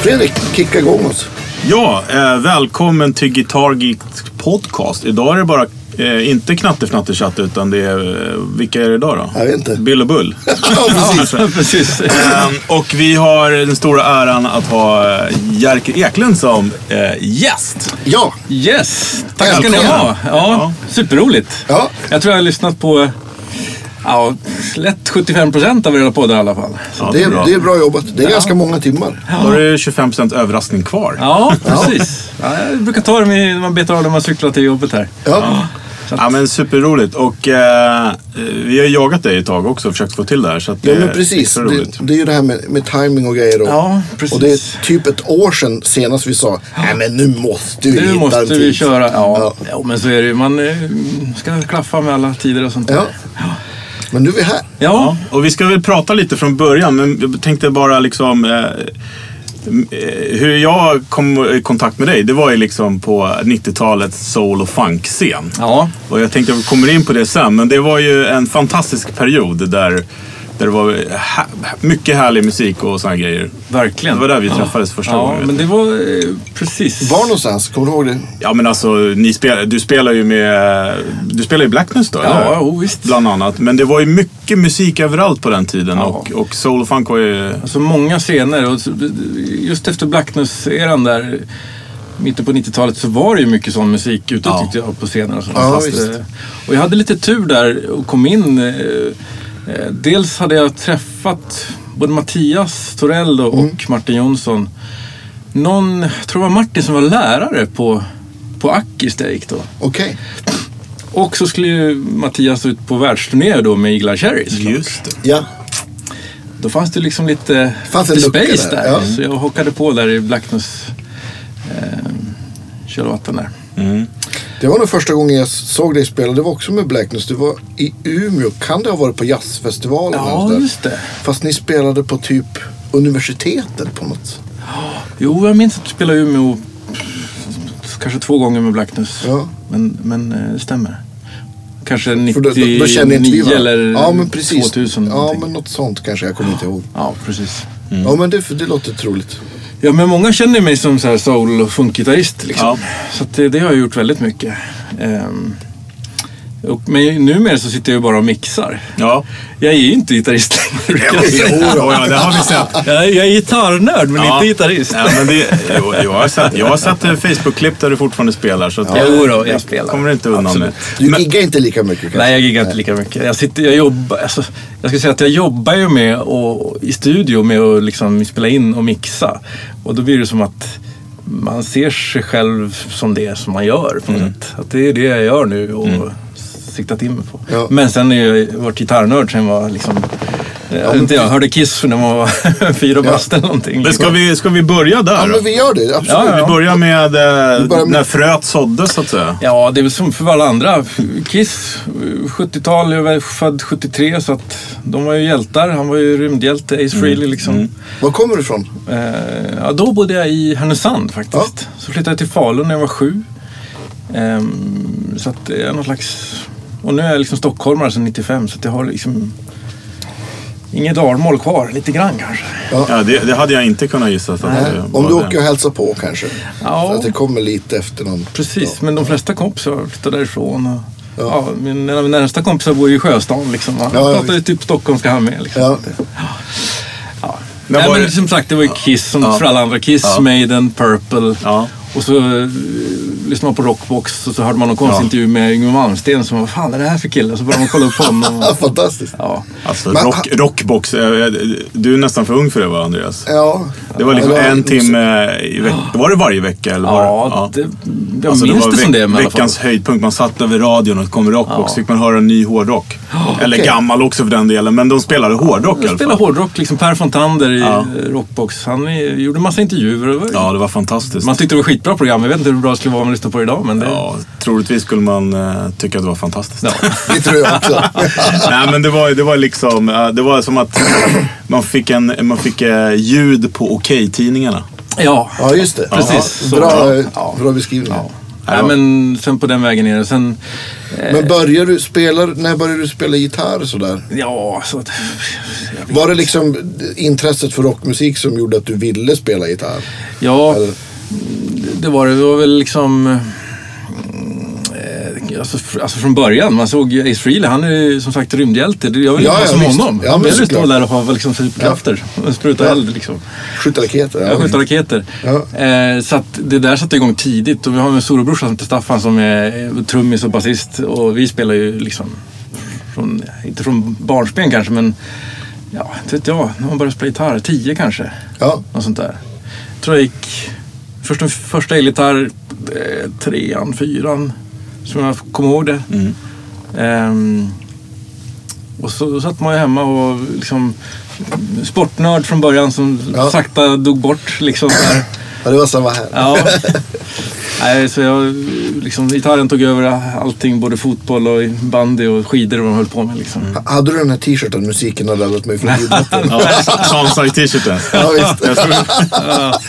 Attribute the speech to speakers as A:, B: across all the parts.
A: Fredrik, kicka igång oss.
B: Ja, eh, välkommen till Guitar Geek Podcast. Idag är det bara eh, inte knattefnattechatt utan det är... Eh, vilka är det idag då?
A: Jag vet inte.
B: Bill och Bull.
A: Ja, precis.
C: Precis.
B: Ehm, och vi har den stora äran att ha eh, Jerker Eklund som eh, gäst.
A: Ja,
C: Yes, tack ska ni
A: Välkomna.
C: ha. Ja, superroligt.
A: Ja.
C: Jag tror jag har lyssnat på ja, lätt 75 procent av era poddar i alla fall.
B: Ja,
A: det, är, det är
B: bra.
A: bra jobbat. Det är ganska många timmar.
B: Då är det 25 överraskning kvar.
C: Ja, precis. Ja, jag brukar ta dem i- när man betar av när man cyklar till jobbet här.
A: Ja,
B: Ja, men superroligt. Och eh, vi har jagat dig ett tag också och försökt få till det här. Så att det
A: ja men
B: är
A: precis.
B: extra roligt.
A: Det, det är ju det här med, med timing och grejer. Och,
C: Ja, precis.
A: och det är typ ett år sedan senast vi sa, nej men nu måste vi
C: Nu
A: hitta
C: måste
A: en
C: vi
A: tid."
C: köra. Ja,
A: Ja.
C: ja, men så är det ju. Man eh, ska klaffa med alla tider och sånt där.
A: Ja. Men nu är vi här.
C: ja.
B: Ja, och vi ska väl prata lite från början, men jag tänkte bara liksom... Eh, eh, hur jag kom i kontakt med dig, det var ju liksom på 90-talets soul och funk-scen.
C: ja.
B: Och jag tänkte att vi kommer in på det sen, men det var ju en fantastisk period där, där det var hä- mycket härlig musik och sådana grejer.
C: verkligen.
B: Det var där vi träffades första
C: ja,
B: gången. vet
C: men
B: jag.
C: det var eh, precis.
A: Var någonstans? Kommer du ihåg det?
B: Ja men alltså, ni spel, du spelar ju med... Du spelar ju Blackness då,
C: Ja,
B: eller?
C: jo, visst.
B: Bland annat. Men det var ju mycket musik överallt på den tiden
C: Ja.
B: och, och soul och funk var ju...
C: Alltså många scener och så- just efter Blackness-eran där mitten på 90-talet så var det ju mycket sån musik ute
B: Ja.
C: tyckte jag på scener och sånt.
A: Ja,
C: Fast,
A: visst.
C: eh, och jag hade lite tur där och kom in. eh, eh, Dels hade jag träffat både Mattias Torell då, och Martin Jonsson. Någon, jag tror det var Martin som var lärare på, på Ackis där jag gick då.
A: Okej.
C: Och så skulle ju Mattias ut på världsturné då med Eagle Eye Cherry såklart.
B: Just det.
A: Ja.
C: Då fanns det liksom lite,
A: Fanns
C: lite
A: en lucka
C: space
A: där,
C: där.
A: ja.
C: Så jag hockade på där i Blackness eh, kölvatten där.
A: Det var nog första gången jag såg dig spela. Det var också med Blackness. Det var i Umeå. Kan det ha varit på jazzfestivalen? eller
C: Ja,
A: sådär?
C: just det.
A: Fast ni spelade på typ universitetet på något.
C: Jo, jag minns att du spelade i Umeå kanske två gånger med Blackness.
A: Ja.
C: Men, men eh, det stämmer. Kanske
A: För då, då, då känner inte vi
C: 99
A: varandra.
C: eller
A: ja, men precis.
C: 2000.
A: Ja,
C: någonting. Mm.
A: men något sånt kanske. Jag kommer inte ihåg.
C: ja, precis.
A: Ja, men det, det låter troligt.
C: Ja, men många känner mig som så här soul och funkgitarrist. Liksom.
B: Ja.
C: Så att det, det har jag gjort väldigt mycket. Ehm, och, men numera så sitter jag ju bara och mixar.
B: Ja.
C: Jag är ju inte gitarrist längre. kan jag säga.
B: Jo, jo, ja, det har vi sett.
C: Jag, jag är gitarrnörd men
B: Ja.
C: inte gitarrist.
B: Ja, men det, jo, jag har sett, jag har sett en Facebook-klipp där du fortfarande spelar. Så att det-
C: Jo då, jag
B: det
C: spelar.
B: kommer du inte undan
C: Absolut.
A: Du
B: med. Men,
A: giggar inte lika mycket kanske?
C: Nej, jag giggar inte lika mycket. Jag, sitter, jag, jobbar, alltså, jag ska säga att jag jobbar ju med och, i studio med att liksom spela in och mixa. Och då blir det som att man ser sig själv som det som man gör på något
B: Mm.
C: sätt. Att det är det jag gör nu och siktat in mig på.
A: Ja.
C: Men sen har jag ju varit gitarrnörd sen jag var liksom... Jag, vet inte, jag hörde Kiss när man var fyra bast eller någonting.
B: men ska, vi, ska vi börja där?
A: Ja,
B: då?
A: men vi gör det. Absolut.
C: Ja, ja.
B: Vi börjar med eh,
A: börjar med-
B: när fröet såddes, så att säga.
C: Ja, det är väl som för alla andra. Kiss, 70-tal, jag var född 73 så att de var ju hjältar. Han var ju rymdhjälte,
A: Mm.
C: Ace Frehley liksom.
A: Var kommer du ifrån?
C: Eh, ja, då bodde jag i Härnösand faktiskt. Så flyttade jag till Falun när jag var sju. Ehm, så att jag är någon slags... Och nu är jag liksom stockholmare sedan 95 så att jag har liksom inget dalmål kvar. Lite grann kanske.
B: Ja, det, det hade jag inte kunnat gissa. Att det var
A: Om du
B: det.
A: åker och hälsar på kanske.
C: Ja.
A: Så att det kommer lite efter någon.
C: Precis, men de flesta kompisar flyttade därifrån. Och,
A: Ja.
C: ja. min, en av mina närmsta kompisar bor i Sjöstan. Liksom, va?
A: Ja, ja,
C: Han pratade typ stockholmska han med. Liksom.
A: Ja.
C: Ja.
B: Men
C: Nej,
B: var
C: men
B: det-
C: som sagt, det var ju Kiss som
B: Ja.
C: för alla andra. Kiss,
B: Ja.
C: Maiden, Purple.
B: Ja.
C: Och så eh, lyssnade man på Rockbox och så hörde man någon konstig
B: Ja.
C: intervju med Yngwie Malmsteen. Som vad fan är det här för kille? Så började man kolla upp honom.
A: Ja,
C: Och,
A: fantastiskt.
C: ja.
B: Alltså,
A: Men-
B: rock, rockbox. eh, eh, Du är nästan för ung för det, va, Andreas?
A: Ja.
B: Det var liksom
A: Ja,
B: en timme i veckan. Var det varje vecka? Eller var
C: ja, det, jag
B: Alltså,
C: minns
B: var
C: det, som
B: veck-
C: det. Men i alla fall.
B: veckans höjdpunkt. Man satt över radion och det kom rockbox.
C: Ja.
B: Så fick man höra ny hårdrock. Eller
A: okej.
B: gammal också för den delen. Men de spelade hårdrock i
C: Jag
B: alla
C: spelade
B: fall.
C: hårdrock, liksom Per Fontander i
B: Ja.
C: eh, Rockbox. Han eh, gjorde massa intervjuer. och det var-
B: Ja, det var fantastiskt.
C: Man tyckte det var skitbra program. Jag vet inte hur bra det skulle vara om man lyssnar på det idag. Men det,
B: Ja, troligtvis skulle man eh, tycka att det var fantastiskt.
A: Det tror jag också.
B: Nej, men det var, det var liksom, eh, det var som att man fick, en, man fick eh, ljud på Okej-tidningarna.
C: ja.
A: Ja, just det.
C: Precis.
A: Ja, bra,
C: Så- ja.
A: bra beskrivning.
C: Nej, men sen på den vägen är det. Sen,
A: Men börjar du spela, när började du spela gitarr sådär?
C: ja, så att,
A: Var det liksom intresset för rockmusik som gjorde att du ville spela gitarr?
C: Ja,
A: Eller-
C: det var det. Det var väl liksom... eh, Alltså, fr- alltså från början, man såg Ace Frehley, han är ju som sagt rymdhjälte. Jag vill
A: Ja,
C: vara
A: ja,
C: som
A: visst.
C: honom.
A: Ja,
C: han
A: men
C: vill ju stå
A: såklart.
C: där och ha liksom, superkrafter. Spruta
A: Ja.
C: eld liksom.
A: Skjuta raketer?
C: Jag skjuter raketer.
A: Ja.
C: Eh, så att det där satte igång tidigt. Och vi har en storebrorsa som heter Staffan som är eh, trummis och basist. Och vi spelar ju liksom, från, inte från barnsben kanske, men ja, inte vet jag, när man började spela gitarr, tio kanske.
A: Ja.
C: Något sånt där. Jag tror jag gick första, första elgitarr, eh, trean, fyran. Som jag kommer ihåg det.
A: Mm.
C: Ehm, och så satt man ju hemma och liksom sportnörd från början som
A: Ja.
C: sakta dog bort liksom. Där.
A: ja, det var samma här.
C: Ja. Nej, så jag, liksom, gitarren tog över allting, både fotboll och bandy och skidor och vad man höll på med liksom.
A: Hade du den här t-shirten musiken hade räddat mig från idrotten?
B: Ja, Soundside t-shirten.
A: ja, visst.
B: Jag tror-
C: Ja.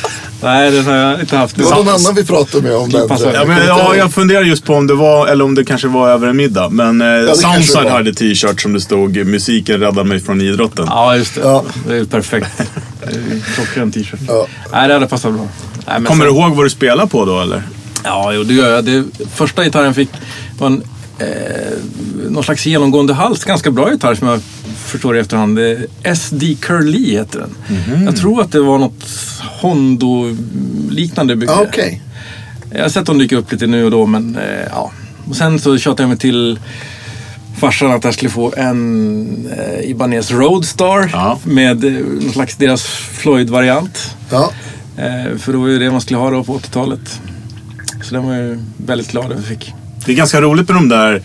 C: Nej, den har jag inte haft.
A: Det var någon annan vi pratade med om den.
C: Passar.
B: Ja, men, ja, jag funderar just på om det var, eller om det kanske var över en middag. Men eh,
A: kanske det
B: Soundside
A: var.
B: hade t-shirt som det stod “Musiken räddar mig från idrotten”.
C: Ja, just det.
A: Ja.
C: Det är ju perfekt. Det är ju Klockren t-shirt.
A: Ja.
C: Nej, det hade passat bra. Nej, men
B: Kommer
C: sen-
B: du ihåg vad du spelade på då eller?
C: Ja, jo, det gör jag. Det, första gitarren jag fick var en, eh, någon slags genomgående hals. Ganska bra gitarr som jag förstår i efterhand. Det är SD Curly heter den.
A: Mhm.
C: Jag tror att det var något Hondo-liknande bygge.
A: Ja, Okej.
C: Jag har sett dem dyka upp lite nu och då, men eh, ja. Och sen så tjatade jag mig till farsan att jag skulle få en eh, Ibanez Roadstar
B: Ja.
C: med eh, någon slags deras Floyd-variant.
A: Ja.
C: Eh, för det var ju det man skulle ha då på 80-talet. Så den var jag ju väldigt glad över att jag fick.
B: Det är ganska roligt med de där...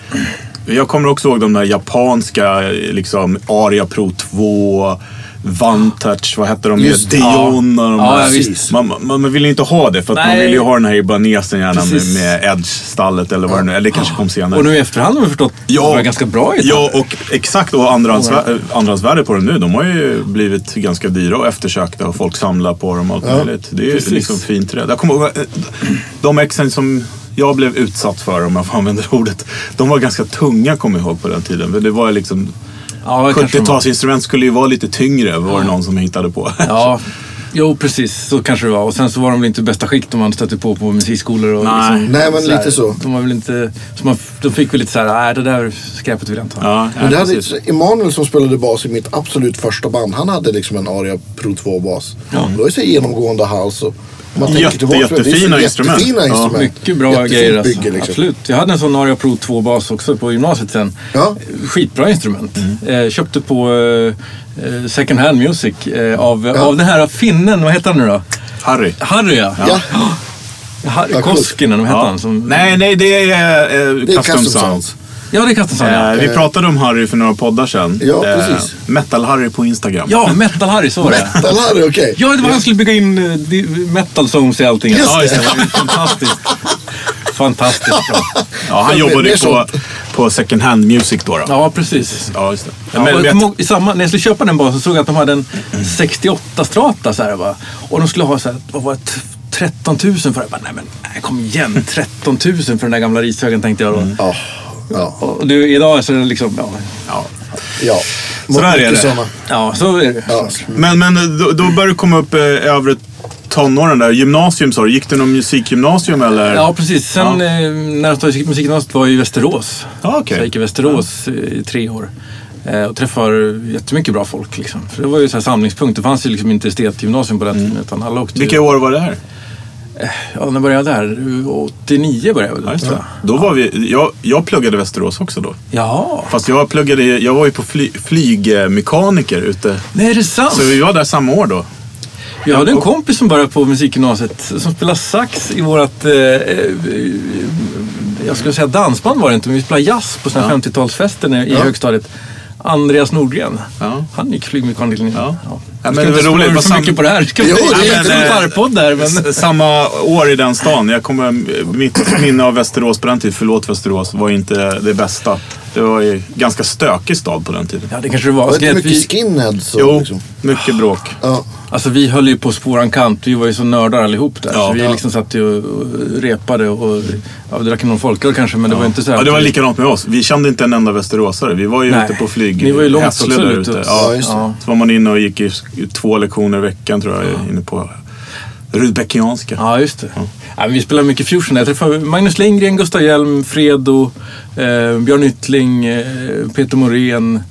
B: Jag kommer också ihåg de där japanska, liksom Aria Pro 2, Vantage, vad hette de?
A: Just det.
B: Dion och de
C: Ja,
B: där.
C: ja, visst.
B: man, man, man vill ju inte ha det för att man
C: Nej.
B: vill ju ha den här Ibanesen gärna med,
C: Precis.
B: med Edge-stallet eller vad det nu är. Eller det kanske kom senare.
C: Och nu i efterhand har vi förstått att det var ganska bra gitarr.
B: Ja, och exakt. Och andrahandsvär- andrahandsvärde på dem nu, de har ju blivit ganska dyra och eftersökta och folk samlar på dem och allt möjligt. Det är ju
C: Precis.
B: liksom fint trä. Jag kommer ihåg, eh, de exen som jag blev utsatt för, om jag får använda det ordet, de var ganska tunga kommer jag ihåg på den tiden. För det var ju liksom,
C: Ja, det kanske var.
B: 70-talsinstrument skulle ju vara lite tyngre, var det någon som hittade på.
C: Ja, jo precis. Så kanske det var. Och sen så var de väl inte i bästa skick de man stötte på på musikskolor. Och
B: Nej.
C: liksom,
A: Nej, men
C: sådär.
A: lite så.
C: De, var väl inte, så man, de fick väl lite så här, nej det där skräpet vill jag inte ha.
B: Ja,
A: Men det
B: ja,
A: hade,
B: precis.
A: Emanuel som spelade bas i mitt absolut första band, han hade liksom en Aria Pro 2-bas. Det var ju så här genomgående hals och... Man tänker
B: Jätte-
A: tillbaka på det, det är så
B: jättefina
A: jättefina
B: instrument. Ja,
A: instrument.
C: Mycket bra
A: Jättefint
C: grejer alltså.
A: Bygge, liksom.
C: Absolut. Jag hade en sån Aria Pro 2-bas också på gymnasiet sen.
A: Ja.
C: Skitbra instrument.
B: Mm.
C: Eh, köpte på eh, eh, second hand music eh, av, av den här finnen, vad heter han nu då?
B: Harry.
C: Harry ja.
A: Ja.
C: Harry
A: Ja, coolt.
C: Koskinen, vad hette han? Som,
B: Nej, nej, det är, eh,
A: Det är
B: Custom Sounds.
C: Ja, det är Kastenson ja.
B: Eh, vi pratade om Harry för några poddar sedan.
A: Ja, precis.
B: Metal-Harry på Instagram.
C: Ja, Metal-Harry, så var det.
A: Metal Harry, okej.
C: Ja, det var han som skulle bygga in eh, di- metal zones i allting.
A: Just
C: ja,
A: det.
C: just det. det. var ju Fantastiskt. Fantastiskt bra.
B: Ja, han
A: Ja,
B: jobbade
A: mer
B: ju på,
A: sånt.
B: på second hand music då. då. Ja.
C: Ja, precis.
B: just det. men,
C: Ja, och jag
B: vet,
C: kommer ihåg, i samma, när jag skulle köpa den basen så såg jag att de hade en 68 strata. Så här, va? Och de skulle ha så här, vad var det, t- 13 000 för den. Jag bara, Nej men nej, kom igen, 13 000 för den där gamla rishögen tänkte jag då.
A: Ja. Ja.
C: Och du, idag så är det liksom, ja,
B: ja.
A: ja.
B: där är
A: Mycket
B: det.
A: såna.
C: ja så är det.
A: Ja.
B: men, men då, då började du komma upp eh, övre tonåren där. Gymnasium sa du. Gick du någon musikgymnasium eller?
C: Ja, precis. Sen
B: Ja.
C: eh, när jag startade musikgymnasiet var jag i Västerås.
B: Ja, okej.
C: Så jag gick i Västerås eh, i tre år. Eh, Och träffar jättemycket bra folk. Liksom. För det var ju så här samlingspunkt. Det fanns ju liksom inte estetgymnasium på den tiden. Utan alla åkte ju-
B: Mm. Vilka år var det här?
C: Ja, när började jag där? 89 började jag väl?
B: Ja, just
C: tror jag.
B: det. Då var vi, jag, jag pluggade i Västerås också då.
C: Ja.
B: Fast jag, pluggade, jag var ju på fly, flygmekaniker ute.
C: Nej, är det sant?
B: Så vi var där samma år då.
C: Jag hade en kompis som började på musikgymnasiet som spelade sax i vårt... Eh, eh, jag skulle säga dansband var det inte, men vi spelade jazz på såna här 50-talsfester när- i
A: Ja.
C: högstadiet. Andreas Nordgren.
B: Ja.
C: Han gick flygmekaniker.
B: Ja. men
C: ska
B: det var
C: inte
B: roligt.
C: roligt.
B: Vad
C: för
B: sam-
C: mycket på det här. Ska
A: Jo, det är
C: det
A: jätteroligt.
C: är en farpodd där. Men...
B: eh, S- Samma år i den stan. Jag kommer, mitt minne av Västerås på den tiden, förlåt Västerås, var inte det bästa. Det var ju ganska stökig stad på den tiden.
C: Ja, det kanske det var.
A: Var det
C: Ska jag-
A: inte mycket skinheads? och
B: Jo,
A: liksom-
B: mycket bråk.
A: Ja.
C: Alltså vi höll ju på spåran kant. Vi var ju så nördar allihop där.
B: Ja.
C: så vi
B: Ja.
C: liksom satt ju och och repade och ja, vi drack någon folköl kanske men det var inte så här.
B: Ja,
C: att
B: det var
C: vi-
B: likadant med oss. Vi kände inte en enda västeråsare. Vi var ju
C: Nej.
B: ute på flyg.
C: Ni var ju långt
B: Hässlö
C: också
B: där
C: ute.
B: ute.
A: Ja,
B: Ja.
A: just det.
C: Ja.
B: Så var man inne och gick i s- i två lektioner i veckan tror jag, inne på Rudbeckianska.
C: Ja, just det. Ja, men vi spelade mycket fusion. Jag träffade Magnus Lindgren, Gustav Hjelm, Fredo, eh, Björn Yttling, eh, Peter Morén. Eh,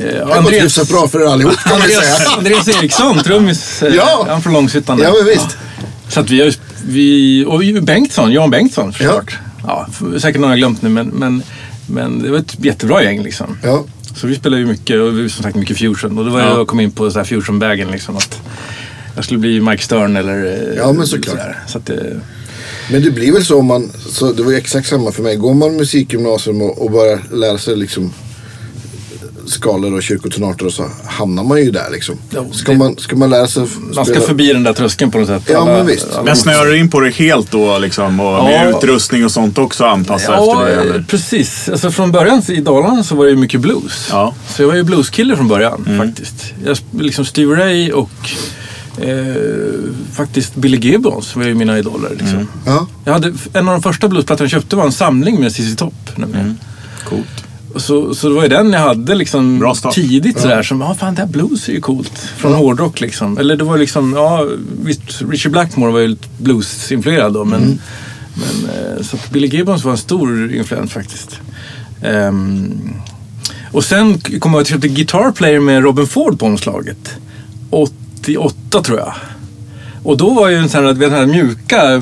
A: Det har gått hyfsat bra för er allihop kan man säga.
C: Andreas, Andreas Eriksson, trummis. eh,
A: Ja.
C: Han från Långshyttan. där.
A: Ja, men visst.
C: Så att vi har ju- vi, och ju Bengtsson, Jan Bengtsson förstås. Ja. f- säkert några har glömt nu, men, men, men det var ett jättebra gäng liksom.
A: Ja.
C: Så vi spelade ju mycket, och vi- som sagt mycket fusion. Och då var
B: Ja.
C: jag kom in på så här fusion-vägen liksom. Att jag skulle bli Mike Stern eller eh,
A: Ja, men såklart.
C: sådär. Så att, eh,
A: Men det blir väl så om man, så det var ju exakt samma för mig. Går man musikgymnasium och, och börjar lära sig liksom skalor och kyrkotonarter och så hamnar man ju där liksom.
C: Ja,
A: Ska
C: det-
A: man, ska man lära sig f-
C: man ska
A: spela-
C: förbi den där tröskeln på något sätt.
A: Ja, men visst.
B: Men snöar du in på det helt då liksom? Och med
C: Ja.
B: utrustning och sånt också anpassa efter
C: Ja,
B: det?
C: eh,
B: Eller?
C: precis. Alltså från början i Dalarna så var det ju mycket blues.
B: Ja.
C: Så jag var ju blueskille från början faktiskt. Jag, sp- liksom Stevie Ray och eh, faktiskt Billy Gibbons var ju mina idoler. Liksom.
A: Ja.
C: Jag hade, en av de första bluesplattorna jag köpte var en samling med ZZ Top. nämligen.
B: Coolt.
C: Och Så, så det var ju den jag hade liksom
B: Bra start.
C: tidigt sådär som, ja fan det här blues är ju coolt. Från hårdrock liksom. Eller det var ju liksom, ja visst Richie Blackmore var ju lite blues-influerad då men,
B: Mm.
C: men eh, så att Billy Gibbons var en stor influens faktiskt. Ehm, och sen k- kom jag att jag köpte Guitar Player med Robin Ford på omslaget. 88 tror jag. Och då var ju en sån här, du vet, de här mjuka eh,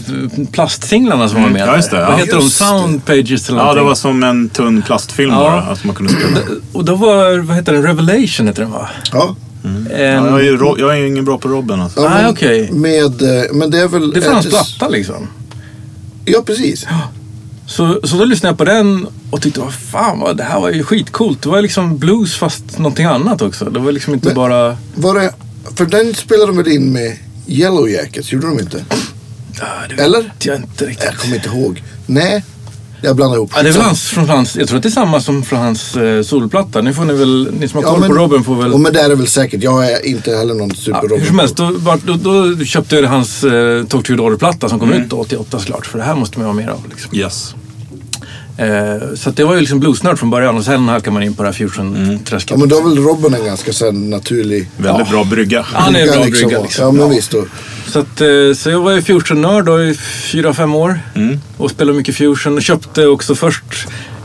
C: plastsinglarna som var med
B: Mm, ja,
C: där.
B: just det, ja.
C: Vad heter de?
A: Just det.
C: Sound Pages eller
B: Ja, det
C: någonting.
B: var som en tunn plastfilm
C: Ja.
B: bara. Att man kunde spela.
C: Och då var, vad heter den, Revelation heter den va? Ehm,
A: ja.
B: Ja,
C: En,
B: jag, är ju, ro- jag är ju ingen bra på Robin alltså.
A: ja
C: Ah,
A: men-
C: okej.
A: Med, eh, men det är väl...
C: det är från hans
A: eh,
C: platta liksom.
A: Ja, precis.
C: Så, så då lyssnade jag på den och tyckte, vad fan, vad, det här var ju skitcoolt. Det var liksom blues fast någonting annat också. Det var liksom inte
A: Men-
C: bara...
A: Var det, för den spelade de väl in med Yellow Jackets, gjorde de inte?
C: Ah, det
A: Eller?
C: vet jag inte riktigt.
A: Jag kommer inte ihåg. Nej, jag blandar ihop.
C: Ja, det är väl hans, från hans, jag tror att det är samma som från hans eh, solplatta. Nu får ni väl, ni som har koll på Robin får väl...
A: Ja, men det är det väl säkert. Jag är inte heller någon super
C: Ja,
A: Robin.
C: hur som helst, då, var- då, då köpte jag hans eh, Talk to your daughter-platta som kom ut 88 såklart. För det här måste man ju ha mer av. Liksom.
B: Yes.
C: Eh, så att det var ju liksom bluesnörd från början och sen halkar man in på det här fusion-träsket.
A: Ja, men då är väl Robin en ganska så här, naturlig...
B: Väldigt bra brygga.
C: Han är en bra
A: brygga,
C: brygga, liksom.
A: Ja, men
C: Ja.
A: visst. Då.
C: Så, att, eh, så jag var ju fusion-nörd då i fyra, fem år
B: Mm.
C: och spelade mycket fusion och köpte också först,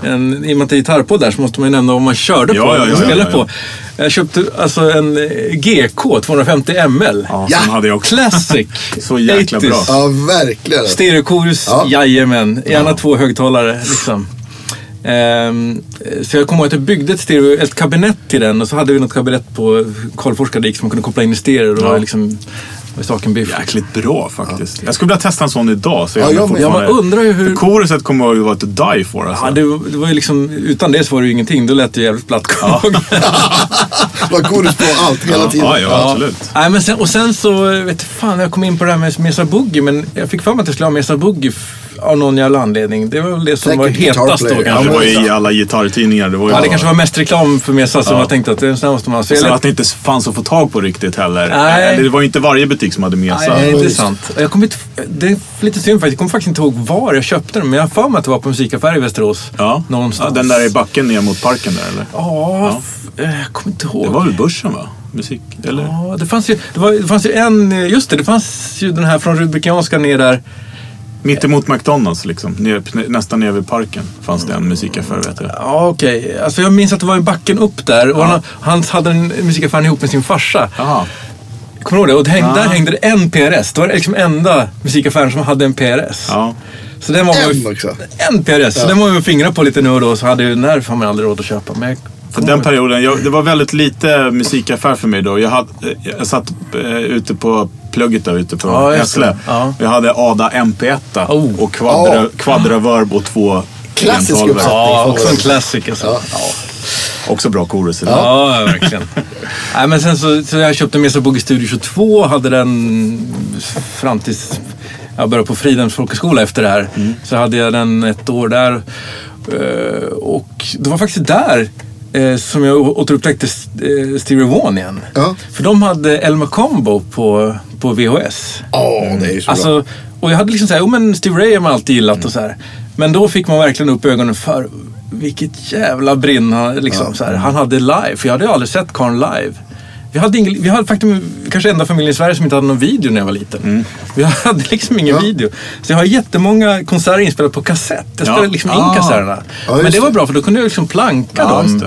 C: en, i och med att det är gitarrpodd där så måste man ju nämna vad man körde
B: Ja,
C: på,
B: ja,
C: vad man
B: ja, ja,
C: spelade
B: ja, ja.
C: på. Jag köpte alltså en eh, GK 250 ml.
B: Ja,
A: Ja.
B: ja. hade jag också.
C: Classic.
B: Så jäkla bra.
C: 80s.
A: Ja, verkligen.
C: Stereokorus,
A: Ja.
C: jajamän. Gärna två högtalare. Liksom. Ehm, så jag kommer ihåg att jag byggde ett, stereo, ett kabinett till den och så hade vi något kabinett på Karlforska dik som man kunde koppla in i stereo. Då
B: Ja.
C: var det liksom, var saken biff.
B: Jäkligt bra faktiskt. Jag skulle vilja testa en sån idag. Så
A: Ja, jag
B: gärna
A: med.
B: fortfarande-
C: Ja, man undrar ju hur-
B: För Koruset kommer jag ju vara ett die for alltså.
C: Ja, det, var- det var ju liksom, utan det så var det ju ingenting. Då lät det ju jävligt platt. Ja.
A: Var godis på allt hela tiden.
B: ja, ja, absolut.
C: Nej, men sen, och sen så, eh, vet fan, jag kom in på det här med Mesa Boogie, men jag fick för mig att jag skulle ha Mesa Boogie f- av någon jävla anledning. Det var väl det som
A: Säkert
C: var
A: Guitar
C: hetast då
A: Player.
C: kanske.
B: Ja, det var ju
A: men-
B: i alla gitarrtidningar. Det var ju
C: Ja, det
B: bara-
C: kanske var mest reklam för Mesa som jag tänkte att det är en sån här måste man ha. Så jag
B: Sen
C: lät-
B: att det inte fanns att få tag på riktigt heller.
C: Nej.
B: Det var ju inte varje butik som hade Mesa.
C: Nej, det är
A: Just-
C: sant. Jag kommer inte, det är lite synd faktiskt. Jag kommer faktiskt inte ihåg var jag köpte den, men jag har för mig att det var på musikaffär i Västerås.
B: Ja.
C: Någonstans.
B: Ja, den där i backen ner mot parken där eller?
C: Ja, f- eh, jag kommer inte ihåg.
B: Det var väl börsen va? Musik? Eller?
C: Ja, det fanns ju, det, var, det fanns ju en, eh, just det, det fanns ju den här från Rubikianska ner där.
B: Mitt emot McDonalds liksom. Ner, nästan ner vid parken fanns det en musikaffär vet jag.
C: Ja, okej. Alltså jag minns att det var i backen upp där och han, han hade en musikaffär ihop med sin farsa.
B: Jaha.
C: Kommer du ihåg det? Och det häng,
B: Ja.
C: där hängde det en PRS. Det var liksom enda musikaffären som hade en PRS.
B: Ja.
C: Så den var man ju-
A: En också.
C: En PRS, så den var vi fingrarna på lite nu och då. Så hade ju den här fan man aldrig råd att köpa. Men jag
B: För
C: kommer
B: den
C: ihåg-
B: perioden, jag, det var väldigt lite musikaffär för mig då. Jag, hade, jag satt eh, ute på plugget där ute på
C: Ja, just det.
B: Hässlö.
C: Ja.
B: Jag hade Ada MP1
C: Oh.
B: och Quadra,
A: Ja.
B: Quadra Verbo 2.
A: Klassisk
B: entalare.
A: uppsättning.
C: Ja, också en klassiker. Alltså.
A: Ja.
C: Ja.
B: Också bra chorus.
C: Ja. verkligen. Nej, men sen så, så jag köpte med sig Boogie Studio 22 hade den fram tills jag började på Fridhems folkhögskola efter det här.
A: Mm.
C: Så hade jag den ett år där. Eh, Och det var faktiskt där eh, som jag å- återupptäckte S- eh, Stevie Vaughan igen.
A: Ja.
C: För de hade Elma Combo på, på VHS.
A: Ja, det är ju så bra.
C: Alltså, och jag hade liksom såhär, jo men Steve Ray har man alltid gillat och så här. Men då fick man verkligen upp ögonen för vilket jävla brinn han, liksom, så här, han hade live. För jag hade ju aldrig sett Karn live. Vi hade, ingen, vi hade faktiskt kanske enda familjen i Sverige som inte hade någon video när jag var liten. Vi hade liksom ingen
A: Mm. Ja.
C: video. Så jag har jättemånga konserter inspelade på kassett. Jag spelade
B: Ja.
C: liksom
B: Ah.
C: in kassetterna.
A: Ja,
C: men
A: just
C: det var
A: det.
C: bra för då kunde jag liksom planka
B: Ja,
C: dem.
B: just
C: Det.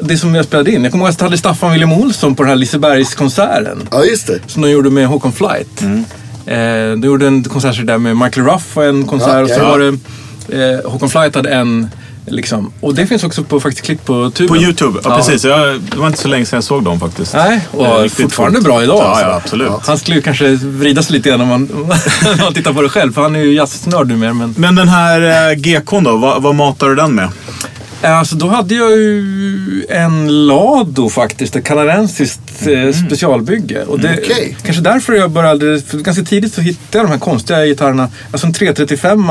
B: det.
A: Ja.
C: som jag spelade in. Jag kommer ihåg att jag hade Staffan William Olsson på den här Lisebergskonserten
A: Ja, just det.
C: som de gjorde med Håkan Flight.
B: Mm.
C: Eh, de gjorde en konsert där med Michael Ruff och en konsert
A: Ja,
C: och så
A: ja.
C: var det eh, Håkan Flight hade en. Liksom. Och det finns också på faktiskt klipp på tuben.
B: På YouTube, ja, precis. Jag, det var inte så länge sedan jag såg dem faktiskt.
C: Nej, och
B: Eh, riktigt
C: fortfarande
B: coolt.
C: bra idag.
B: Ja,
C: alltså.
B: ja absolut.
C: Han skulle ju kanske vrida sig lite grann om man, om man tittar på det själv, för han är ju jazznörd numera. Men,
B: Men den här eh, GK'n då, vad, vad matar du den med?
C: eh, alltså, då hade jag ju en Lado faktiskt, ett kanadensiskt eh,
B: Mm.
C: specialbygge. Och det,
A: Okej.
C: Kanske därför jag började, för ganska tidigt så hittade jag de här konstiga gitarrerna. Alltså en 335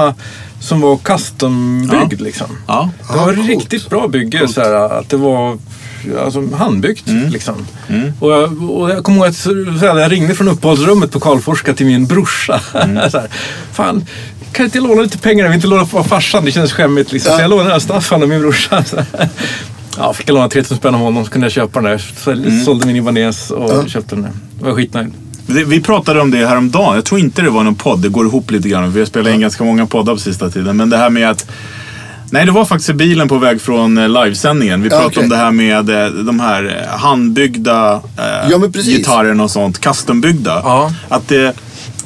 C: som var custombyggd liksom.
B: Ja.
C: Det var
A: Ah, coolt.
C: riktigt bra bygge. Så här, att det var alltså, handbyggt
B: Mm.
C: liksom. Och, jag, och jag kommer ihåg att så, så här, jag ringde från uppehållsrummet på Karlforska till min brorsa.
B: Mm.
C: så här, Fan, kan inte jag låna lite pengar? Jag vill inte låna av farsan, det känns skämmigt. Liksom. Så jag lånade av Staffan och min brorsa. Så här. Ja, fick jag låna 3000 spänn av honom så kunde jag köpa den där. Så jag
B: Mm.
C: sålde min Ibanez och köpte den där. Jag var skitnöjd.
B: Vi vi pratade om det häromdagen. Jag tror inte det var någon podd. Det går ihop lite grann. Vi har spelat in ganska många poddar på sista tiden. Men det här med att... Nej, det var faktiskt i bilen på väg från eh, livesändningen. Vi
A: Ja,
B: pratade
A: okej.
B: om det här med eh, de här eh, handbyggda eh,
A: Ja, men precis.
B: gitarrerna och sånt. Custombyggda.
C: Ja.
B: Att det,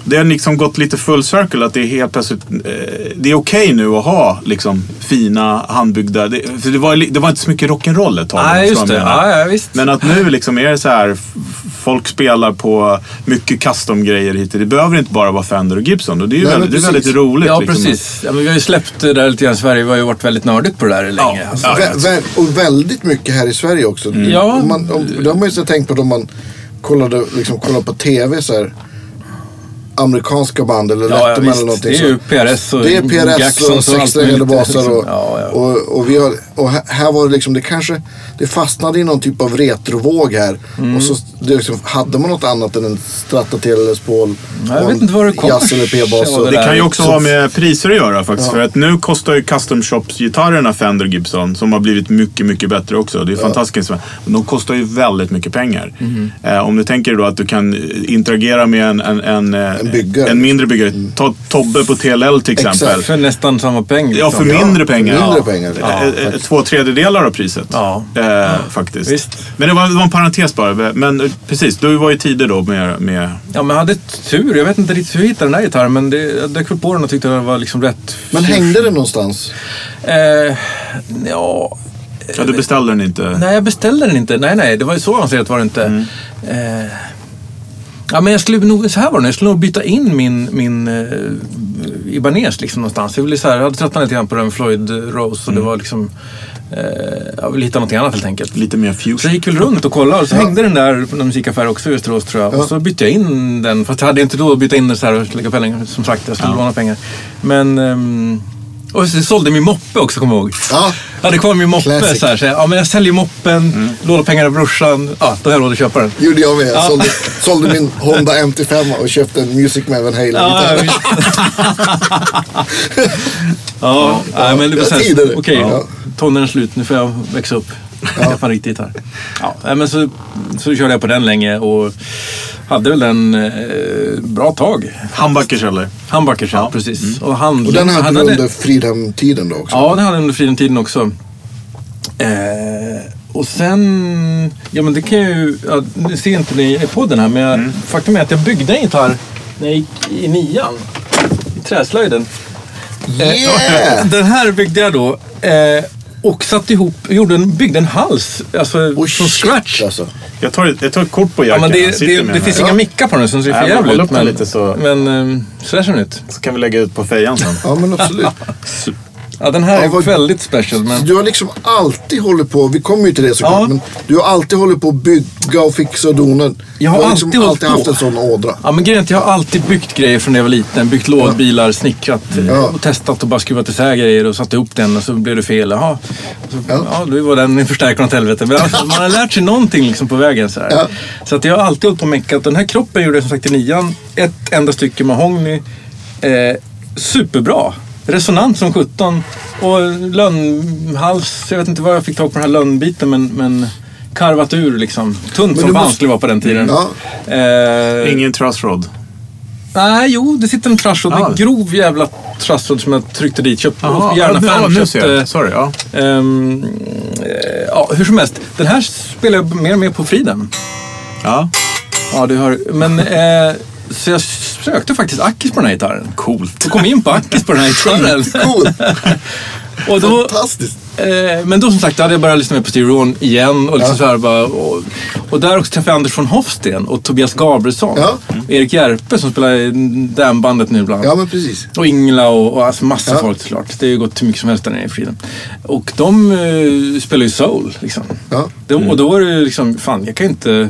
B: det har liksom gått lite full circle. Att det är helt plötsligt... Eh, det är okej nu att ha liksom, fina handbyggda... Det, för det var, li- det var inte så mycket rock'n'roll ett tag. om
C: Nej,
B: du
C: just
B: förstår
C: det.
B: vad jag menar.
C: Ja, ja, visst.
B: Men att nu liksom är det så här, f- folk spelar på mycket custom-grejer hit. Det behöver inte bara vara Fender och Gibson. Och det är ju
A: Nej, men
B: väldigt, det är
A: precis.
B: väldigt roligt.
C: Ja,
B: liksom.
C: precis. Ja, men vi har ju släppt det där lite grann i Sverige. Vi har ju varit väldigt nördigt på det där länge.
B: Ja,
C: alltså.
B: ja.
A: Vä- vä- och väldigt mycket här i Sverige också.
C: Ja.
A: Om man, om, det har man ju så tänkt på då man kollade, liksom, kollade på tv så här. Amerikanska band eller
C: Ja, ja,
A: Letterman
C: visst.
A: eller någonting.
C: Det är ju
A: så-
C: PRS och
A: Det är PRS
C: Jackson
A: och
C: och allt
A: sexsträngade
C: möjligt,
A: basar. Och,
C: liksom. Ja, ja.
A: och, och, vi har, och här- här var det liksom, det kanske, det fastnade i någon typ av retrovåg här.
C: Mm.
A: Och så det liksom, hade man något annat än en Stratatel eller Spål.
C: jag
A: och
C: vet
A: en
C: inte var det kommer
A: Jazz eller
C: sig
A: P-bas.
C: av
A: och-
C: det
B: Det
C: där.
B: kan ju också
C: Så-
B: ha med priser att göra faktiskt.
A: Ja.
B: För att nu kostar ju custom shops-gitarrerna Fender och Gibson, som har blivit mycket, mycket bättre också. Det är fantastiskt. Men de kostar ju väldigt mycket pengar.
C: Mhm.
B: Eh, om du tänker då att du kan eh, interagera med en, en, en, eh,
A: En byggare. Mm.
B: en mindre byggare. Ta Tobbe på TLL till
A: Exakt.
B: exempel.
C: För nästan samma liksom. pengar.
B: Ja, för mindre pengar.
A: Liksom. mindre
B: Ja.
A: pengar.
B: Eh,
A: Ja,
B: eh, Två tredjedelar av priset.
C: Ja.
B: Eh, Faktiskt.
C: Visst.
B: Men det var, det var en parentes bara. Men eh, precis, du var ju tidig då med... med
C: Ja, men jag hade tur. Jag vet inte riktigt hur jag hittade den där gitarren, men det, jag dök väl på den och tyckte den var liksom rätt.
A: Men hängde det någonstans?
C: Eh, ja,
B: ja, du beställde den inte.
C: Eh, nej, jag beställde den inte. Nej, nej, det var ju så avancerat var det inte. Eh, ja, men jag skulle nog, så här var det nu. Jag skulle nog byta in min, min eh, Ibanez liksom någonstans. Jag, ville så här, jag hade tröttnat lite grann på den Floyd Rose och det var liksom... Eh, jag ville hitta något annat helt enkelt.
B: Lite mer
C: Så
B: fusion.
C: jag gick väl runt och kollade och så hängde den där på någon musikaffär också i Västerås tror jag.
A: Ja.
C: Och så bytte jag in den. Fast jag hade inte då bytt in den så här och lägga pengar. Som sagt, jag skulle låna pengar. Men... ehm, och så sålde min moppe också, kommer jag ihåg.
A: Ja.
C: Jag hade kvar min moppe
A: Classic. Mm.
C: så här. Så jag, ja, men jag säljer moppen, lånar pengar av brorsan. Ja, då har jag råd att köpa den.
A: gjorde jag med. Jag
C: Ja.
A: sålde, sålde min Honda MT5 och köpte en Music Man Van
C: Ja,
A: Halen-gitarr.
C: ja, ja, nej, men det var
A: Jag
C: så här,
A: tider det.
C: Okej,
A: Ja.
C: tonen är slut. Nu får jag växa upp. Skaffa en riktig gitarr. Ja, nej, men så, så körde jag på den länge och hade väl den eh, bra tag.
B: Humbuckers eller?
C: Handbackers, ja. Precis. Och, han,
A: Mm. Och den hade
C: han
A: du under Fridhem-tiden då också?
C: Ja, den hade jag under Fridhem-tiden också. Eh, och sen... Ja, men det kan ju... Ja, nu ser inte ni i podden här, men jag,
B: Mm.
C: faktum är att jag byggde en gitarr när jag gick i nian. I träslöjden. Eh,
A: Yeah!
C: Den här byggde jag då. Eh, och satte ihop, gjorde en, byggde en hals alltså,
A: Oh,
C: från
A: shit,
C: scratch.
A: Alltså.
B: Jag tar, ett- jag tar ett kort på
C: Ja,
B: jackan.
C: men
B: Jag
C: det
B: sitter
C: det,
B: med
C: det
B: den
C: finns
B: här.
C: inga mickar på den så det ser
B: Nej,
C: för
B: men
C: jävligt
B: håll
C: ut.
B: upp den lite så-
C: men eh, så där ser den ut.
B: Så kan vi lägga ut på fejan sen.
A: Ja, men absolut.
B: Så-
C: Ja, den här
A: Ja,
C: är
A: vad-
C: väldigt special. Men...
A: Så du har liksom alltid hållit på, vi kommer ju till det såklart,
C: Ja.
A: men du har alltid hållit på att bygga och fixa och dona.
C: Jag har
A: du liksom
C: alltid hållit
A: alltid
C: på.
A: haft en sån ådra.
C: Ja, men grejen är att jag har alltid byggt grejer från när jag var liten. Byggt lådbilar, snickrat eh,
A: Ja.
C: och testat och bara skruvat isär grejer och satt ihop den och så blev det fel. Jaha, så,
A: Ja.
C: ja. då var den förstärkaren åt helvete. Men alltså, man har lärt sig någonting liksom på vägen. Så, här.
A: Ja.
C: så att jag har alltid hållit på och meckat. Den här kroppen gjorde jag som sagt i nian. Ett enda stycke mahogny. Eh, superbra. Resonant som sjutton. Och lönnhals. Jag vet inte vad jag fick tag på den här lönnbiten men, men karvat ur liksom. Tunt som
A: du
C: fan
A: måste-
C: skulle vara på den tiden.
A: Ja.
C: Eh,
B: Ingen trussrod.
C: Nej, jo, det sitter en trassrod.
B: Ja.
C: En grov jävla trassrod som jag tryckte dit. Köpte
B: Jaha,
C: och gärna
B: ja, nu ser
C: fanköpte.
B: jag. Sorry, ja.
C: Ehm, eh, ja, hur som helst. Den här spelar jag mer och mer på friden.
B: ja.
C: Ja, du hör. Men, eh, så jag sökte faktiskt Akis på den här gitarren.
B: Coolt.
C: Och kom in på Akis på den här gitarren.
A: Cool,
C: Och då,
A: fantastiskt.
C: Eh, men då som sagt, då hade jag börjat lyssna mer på Stevie Ron igen. Och, liksom så här bara, och, och där också träffade jag Anders von Hofsten och Tobias Gabrielsson.
A: Ja.
C: Och Erik Järpe som spelar i Dambandet nu bland annat.
A: Ja, men precis.
C: Och Ingla och, och alltså massa
A: Ja.
C: folk såklart. Det har ju gått hur mycket som helst där nere i friden. Och de eh, spelar ju soul liksom.
A: Ja.
C: De, Och då var det ju liksom, fan jag kan ju inte,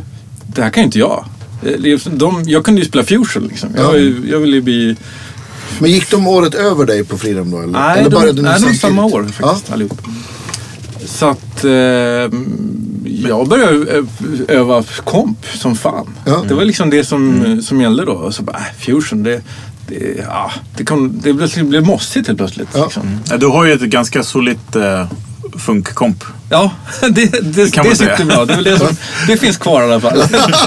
C: det här kan ju inte jag. Eh, det är- De, jag kunde ju spela fusion liksom. Jag,
A: Ja.
C: var ju, jag ville ju bli...
A: Men gick de året över dig på Freedom då? Eller,
C: Nej,
A: eller
C: de, nej,
A: började
C: de
A: ni
C: är
A: samtidigt?
C: samma år faktiskt
A: Ja.
C: allihop. Så att eh, jag började ö- öva komp som fan.
A: Ja. Mm.
C: Det var liksom det som, som gällde då. Och så bara, äh, fusion, det, det, ja, det, kom, det, blev, det blev mossigt helt plötsligt.
A: Ja.
C: Liksom.
B: Eh, Du har ju ett ganska solitt eh, funkkomp.
C: Ja, det, det,
B: kan
C: det
B: man säga.
C: sitter bra. Det, är väl det, som, det finns kvar i alla fall.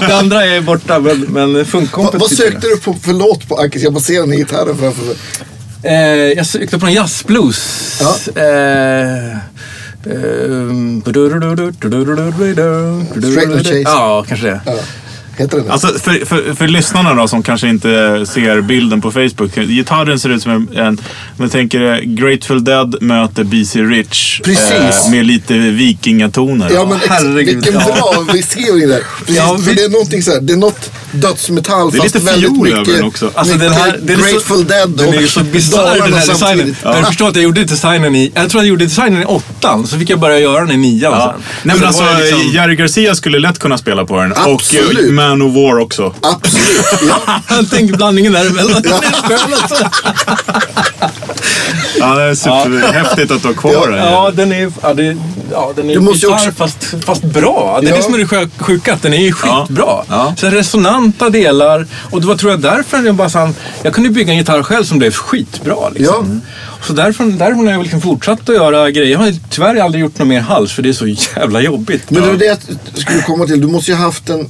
C: Det andra är borta, men, men
A: Va,
C: funkkompet
A: vad
C: sitter
A: sökte
C: där.
A: du på för låt på Akis? Jag bara ser den i gitarren framför mig.
C: Eh, jag sökte på en jazzblues.
A: Ja.
C: Eh,
A: Straight No Chase.
C: Ja, kanske det.
A: Ja. Heter den det?
B: Alltså för, för, för lyssnarna då som kanske inte ser bilden på Facebook. Gitarren ser ut som en, en om jag tänker eh, Grateful Dead möter BC Rich. eh,
A: Precis.
B: med lite vikingatoner.
A: Ja, men ex-
C: herregud,
A: vilken
C: ja.
A: bra beskrivning där. Precis, för
C: Ja, vi-
A: det är någonting så här, det är något dödsmetall
B: Det är
A: fast
B: lite
A: väldigt
B: fiol över
A: mycket.
B: den också.
C: Alltså den här, den är
A: Grateful
C: så,
A: Dead
C: Den är ju så
A: och
C: bisarr den
A: Dalarna
C: här designen.
A: samtidigt.
C: Ja. Jag förstår att jag gjorde designen i, jag tror att jag gjorde designen i åttan, så fick jag börja göra den i nian
B: Ja.
C: sen.
B: Nej,
C: Så
B: men
C: det
B: alltså,
C: var ju liksom-
B: Jerry Garcia skulle lätt kunna spela på den. Och
A: Absolut.
B: eh, Man of War också.
A: Absolut. Ja.
C: Jag tänker blandningen däremellan. Det är skön alltså.
B: Ja, det är superhäftigt att du har kvar den.
C: Ja, den är, ja, det, ja, den är
A: Du måste ju
C: gitarr
A: också-
C: fast, fast bra. Det är
A: Ja.
C: det som är det sjö- sjuka, att den är ju
B: Ja.
C: skitbra.
B: Ja.
C: Så här resonanta delar. Och det var tror jag därför jag bara sann, jag kunde bygga en gitarr själv som blev skitbra. Liksom.
A: Ja.
C: Mm. Så därför, därför har jag liksom fortsatt att göra grejer. Jag har tyvärr aldrig gjort något mer hals, för det är så jävla jobbigt.
A: Men det var det jag skulle komma till. Du måste ju haft en...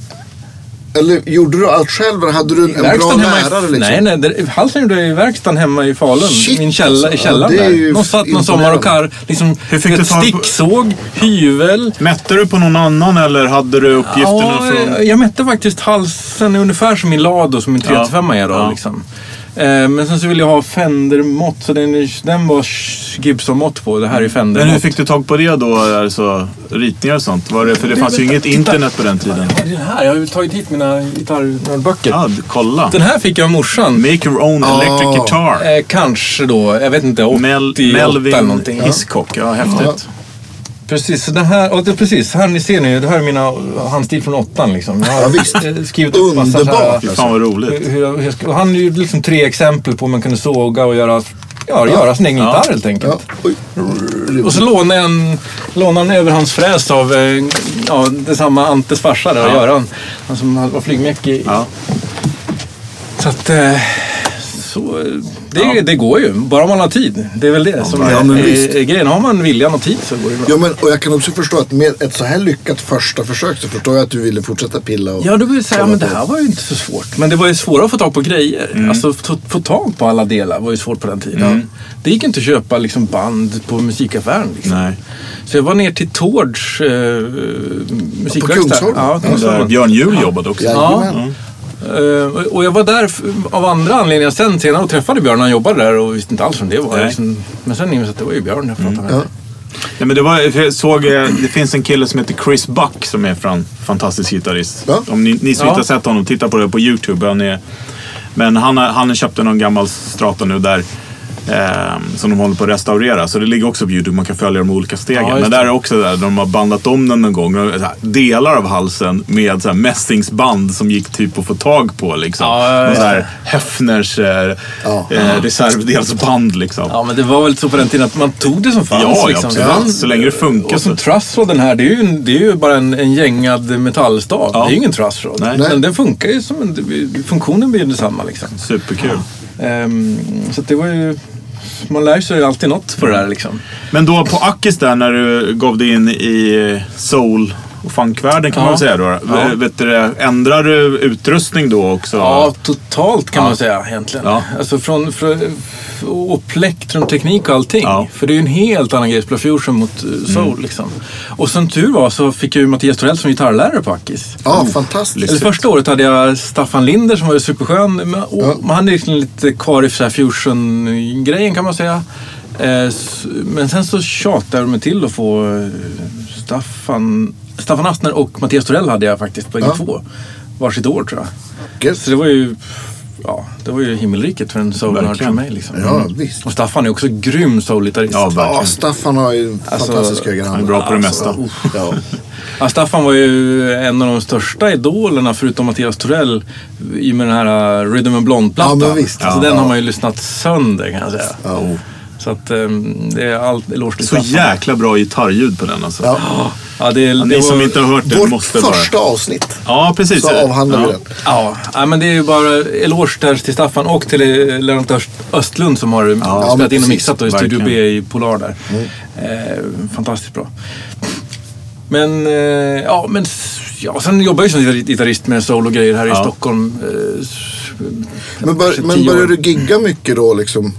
A: Eller gjorde du allt själv eller hade du en, en bra
C: Verkstaden hemma i-
A: lärare? Liksom?
C: Nej, nej. Det, halsen gjorde jag i verkstaden hemma i Falun.
A: Shit,
C: min källa, i
A: alltså.
C: källaren
A: Ja, det är ju
C: där. De satt någon sommar och
A: imponerande.
C: kar, liksom,
B: Hur fick
C: ett
B: du tag på-
C: sticksåg, hyvel.
B: Mätte du på någon annan eller hade du uppgifterna
C: Ja,
B: från...
C: jag- jag mätte faktiskt halsen ungefär som min Lado, som min 385 är då.
B: Ja.
C: Liksom. Eh, Men sen så ville jag ha Fender-mått, så den, är- den var Gibson-mått på. Det här är
B: Men hur
C: Fender-mått.
B: fick du tag på det då? Alltså, ritningar och sånt? Var det, för det
C: Du,
B: fanns ju
C: vänta,
B: inget
C: titta.
B: internet på den tiden.
C: Ja, det är den här. Jag har ju tagit hit mina gitarrböcker.
B: Ja, d- kolla.
C: Den här fick jag av morsan.
B: Make your own electric
A: Ah.
B: guitar.
C: Eh, kanske då, jag vet inte, 88
B: Mel,
C: eller
B: Melvin
C: någonting.
B: Hiscock. Ja, häftigt.
C: Precis, så det här, ja, det, precis, här ni ser nu, det här är mina handstil från åttan liksom. Jag har
A: Ja, visst.
C: eh, skrivit upp massa
A: Underbart.
B: Fy
C: så här,
B: fan vad roligt.
C: hur, hur jag, hur jag, ska- och han är ju liksom tre exempel på hur man kunde såga och göra, ja, göra sin egen
B: Ja.
C: gitarr helt enkelt.
A: Ja. Oj.
C: Och så lånade jag en, lånade en överhandsfräs av eh, ja, det samma Antes farsa där,
B: Ja.
C: Göran. Han som var flygmek i.
B: Ja.
C: Så att, eh, så, eh, det,
B: Ja.
C: det går ju, bara om man har tid. Det är väl det som
A: ja,
C: är,
A: men visst.
C: är, är grejen. Har man viljan och tid så går det bra.
A: Ja, men, och jag kan också förstå att med ett så här lyckat första försök så förstår jag att du ville fortsätta pilla. Och
C: Ja, då vill jag säga, ja,
A: kolla
C: men det
A: på.
C: här var ju inte så svårt. Men det var ju svårare att få tag på grejer. Alltså få, få tag på alla delar var ju svårt på den tiden. Det gick inte att köpa liksom, band på musikaffären. Liksom.
B: Nej.
C: Så jag var ner till Tords eh, musikverkstad.
A: Kungsholmen?
C: Ja,
B: Där
C: Kungsholmen.
B: Björn Juhl jobbade också.
C: Ja.
A: Jajamän.
C: Eh, och- och jag var där f- av andra anledningar sen senare och träffade Björn. Han jobbade där och visste inte alls vem det var.
B: Nej.
C: Liksom. Men sen insåg jag att det var ju Björn jag pratade med.
A: Mm. Ja.
B: Nej, men det, var, för jag såg, eh, det finns en kille som heter Chris Buck som är en fantastisk gitarrist.
A: Ja.
B: Om ni, ni som
C: Ja.
B: inte har sett honom, titta på det på YouTube. Han är, men han, har- han köpte någon gammal strata nu där eh, som de håller på att restaurera. Så det ligger också på YouTube, man kan följa de olika stegen.
C: Ja, just
B: Men
C: det.
B: där är också där, de har bandat om den någon gång. Och så här, Delar av halsen med så här, mässingsband som gick typ att få tag på. Liksom.
C: Ja, ja,
B: Någon så
C: ja.
B: här Höfners eh,
A: Ja.
B: eh, reservdelsband liksom.
C: Ja, men det var väl så på den tiden att man tog det som fanns.
B: Ja, ja,
C: liksom.
B: absolut.
C: Det fanns-
B: Så länge det funkar
C: Och som
B: så.
C: trussrod den här, det är ju, en- det är ju bara en, en gängad metallstav.
B: Ja.
C: Det är ju ingen trussrod.
B: Nej.
A: Nej.
C: Men den funkar ju som en, funktionen blir ju densamma liksom.
B: Superkul.
C: Ehm, så att det var ju, man lär sig ju alltid något på det där liksom.
B: Men då på Ackis där när du gav dig in i soul och funkvärlden kan man
C: Ja.
B: väl säga då.
C: Ja.
B: V- Vet du, det, ändrar du utrustning då också?
C: Ja, totalt kan
B: Ja.
C: man säga egentligen.
B: Ja.
C: Alltså från, från och plektrumteknik och allting.
B: Ja. Mm.
C: För det är ju en helt annan grej att spela fusion mot eh, soul liksom. Och som tur var så fick jag ju Mattias Torell som gitarrlärare på Ackis.
A: Ja, fantastiskt.
C: Eller första året hade jag Staffan Linder som var ju superskön. Men, och,
A: Ja.
C: men Han är liksom lite kvar i så här fusion-grejen kan man säga. Eh, s- Men sen så tjatade de till att få eh, Staffan, Staffan Astner och Mattias Torell hade jag faktiskt på
A: Ja.
C: två. Varsitt år tror jag.
A: Gött.
C: Så det var ju, ja, det var ju himmelriket för en soulnörd
B: Verkligen.
C: som mig. Liksom.
A: Ja, visst.
C: Och Staffan är också grym soulgitarrist.
B: Ja,
A: Ja,
B: verkligen.
A: Staffan har ju
C: Alltså,
A: fantastiska
B: Han är
A: grannar.
B: bra på det
C: Alltså,
B: mesta.
A: Ja.
C: Ja, Staffan var ju en av de största idolerna förutom Mattias Torell i och med den här uh, Rhythm and Blonde-plattan.
A: Ja, men visst.
C: Alltså,
A: Ja.
C: den har man ju lyssnat sönder kan jag säga.
A: Ja. Oh.
C: Så att um, det är allt eloge till
B: Så
C: Staffan.
B: jäkla bra gitarrljud på den alltså.
A: Ja.
C: Ja, det, är- det
B: Ni som
C: var-
B: inte har hört den
A: Vårt
B: måste bara...
A: första avsnitt
B: Ja, precis.
A: så avhandlar
B: ja.
A: vi den.
C: Ja, ja, men det är ju bara eloge där till Staffan och till eh, Lennart Öst- Östlund som har eh,
A: men
C: spelat
A: precis.
C: in
A: Mm.
C: och mixat då i Studio B
B: Verkligen.
C: i Polar där. Eh, fantastiskt bra. Men, eh, ja, men s- ja, sen jobbar jag ju som gitar- gitarrist med solo grejer här i
B: Ja.
C: Stockholm. Eh, s-
A: Men, bör,
C: För
A: men
C: tio
A: började
C: år.
A: du gigga mycket då liksom?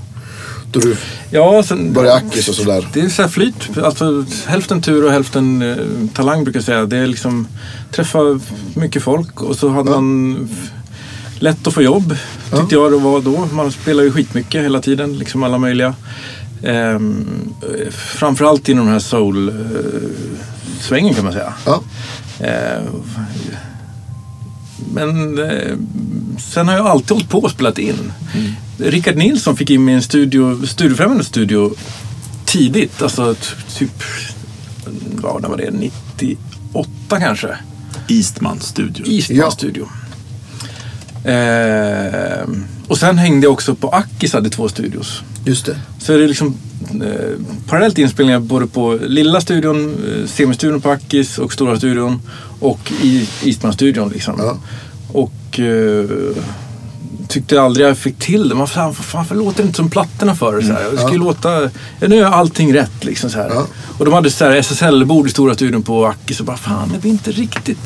A: Då du
C: ja, sen,
A: började Ackis och sådär?
C: Det är så här flyt. Alltså, hälften tur och hälften eh, talang brukar jag säga. Det är liksom träffa mycket folk och så hade man f- lätt att få jobb tyckte jag det var då. Man spelar ju skitmycket hela tiden, liksom alla möjliga. Ehm, eh, framförallt inom den här soul-svängen kan man säga.
A: Ja.
C: Eh, Men eh, sen har jag alltid hållit på och spelat in. Rickard Nilsson fick in mig i en studio, Studiofrämjandets studio tidigt. Alltså t- typ, ja, när var det? 98 kanske.
B: Eastman Studio.
C: Eastman
A: Ja.
C: studio. Eh, och sen hängde jag också på Ackis hade två studios.
A: Just det.
C: Så är det liksom eh, parallellt inspelningar både på lilla studion, eh, semistudion på Ackis och stora studion och i Eastman-studion. Liksom.
A: Ja.
C: Och eh, tyckte aldrig jag fick till det. Man fan, vad fan, varför låter det inte som plattorna för? Så här. Det ska ju låta... Ja, nu är allting rätt liksom. Så här.
A: Mm. Ja.
C: Och de hade så här SSL-bord i stora studion på Ackis och bara fan, det blir inte riktigt...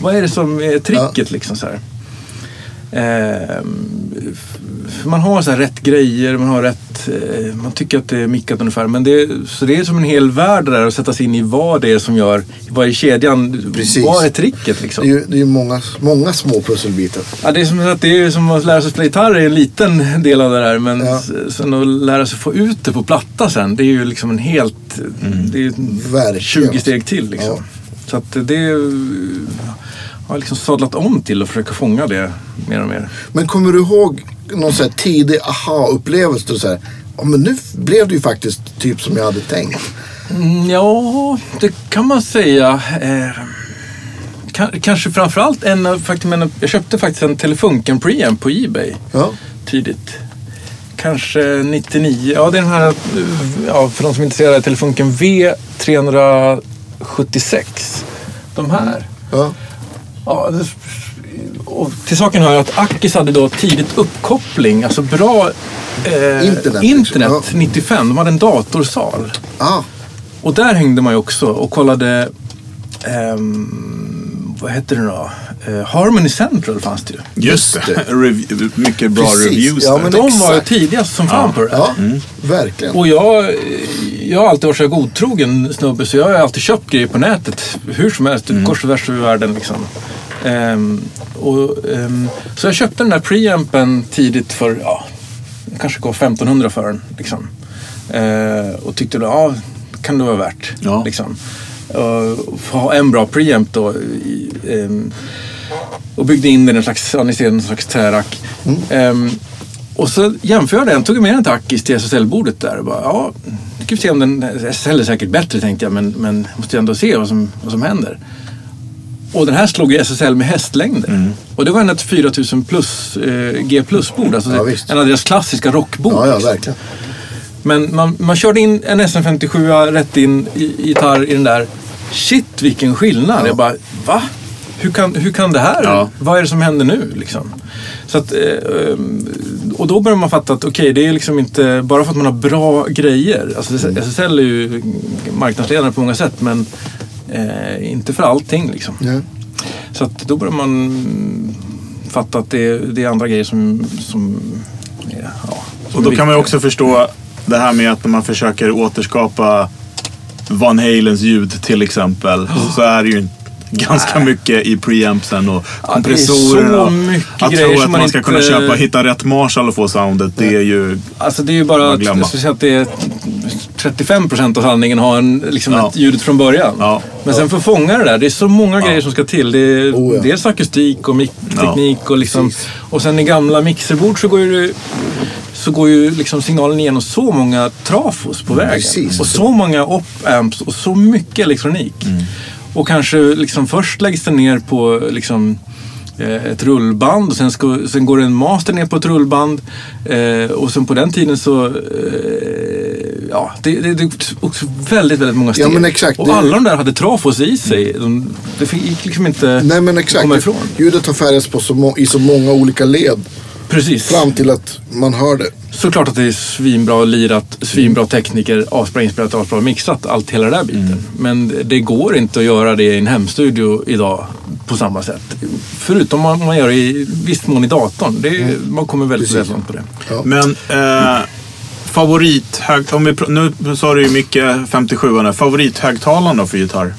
C: Vad är det som är tricket liksom? Så här. Ehm, f- man har så här rätt grejer, man har rätt... eh, Man tycker att det är mickat ungefär. Men det, så det är som en hel värld där att sätta sig in i vad det är som gör... Vad är kedjan?
A: Precis.
C: Vad är tricket
A: Det
C: liksom?
A: är ju det är ju många, många små pusselbitar.
C: Ja, det, är som att det är som att lära sig spela gitarr är en liten del av det där. Men
A: Ja.
C: s- sen att lära sig få ut det på platta sen, det är ju liksom en helt...
A: Mm.
C: Det är ju
A: Verkligen.
C: 20 steg till liksom.
A: Ja.
C: Så att det är- har liksom sadlat om till att försöka fånga det mer och mer.
A: Men kommer du ihåg någon så här tidig aha-upplevelse? Så här, ja, men nu blev det ju faktiskt typ som jag hade tänkt.
C: Mm, Ja, det kan man säga. Eh, ka- kanske framförallt en av, faktum, en av, jag köpte faktiskt en Telefunken preamp på Ebay
A: Ja,
C: tidigt. Kanske 99. Ja, det är den här, eh, ja, för de som är intresserade, Telefunken V376. De här.
A: ja,
C: Ja, det, och till saken hör att Akis hade då tidigt uppkoppling, alltså bra eh,
A: Internet, liksom.
C: internet
A: Ja.
C: 95. De hade en datorsal.
A: ah,
C: Och där hängde man ju också och kollade, ehm, vad hette det då? Eh, Harmony Central fanns det ju.
B: Just det.
A: det.
B: Rev- mycket bra
A: Precis.
B: reviews
A: Ja,
B: där.
A: men-
C: De var ju
A: exakt.
C: tidigast som fan på det där.
A: ja verkligen.
C: Mm. Och jag, jag har alltid varit så här godtrogen snubbe så jag har alltid köpt grejer på nätet. Hur som helst, kors och tvärs över världen liksom. Ehm, och, ehm, så jag köpte den där preampen tidigt för, ja, det kanske går 1500 för den. Liksom. Ehm, och tyckte då, ja, kan det vara värt.
B: Ja.
C: Liksom. Och få ha en bra preamp då. I, ehm, och byggde in den i en slags, ja, ni ser, en slags trärack. Ehm, Och så jämförde jag den, tog med den till Akis till SSL-bordet där och bara, ja, nu ska vi se om den, SSL är säkert bättre tänkte jag, men, men måste ju ändå se vad som, vad som händer. Och den här slog ju SSL med hästlängder.
A: Mm.
C: Och det var en ett 4000 plus, eh, G plus-bord, alltså
A: Ja, visst.
C: en av deras klassiska rockbord.
A: Ja, ja,
C: liksom.
A: verkligen.
C: Men man, man körde in en SM57 rätt in i, gitarr i den där. Shit vilken skillnad! Jag bara, va? Hur kan, hur kan det här?
B: Ja.
C: Vad är det som händer nu? Liksom? Så att, eh, eh, och då börjar man fatta att okej, det är liksom inte bara för att man har bra grejer. Alltså,
B: Mm.
C: SSL är ju marknadsledare på många sätt, men eh, inte för allting. Liksom.
A: Ja.
C: Så att då börjar man fatta att det är, det är andra grejer som... som ja, som
B: Och
C: är
B: då kan man ju
C: viktiga.
B: också förstå det här med att när man försöker återskapa Van Halens ljud till exempel. Så är det ju ganska mycket i preampsen och
C: är
B: kompressorerna.
C: så mycket
B: att
C: grejer
B: tro
C: som
B: att
C: man
B: man ska kunna
C: inte-
B: köpa, hitta rätt Marshall och få soundet, det är ju...
C: Alltså det är ju bara
B: Man
C: att,
B: glömmer.
C: jag skulle säga att det är 35 procent av sanningen har en, liksom
B: Ja.
C: ett ljudet från början.
B: Ja.
C: Men sen för att fånga det där, det är så många grejer som ska till. Det är
A: Oh, ja.
C: dels akustik och
B: Ja.
C: mic-teknik och liksom... Och sen i gamla mixerbord så går ju, det- så går ju liksom signalen igenom så många trafos på vägen.
A: precis.
C: Och så många op-amps och så mycket elektronik.
A: Mm.
C: Och kanske liksom först läggs det ner på liksom, eh, ett rullband och sen, ska, sen går det en master ner på ett rullband. Eh, och sen på den tiden så... Eh, ja, det, det, det är också väldigt, väldigt många steg.
A: Ja, men exakt.
C: Och
A: Det-
C: alla de där hade trafos i sig. De, det fick- gick liksom inte
A: Nej men
C: att komma
A: exakt.
C: ifrån.
A: Ljudet har färgats på så må- i så många olika led
C: Precis.
A: fram till att man hör det.
C: Såklart att det är svinbra lirat, svinbra tekniker, asbra inspelat, asbra mixat, allt hela den där biten. Men det går inte att göra det i en hemstudio idag på samma sätt. Förutom om man gör det i viss mån i datorn. Det är, Man kommer väldigt
A: Precis.
C: väldigt långt på det.
B: Men eh, favorithög... Om vi, pr- nu sa du ju mycket 57 Favorithögtalaren då för gitarr?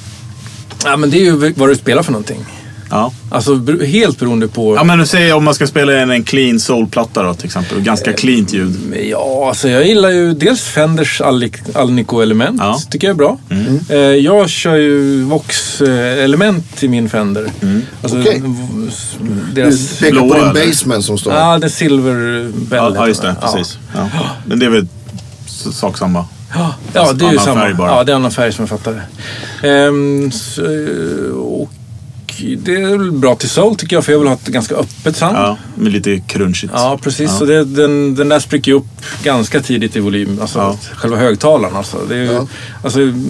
C: Ja, men det är ju vad du spelar för någonting.
B: Ja.
C: Alltså bero- helt beroende på...
B: ja, men säg om man ska spela en, en clean soulplatta då till exempel.
C: Eh,
B: Ganska cleant ljud.
C: Ja, alltså jag gillar ju dels Fenders Alnic- Alnico-element.
B: Ja.
C: tycker jag är bra. Eh, Jag kör ju Vox-element i min Fender. Alltså,
A: Okej.
C: v- s-
A: Du
C: deras...
A: pekar på
B: blåa,
A: din
B: eller?
A: basement som står.
C: Ja, det är Silver Bell.
B: Ja,
C: heter
B: ja, just det.
C: den. Ja.
B: Precis. Ja. Men det är väl s- sak samma.
C: Ja, ja det är ju
B: Annan
C: samma.
B: färg bara.
C: Ja, det är annan färg som jag fattar det. Ehm, så, eh, och det är väl bra till soul tycker jag, för jag vill ha ett ganska öppet sound.
B: Ja, men lite crunchigt.
C: Ja, precis.
B: Ja.
C: Så det, den, den där spricker ju upp ganska tidigt i volym. Alltså
B: Ja.
C: själva högtalaren. Alltså, det är ju,
A: Ja.
C: alltså, mm,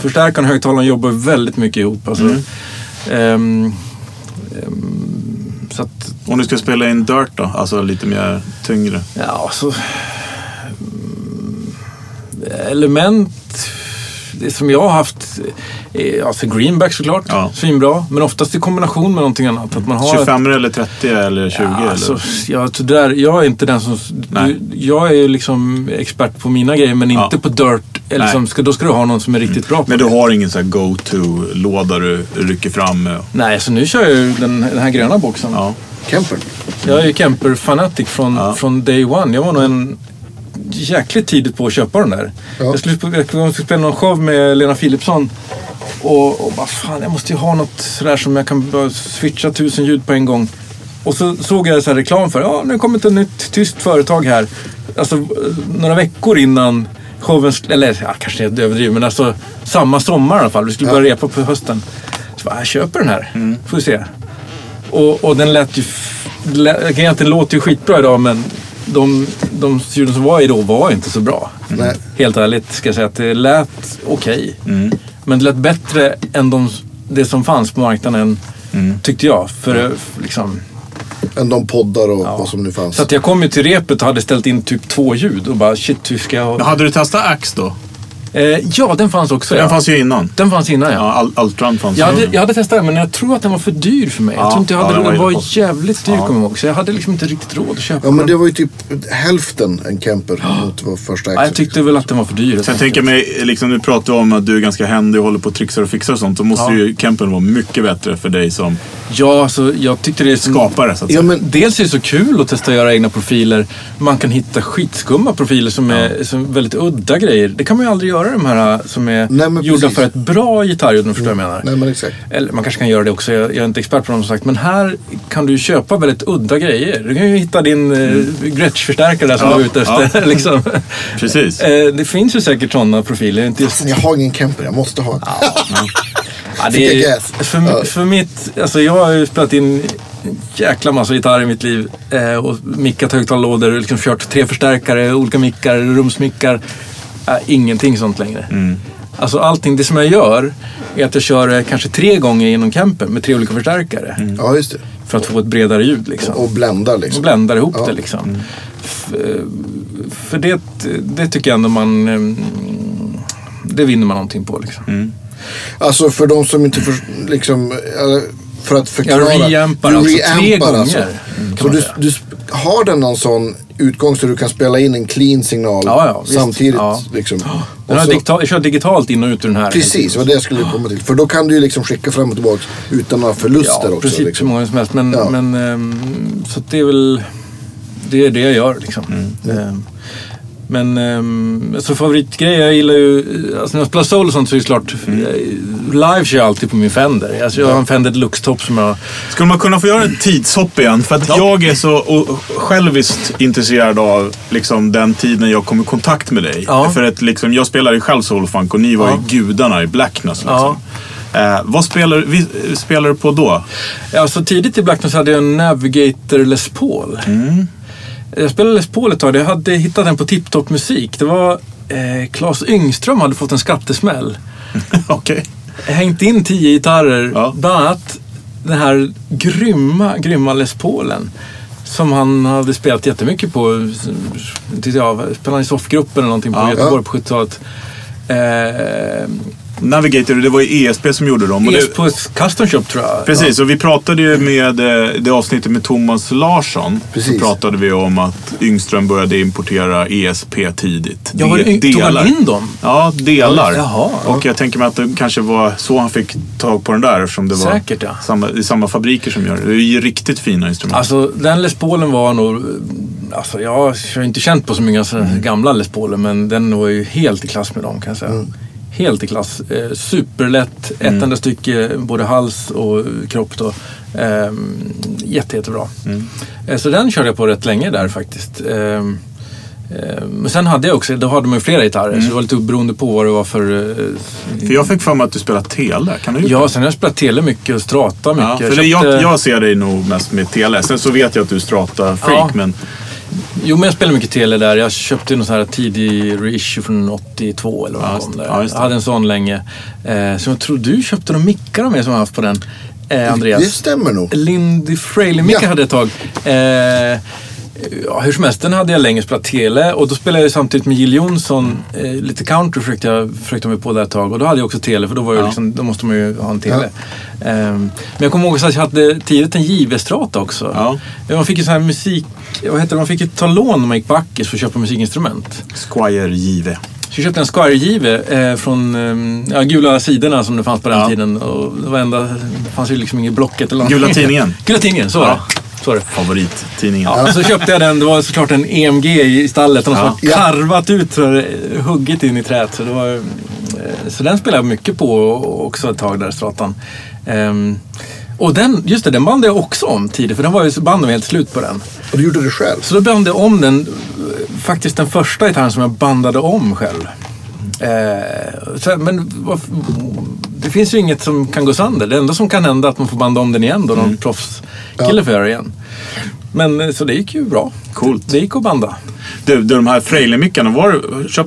C: förstärkaren och högtalaren jobbar väldigt mycket ihop. Alltså,
B: Mm.
C: Ehm, ehm, så att,
B: Om du ska spela in Dirt då? Alltså lite mer tyngre.
C: ja, så... mm, Element det som jag har haft, eh, alltså greenback såklart,
B: Ja.
C: svinbra. Men oftast i kombination med någonting annat. Att man har ett-
B: 25 eller 30 eller 20
C: Ja, alltså,
B: eller?
C: jag, det där, jag är inte den som...
B: Nej.
C: Du, jag är ju liksom expert på mina grejer, men
B: Ja.
C: inte på dirt. Eller
B: Nej. Mm.
C: som, ska, då ska du ha någon som är riktigt bra på
B: Men du
C: det.
B: har ingen så här go-to-låda du rycker fram? eh,
C: Nej, så nu kör jag ju den, den här gröna boxen.
B: Ja.
A: Kemper.
C: Jag är ju Kemper-fanatic från,
B: Ja.
C: från day one. Jag var nog en jäkligt tidigt på att köpa den där.
A: Ja.
C: Jag skulle sp- jag skulle spela någon show med Lena Philipsson och, och bara fan, jag måste ju ha något sådär som jag kan bara switcha tusen ljud på en gång. Och så såg jag så här reklam för, ja nu kommer ett nytt tyskt företag här. Alltså eh, några veckor innan showen, sl- eller ja, kanske jag överdriver, men alltså samma sommar i alla fall. Vi skulle börja repa på hösten. Så bara, jag köper den här, får vi se. Och, och den lät ju... f- lä- Egentligen låter ju skitbra idag, men de, de ljuden som var i då var inte så bra.
A: Nej.
C: Helt ärligt ska jag säga att det lät okej.
B: Mm.
C: Men det lät bättre än de, det som fanns på marknaden,
B: Mm.
C: tyckte jag. För, eh, f- liksom,
A: Än de poddar och
C: ja.
A: vad som nu fanns.
C: Så att jag kom ju till repet och hade ställt in typ två ljud och bara shit, hur ska jag...
B: Men Hade du testat Axe då?
C: Eh, ja, den fanns också.
B: Den
C: ja.
B: fanns ju innan.
C: den fanns innan ja.
B: Ja, Al- Altran fanns
C: Jag
B: ju.
C: hade, jag hade testat den, men jag tror att den var för dyr för mig. jag
B: Ja,
C: tror inte jag
B: ja,
C: hade
B: den var
C: råd. Den
B: ju
C: var,
B: kost-
C: jävligt dyr,
B: Ja.
C: kommer jag ihåg. Så jag hade liksom inte riktigt råd att köpa
A: Ja men
C: den.
A: det var ju typ hälften en Kemper mot vår första
C: Ja,
A: Axel.
C: jag tyckte väl att den var för dyr.
B: Sen tänker jag mig, liksom, nu pratar vi om att du är ganska händig och håller på och trixar och fixar och sånt. Då måste
C: Ja.
B: ju Kempen vara mycket bättre för dig som
C: Ja, alltså, jag tyckte det är så...
B: skapare så att
A: Ja
B: säga.
A: men
C: Dels är det så kul att testa att göra egna profiler. Man kan hitta skitskumma profiler som är som väldigt udda grejer. Det kan man ju aldrig göra göra de här äh, som är
A: Nej, men
C: gjorda
A: precis.
C: för ett bra gitarrljud, om du förstår vad jag menar.
A: Nej, men exakt.
C: Eller man kanske kan göra det också, jag jag är inte expert på dem som sagt. Men här kan du ju köpa väldigt udda grejer. Du kan ju hitta din mm. Gretsch-förstärkare där som
B: Ja,
C: du är ute efter. liksom.
B: Precis.
C: Eh, det finns ju säkert sådana profiler. Inte just,
A: Men jag har ingen Kemper, jag måste ha en.
C: ja, det
A: fick jag
C: är,
A: gas. Ja.
C: för, för mitt, alltså jag har ju spelat in en jäkla massa gitarr i mitt liv. Eh, och mickat högtalarlådor, och liksom kört tre förstärkare, olika mickar, rumsmickar. Eh, ingenting sånt längre. Alltså allting, det som jag gör är att jag kör eh, kanske tre gånger genom campen med tre olika förstärkare.
A: Ja, just det.
C: För att få ett bredare ljud liksom.
A: Och blända
C: Och
A: liksom.
C: bländar ihop
A: Ja.
C: det liksom. F- eh, För det, det tycker jag ändå man... eh, Det vinner man någonting på liksom.
A: Alltså för de som inte för, liksom, eller, för att förklara.
C: Jag reampar
A: Du
C: alltså tre
A: reampar
C: gånger,
A: alltså.
C: mm, kan
A: Så
C: man
A: du,
C: säga.
A: du sp- har den någon sån utgång så du kan spela in en clean signal
C: Ja, ja, visst.
A: samtidigt.
C: Ja.
A: Liksom.
C: Den
A: Och
C: här
A: så,
C: digita- jag kör digitalt in och ut ur den här.
A: precis, det var det jag skulle komma till. För då kan du ju liksom skicka fram och tillbaka utan några förluster
C: Ja,
A: också.
C: precis. Hur
A: liksom.
C: många som helst. Men,
A: Ja.
C: men, ehm, så att det är väl... Det är det jag gör liksom. Ehm, Men ehm, alltså favoritgrej, jag gillar ju... Alltså när jag spelar soul och sånt så är det klart... eh, Live kör jag alltid på min Fender. Alltså jag har en Fender Deluxe-topp som jag...
B: Skulle man kunna få göra ett tidshopp igen? För att jag är så o- själviskt intresserad av liksom, den tiden jag kom i kontakt med dig.
C: Ja.
B: För att liksom, jag spelade ju själv soulfunk och ni var
C: Ja.
B: ju gudarna i Blackness. Liksom. Eh, vad spelar, vi, spelar du på då?
C: Ja, så tidigt i Blackness hade jag en Navigator Les Paul. Jag spelade Les Paul ett tag. Jag hade hittat den på Tip Top Musik. Det var eh, Claes Yngström hade fått en skattesmäll.
B: Okej.
C: Hängt in tio gitarrer,
B: Ja.
C: bland annat den här grymma, grymma Les Paulen. Som han hade spelat jättemycket på. Tyckte jag, spelade han i soffgruppen eller någonting på
B: Ja.
C: Göteborg på 70-talet. Eh,
B: Navigator, det var ju ESP som gjorde dem. och det-
C: på Custom Shop tror jag.
B: Precis, och vi pratade ju med eh, det avsnittet med Thomas Larsson. Så
A: Precis.
B: pratade vi om att Yngström började importera ESP tidigt.
C: Jag var,
B: De-
C: tog han in dem?
B: Ja, delar.
C: Jaha.
B: Och jag tänker mig att det kanske var så han fick tag på den där eftersom det var
C: Säkert, ja.
B: samma, i samma fabriker som gör det. Det är ju riktigt fina instrument.
C: Alltså den Les Paulen var nog... Alltså jag har inte känt på så många så
B: Mm.
C: gamla Les Paulen men den var ju helt i klass med dem kan jag säga.
B: Mm.
C: Helt i klass. Eh, superlätt, ett enda stycke, både hals och kropp då. Ehm, jätte, jättebra.
B: Mm.
C: Eh, så den körde jag på rätt länge där faktiskt. Ehm, eh, men sen hade jag också, då hade man ju flera gitarrer
B: Mm.
C: så det var lite beroende på vad det var för... Eh,
B: för jag fick för mig att du spelar tele. Kan du gjort
C: ja, sen har jag spelat tele mycket och
B: det?
C: strata mycket.
B: Ja, för
C: Jag
B: det,
C: köpte-
B: jag, jag ser dig nog mest med tele. Sen så vet jag att du är strata-freak,
C: Ja.
B: men
C: Jo, men jag spelade mycket tele där. Jag köpte någon sån här tidig reissue från 82 eller vad
B: Ja,
C: ja,
B: just
C: kom
B: det.
C: där.
B: Ja, just det.
C: Jag hade en sån länge. Eh, så jag tror du köpte de mickarna med som jag haft på den, eh, Andreas.
A: Det stämmer nog.
C: Lindy Fraley-mickar
A: Ja.
C: hade jag ett tag. Eh, ja, hur som helst, den hade jag länge spelat tele och då spelade jag ju samtidigt med Jill Johnson. Eh, lite country försökte jag, försökte jag mig på där ett tag och då hade jag också tele för då, var jag
B: Ja.
C: liksom, då måste man ju ha en tele. Ehm, men jag kommer ihåg att jag hade tidigt en JV-strata också.
B: Ja.
C: Man fick ju sån här musik... Vad heter det? Man fick ju ta lån när man gick på Ackis för att köpa musikinstrument.
B: Squire Jive.
C: Så jag köpte en Squire-JW eh, från eh, ja, Gula sidorna som det fanns på den
B: Ja.
C: tiden. Och det, var enda, det fanns ju liksom inget Blocket eller
B: Gula
C: någonting.
B: tidningen.
C: Gula tidningen, så var det. Så var det.
B: Favorittidningen.
C: Ja, så köpte jag den. Det var såklart en EMG i stallet. De som
B: Ja.
C: har karvat ut, så här, huggit in i träet. Så, det var, eh, så den spelade jag mycket på också ett tag där, Stratan. Ehm, och den, just det, den bandade jag också om tidigt, för den var ju, banden var helt slut på den.
A: Och du gjorde det själv.
C: Så då bandade jag om den, eh, faktiskt den första gitarren som jag bandade om själv. Eh, så, här, men varf- det finns ju inget som kan gå sönder. Det enda som kan hända är att man får banda om den igen då,
B: Mm.
C: någon proffskille får göra det igen. Men eh, så det gick ju bra.
B: Coolt.
C: Det, det gick att banda.
B: Du, du de här Frejlemickarna, var köp,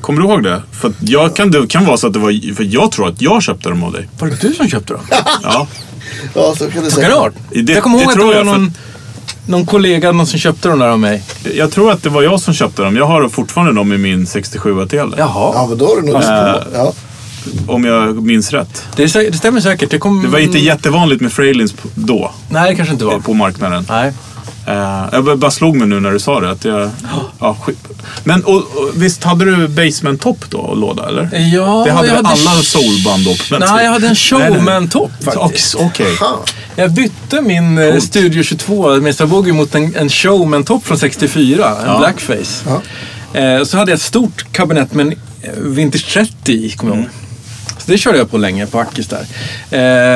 B: Kommer du ihåg det? För att jag kan, det kan vara så att det var... För jag tror att jag köpte dem av dig.
C: Var det du som köpte dem?
B: Ja.
A: Ja, så kan det
C: Kan det
A: säga.
C: ha varit?
B: Det-
C: jag kommer
B: det
C: ihåg att det
B: tror
C: var
B: jag, för-
C: någon, någon kollega någon som köpte dem där av mig.
B: Jag tror att det var jag som köpte dem. Jag har fortfarande dem i min 67 tele
C: Jaha.
A: Ja, men då har du nog
B: Ja.
A: ja.
B: Om jag minns rätt.
C: Det, är sä- det stämmer säkert. Det, kom,
B: Det var inte jättevanligt med Frejlins p- då,
C: Nej, det kanske inte
B: eh,
C: var.
B: på marknaden.
C: Nej.
B: Eh, Jag bara- bara slog mig nu när du sa det. Att jag,
C: Ah.
B: ja, skit. Men och, och, visst hade du Basement-topp då och låda, eller?
C: Eh, Ja,
B: det hade
C: jag
B: väl alla soulband då? på den
C: Nej,
B: tiden?
C: jag hade en
B: Nej, nej.
C: showman-topp faktiskt.
B: Okej. okej.
A: Fan.
C: Jag bytte min eh, Studio 22 Mesa Boogie mot en, en showman-topp från 64, en blackface.
A: Ja.
C: Eh, så hade jag ett stort kabinett med en eh, Vintage 30 kommer jag
B: Mm.
C: ihåg. Så det körde jag på länge på Ackis där.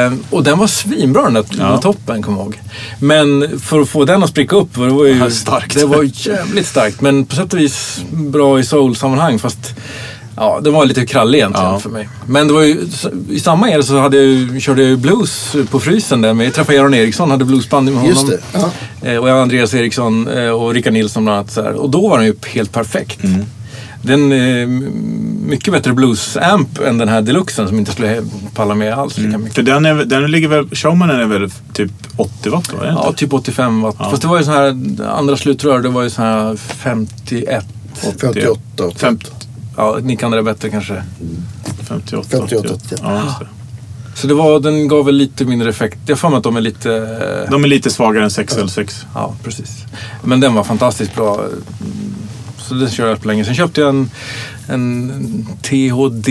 C: Eh, och den var svinbra den där den där toppen, kommer jag ihåg. Men för att få den att spricka upp, var det var ju...
B: Ja, starkt.
C: Det var jävligt starkt, men på sätt och vis bra i soul-sammanhang. Fast ja, den var lite krallig egentligen
B: Ja.
C: för mig. Men det var ju, i samma era så hade jag, ju- körde jag ju blues på frysen där. Med, jag träffade Aron Eriksson, hade bluesband med honom.
A: Just det. Ja.
C: Eh, Och jag har Andreas Eriksson eh, och Rickard Nilsson bland annat. Så här. Och då var den ju helt perfekt.
A: Mm.
C: Den eh, mycket bättre blues-amp än den här deluxen som inte skulle palla med alls
A: Mm.
C: lika mycket.
B: För den, är, den ligger väl... Showmanen är väl typ 80 watt va? Är det inte?
C: Ja, typ 85 watt.
B: Ja.
C: Fast det var ju sån här, andra slutrör, det var ju sån här 51.
A: 58.
B: Femt-
C: Ja, ni kan det där bättre kanske.
B: 58.
A: 58,
B: 88. Ja, just det.
C: Så det var, den gav väl lite mindre effekt. Jag har för mig att de är lite... eh,
B: De är lite svagare än 6L6.
C: Ja, precis. Men den var fantastiskt bra. Så den körde jag på länge. Sen köpte jag en, en THD.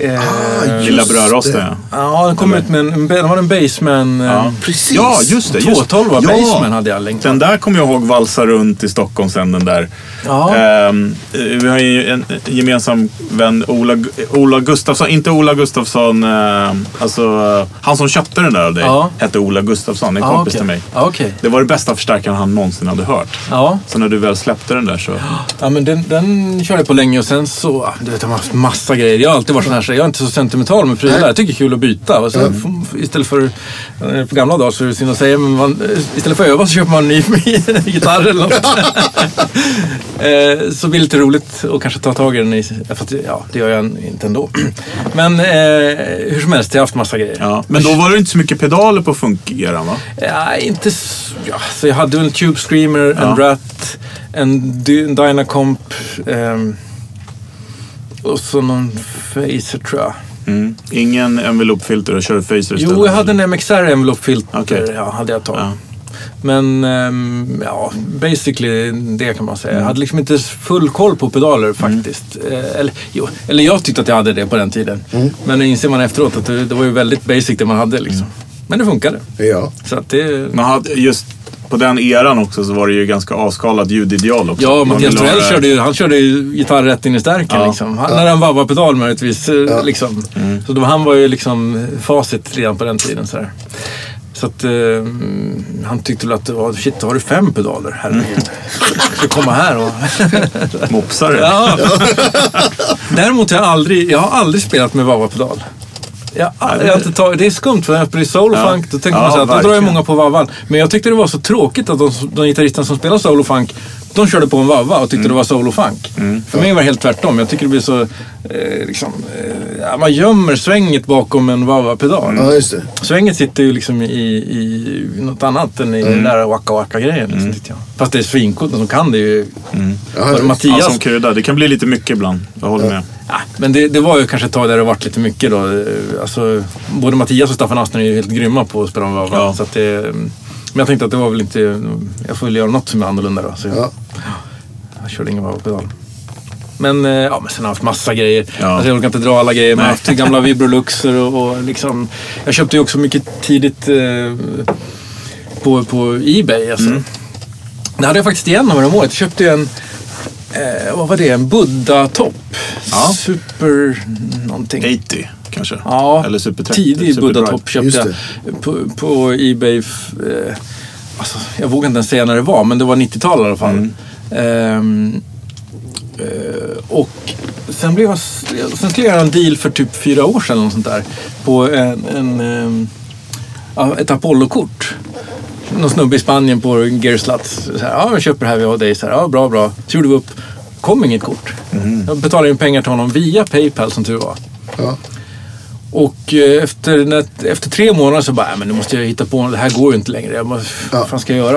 C: Eh,
A: Ah,
B: Lilla
A: Just
B: brödrosten
A: det.
B: ja.
C: ja, den kom ut med en, en, den var en Baseman.
B: Ah, Ja.
C: Ja.
A: Precis.
B: Ja, just det. just det.
C: 212 var
B: ja.
C: Baseman hade jag längtat.
B: Den där kommer jag ihåg valsa runt i Stockholm sen den där.
C: Ja.
B: Ehm, eh, vi har ju en en gemensam vän, Ola, Gu- Ola Gustafsson. Inte Ola Gustafsson, eh, alltså eh, han som köpte den där av dig
C: Ja.
B: hette Ola Gustafsson, en
C: Ja,
B: kompis
C: okej.
B: till mig.
C: Ja, okej.
B: Det var det bästa förstärkaren han någonsin hade hört.
C: Ja.
B: Så när du väl släppte den där så...
C: Ja, men den, den körde jag på länge och sen så... ah, Du vet, jag har haft massa grejer. Jag har alltid varit sån här, så jag är inte så sentimental med prylar. Jag tycker det är kul att byta. Och sen, f- Istället för... eh, På gamla dagar så är det synd att säga, men man, eh, istället för att öva så köper man en ny gitarr eller något. Eh, så det blir lite roligt att kanske ta tag i den. I, för att, ja, det gör jag en- inte ändå. Men eh, hur som helst, jag har haft massa grejer.
B: Ja. Men då var det inte så mycket pedaler på funkeran va?
C: Ja, inte... s- Ja, så jag hade väl en Tube Screamer, en
B: Ja.
C: Rat, en Dy- en Dynacomp ehm, och så någon Facer tror jag.
B: Mm. Ingen envelopfilter och körde Facer istället?
C: Jo, jag hade en MXR Envelope Filter.
B: Okej.
C: Ja, hade jag tagit.
B: Ja.
C: Men ehm, ja, basically det kan man säga.
B: Mm.
C: Jag hade liksom inte full koll på pedaler faktiskt. Eh, Eller, jo, eller jag tyckte att jag hade det på den tiden.
B: Mm.
C: Men nu inser man efteråt att det, det var ju väldigt basic det man hade liksom.
B: Mm.
C: Men det funkade.
A: Ja.
C: Så att det...
B: Man hade, just på den eran också så var det ju ganska avskalat ljudideal också.
C: Ja,
B: Man
C: Mattias
B: ville ha
C: Torell
B: det-
C: körde ju, han körde ju gitarr rätt in i stärken.
B: Ja. Mm.
C: Liksom. Han, När han vabbar pedal möjligtvis. eh, Liksom. Så då, han var ju liksom facit redan på den tiden. Så, här. så att, eh, han tyckte väl att det var, shit, har du fem pedaler? Herregud. Ska jag komma här och...
B: Mopsare.
C: ja. Däremot har jag aldrig, jag har aldrig spelat med vabba-pedal. Jag, jag har inte tagit, det är skumt för när jag spelar i soul och
B: Ja.
C: funk då tänker
B: Ja,
C: man så här, att då drar ju
B: verkligen.
C: många på vavvan. Men jag tyckte det var så tråkigt att de, de gitarristerna som spelar soul och funk, de körde på en vavva och tyckte
B: Mm.
C: det var soul och funk. För mig var det helt tvärtom. Jag tycker det blir så, eh, liksom, eh, ja, man gömmer svänget bakom en vavva-pedal.
B: Mm.
A: ja, just det.
C: Svänget sitter ju liksom i, i något annat än
B: Mm.
C: i den där waka waka-grejen. Liksom, tyckte jag. Fast det är svincoolt, de som kan det är ju.
B: Mm.
A: Ja,
C: Var det Mattias
B: Ja, som kuda. Det kan bli lite mycket ibland. Jag håller med.
C: Ja, men det, det var ju kanske ett tag där det varit lite mycket då. Eh, Alltså, både Mattias och Staffan Astner är ju helt grymma på att spela med varandra.
B: Ja.
C: Så att det, mm, men jag tänkte att det var väl inte... Jag får väl göra något som är annorlunda då. Så jag,
A: Ja.
C: jag körde ingen varvpedal. Men, eh, ja, men sen har jag haft massa grejer.
B: Ja.
C: Alltså, jag orkar inte dra alla grejer, men jag har haft
B: Nej.
C: gamla Vibroluxer och, och liksom... Jag köpte ju också mycket tidigt eh, på, på Ebay. Alltså. Det hade jag faktiskt igen om året. Jag köpte ju en, eh, vad var det, en Buddha-topp.
B: Ja.
C: Super någonting.
B: 80 kanske.
C: Ja,
B: Eller Super 30.
C: tidig
B: Super Drive.
C: Buddha-topp köpte
A: Just
C: jag på, på Ebay. f- Eh, alltså, jag vågar inte ens säga när det var, men det var 90-tal i alla fall. Ehm, eh, och sen, blev jag, s- sen skulle jag göra en deal för typ fyra år sedan eller något sånt där. På en, en, ehm, ja, ett Apollo-kort. Någon snubbe i Spanien på Gear Sluts. Så här, ja, jag köper det här vi har dig. Så här, ja, bra, bra. Så gjorde vi upp. kom inget kort. Jag betalade in pengar till honom via Paypal som tur var.
A: Ja.
C: Och eh, efter, när, efter tre månader så bara, "Nej, men nu måste jag hitta på något. Det här går ju inte längre. Jag bara,
A: Ja.
C: Vad fan ska jag göra?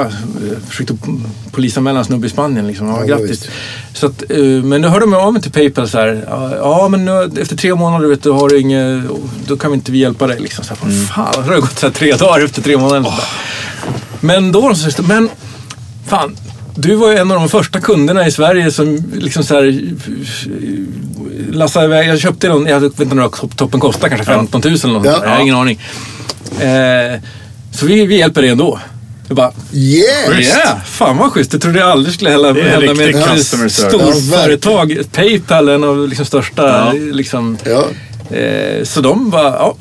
C: Jag Försökte p- polisanmäla en snubbe i Spanien. Liksom. Ja,
A: Ja,
C: grattis.
A: visst.
C: Så att, eh, men då hörde de av mig till Paypal så här. "Ja, Ja, men nu, efter tre månader vet du, har du inget, då kan vi inte vi hjälpa dig. Liksom. Så här,
A: Mm.
C: Fan, då har det gått så här tre dagar efter tre månader. Men då var de så schyssta. men fan, du var ju en av de första kunderna i Sverige som liksom så här lassade iväg. Jag köpte någon, jag vet inte vad toppen kostar, kanske 15 000 eller något sånt
A: Ja.
C: där. Jag har ingen aning. Eh, så vi, vi hjälper dig ändå. Jag bara,
A: Yes!
C: yeah, fan vad schysst. Det trodde jag aldrig skulle hända,
B: Det är
C: hända med
B: riktig
C: ett
B: customer service.
C: storföretag. Paypal, en av liksom största...
B: Ja.
C: Liksom,
A: Ja.
C: eh, så de bara, ja,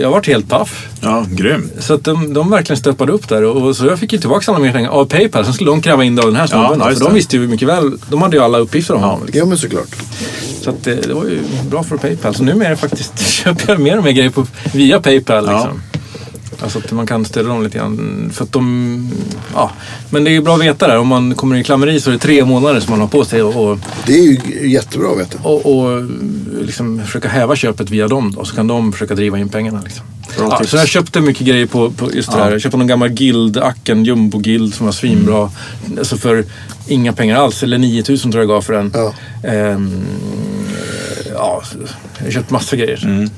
C: jag vart helt paff.
B: Ja, grymt.
C: Så att de, de verkligen steppade upp där. Och, och så jag fick ju tillbaka alla mina pengar av Paypal. Sen skulle de kräva in det av den här snubben.
B: Ja,
C: då,
B: just
C: för de
B: det.
C: visste ju mycket väl. De hade ju alla uppgifter om honom. Liksom.
A: ja, men såklart.
C: Så att det, det var ju bra för Paypal. Så numera faktiskt köper jag mer och mer grejer på, via Paypal.
B: Ja.
C: Liksom. Alltså att man kan stödja dem lite grann. För att de, ja. Men det är ju bra att veta där. Om man kommer i klammeri så är det tre månader som man har på sig och,
A: Det är ju jättebra att veta.
C: och, och liksom försöka häva köpet via dem. Då, så kan de försöka driva in pengarna. Liksom.
B: Bra
C: Ja,
B: tips.
C: så jag köpte mycket grejer på, på just det
B: Ja.
C: här. Jag köpte någon gammal Guild-acken, Jumbo-Guild, som var svinbra.
B: Mm.
C: Alltså för inga pengar alls. Eller 9000 tror jag gav för den.
A: Ja.
C: Ehm, ja, jag har köpt massa grejer.
B: Mm.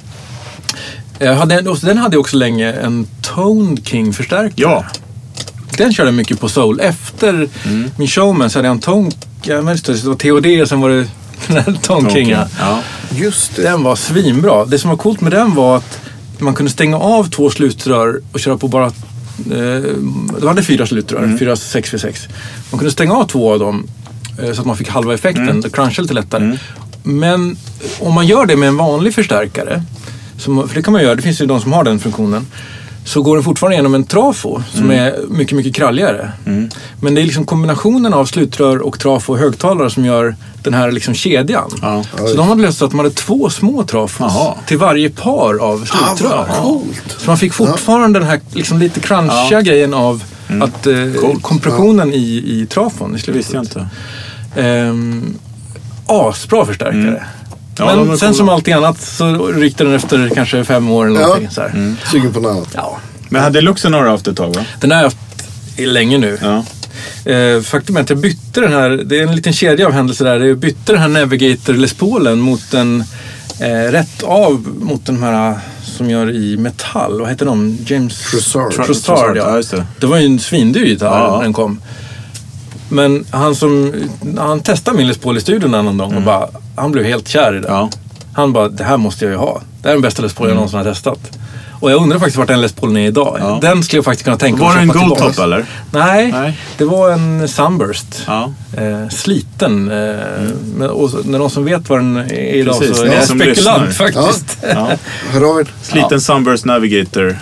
C: Jag hade, en- och den hade jag också länge en Toned King-förstärkare.
B: Ja, Mm.
C: Den körde jag mycket på Soul. Efter min showman så hade jag en Toned... Ja, men just det, det var THD och sen var det den här Toned King. ja.
B: Ja.
A: Just det.
C: Den var svinbra. Det som var coolt med den var att man kunde stänga av två slutrör och köra på bara... Eh, de hade fyra slutrör, fyra 6x6. Man kunde stänga av två av dem eh, så att man fick halva effekten. Det crunchade lite lättare. Men om man gör det med en vanlig förstärkare, som, för det kan man göra, det finns ju de som har den funktionen, så går den fortfarande genom en trafo som är mycket, mycket kralligare. Men det är liksom kombinationen av slutrör och trafo och högtalare som gör den här liksom kedjan.
B: Ja.
A: Oj.
C: Så de hade löst så att man hade två små trafos
B: Jaha.
C: till varje par av
A: Ah,
C: slutrör.
A: vad coolt.
C: så man fick fortfarande den här liksom lite crunchiga
B: Ja. Mm.
C: grejen av att, eh,
B: Coolt.
C: kompressionen i, i trafon i
B: det
C: slutet.
B: visste jag inte.
C: Ehm, asbra förstärkare.
B: Mm. Ja, de är
C: Men
B: coola.
C: sen som allting annat så ryckte den efter kanske fem år eller
A: Ja.
C: någonting. Så här.
B: Mm.
A: Sugen på något annat.
C: Ja.
B: Men hade Luxen har du haft ett tag va?
C: Den har jag haft i länge nu.
B: Ja.
C: Eh, faktum är att jag bytte den här, det är en liten kedja av händelser där. Jag bytte den här Navigator Les Paulen mot en eh, rätt av mot den här eh, som gör i metall. Vad heter de? James
A: Trussard.
C: Trussard,
B: Ja,
C: ja.
B: just det.
C: Det var ju en svindyr gitarr
B: Ja.
C: när den kom. Men han som, han testade min Les Paul i studion en annan gång och bara, han blev helt kär i den.
B: Mm. Ja. Mm.
C: Han bara, det här måste jag ju ha. Det här är den bästa Les Paul jag någonsin har testat. Och jag undrar faktiskt vart den Les Paulen är idag.
B: Ja.
C: Den skulle jag faktiskt kunna tänka mig
B: Var
C: att
B: det en
C: köpa tillbaka.
B: Goldtop eller?
C: Nej,
B: Nej.
C: det var en Sunburst.
B: Ja. Mm.
C: Eh, sliten. Eh, men, och, så- när någon som vet vad den är idag
B: Precis,
C: så är
B: någon
C: jag
B: som
C: spekulant
B: lyssnar.
C: faktiskt. Ja,
B: Ja.
A: Hör av er.
B: Sliten Sunburst Navigator.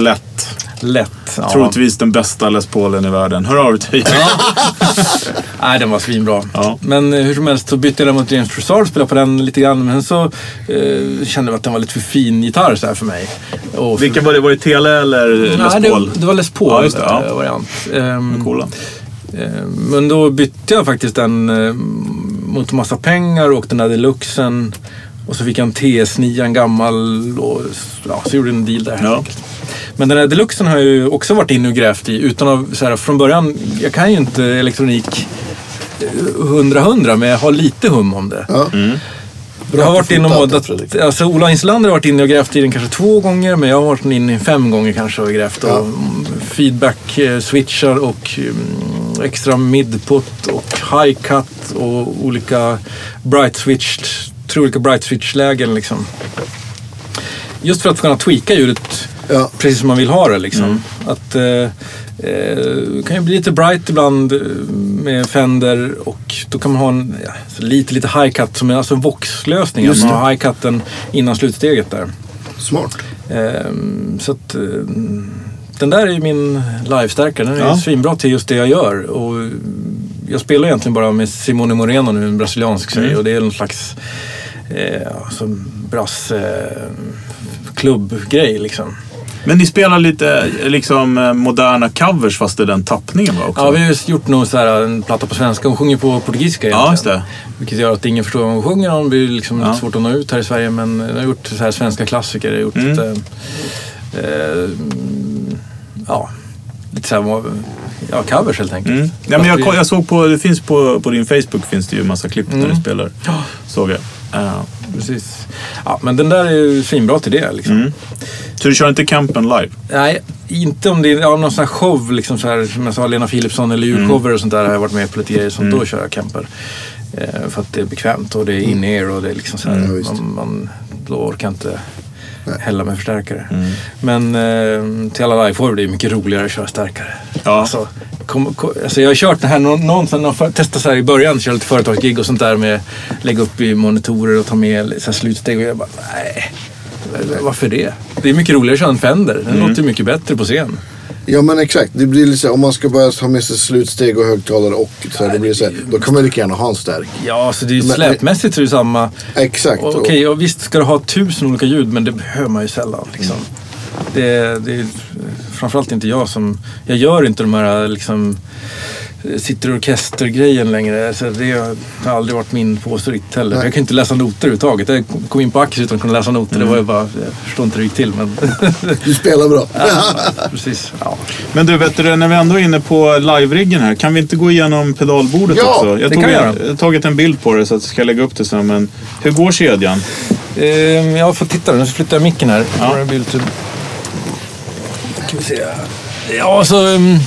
B: Lätt.
C: lätt. Ja.
B: Troligtvis den bästa Les Paulen i världen. Hör av er till
C: Nej, den var svinbra.
B: Ja.
C: Men eh, hur som helst så bytte jag den mot James Trussard och spelade på den lite grann. Men så eh, kände jag att den var lite för fin gitarr så här för mig. Och för,
B: Vilka var det? Var det Tele eller
C: Nej,
B: Les Paul?
C: det, det var Les
B: Ja,
C: Paul
B: just det, ja.
C: eh, variant. Ehm,
B: Coola.
C: Eh, Men då bytte jag faktiskt den eh, mot massa pengar och den där deluxen. Och så fick jag en TS9, en gammal. Och, ja, så gjorde jag en deal där helt
B: Ja.
C: enkelt. Men den här deluxen har jag ju också varit inne och grävt i. Utan att, så här, från början, jag kan ju inte elektronik eh, hundra-hundra, men jag har lite hum om det.
A: Ja.
C: Jag har
A: att
C: varit
A: du
C: inne och
A: fotar
C: moddat.
A: den, Fredrik.
C: Alltså Ola Insulander har varit inne och grävt i den kanske två gånger, men jag har varit inne fem gånger kanske och grävt.
A: Ja.
C: Och feedback-switchar och mm, extra midput och high-cut och olika bright-switched, tre olika bright-switch-lägen liksom. Just för att kunna tweaka ljudet
A: Ja. Mm.
C: precis som man vill ha det. Liksom. Att, eh, eh, kan ju bli lite bright ibland eh, med Fender och då kan man ha en ja, så lite, lite high-cut, som är alltså en voxlösning. Att
A: Just
C: man har high-cutten innan slutsteget där.
A: Smart.
C: Ehm, så att, eh, den där är ju min livestärkare. Den är
B: Ja.
C: ju svinbra till just det jag gör. Och jag spelar egentligen bara med Simone Moreno nu, en brasiliansk tjej. Och det är någon slags eh, alltså, brass... Eh, klubbgrej liksom.
B: Men ni spelar lite eh, liksom eh, moderna covers fast det är den tappningen va? Också?
C: Ja, vi har ju gjort någon så här, en platta på svenska. Hon sjunger på portugisiska
B: Ja, just
C: egentligen.
B: det.
C: Vilket gör att ingen förstår vad hon sjunger om. Det blir liksom
B: Ja.
C: lite svårt att nå ut här i Sverige. Men jag har gjort så här svenska klassiker. Jag har gjort
B: Mm.
C: lite, eh, ja, lite så här, ja, covers helt enkelt.
B: Mm. Ja, men jag, ko- jag såg på, det finns på, på din Facebook finns det ju massa klipp där
C: Mm.
B: du spelar. Såg jag. Eh,
C: Precis. Ja, men den där är ju finbra till det liksom.
B: Mm. så du kör inte campen live?
C: Nej, inte om det är ja, någon sån här show, liksom så här, som jag sa, Lena Philipsson eller
B: Mm.
C: julcover och sånt där har jag varit med på lite grejer. Sånt, Då kör jag camper.
B: Mm.
C: Eh, för att det är bekvämt och det är in-ear och det är liksom så här,
A: Mm, ja, visst.
C: man, man, då orkar jag inte hälla med förstärkare. Men eh, till alla liveforward är det mycket roligare att köra starkare.
B: Ja.
C: Alltså, kom, kom, alltså jag har kört det här någon, någonstans, någon, för- testat så här i början, köra lite företagsgig och sånt där med lägga upp i monitorer och ta med så här slutsteg och jag bara nej. Varför det? Det är mycket roligare att köra en Fender. Den låter ju mycket bättre på scen.
A: Ja men exakt, det blir lite så här, om man ska börja ha med sig slutsteg och högtalare och så här, då blir det så här, då kan man lika gärna ha en stärk.
C: Ja, så det är ju
A: Men-
C: släpmässigt så är det ju samma.
A: Exakt.
C: Och- Okej, ja, visst ska du ha tusen olika ljud, men det behöver man ju sällan. Liksom. Det, det är framförallt inte jag som... Jag gör inte de här liksom, sitter i orkestergrejen längre. Så det har aldrig varit min påstritt heller.
A: Nej.
C: Jag kan ju inte läsa noter överhuvudtaget. Jag kom in på aktier utan att kunna läsa noter. Det var ju bara, jag förstår inte hur det gick till. Men
A: Du spelar bra.
C: precis. Ja.
B: Men du, vet du, när vi ändå är inne på live-riggen här, kan vi inte gå igenom pedalbordet
A: Ja,
B: också?
C: det
B: Jag tog
C: kan
B: en-
C: jag göra.
B: jag har tagit en bild på det så att jag ska lägga upp det sen. Men hur går kedjan?
C: Ehm, jag får titta, nu flyttar jag micken här. Ja. En bild till. Kan vi se. Ja, så... ehm,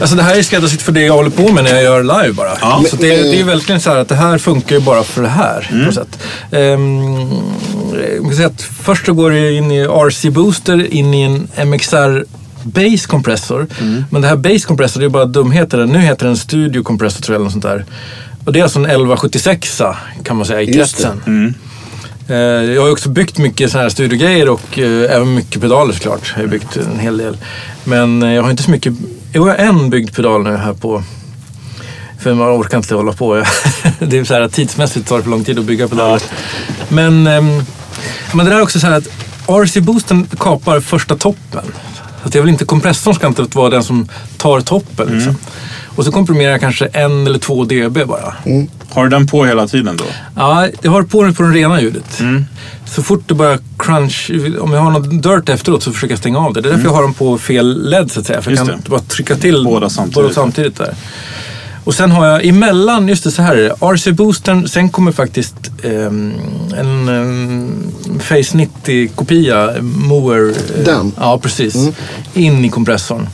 C: alltså det här är skräddarsytt för det jag håller på med när jag gör live bara.
B: Ja.
C: Så det, det är ju verkligen så här att det här funkar ju bara för det här.
A: Mm.
C: På något sätt. Ehm, man kan säga att först så går det in i RC Booster, in i en MXR Base Compressor.
A: Mm.
C: Men det här Base Compressor, det är bara dumheter. Nu heter den Studio Compressor tror jag, eller något sånt där. Och det är alltså en 1176 kan man säga i
A: Just det. Mm.
C: kretsen. Eh, Jag har ju också byggt mycket sådana här studiogrejer och eh, även mycket pedaler såklart. Jag har ju byggt en hel del. Men eh, jag har inte så mycket... Jo, jag har en byggd pedal nu här på... För man orkar inte hålla på. det är så här att tidsmässigt tar det för lång tid att bygga pedaler. Men, ehm, men det där är också så här att RC-boosten kapar första toppen. Så att jag vill inte, kompressorn ska inte vara den som tar toppen. Liksom. Och så komprimerar jag kanske en eller två dB bara.
B: Har du den på hela tiden då?
C: Ja, jag har på mig på det rena ljudet.
B: Mm.
C: Så fort det börjar crunch, om jag har något dirt efteråt så försöker jag stänga av det. Det är därför jag har dem på fel LED så att säga. För jag
B: Mm. Just
C: kan
B: det.
C: bara trycka till
B: Båda samtidigt.
C: båda samtidigt där. Och sen har jag emellan, just det så här är det. RC-boostern, sen kommer faktiskt ehm, en ehm, Face 90-kopia, Moer. eh,
A: Den?
C: Ja, precis. In i kompressorn.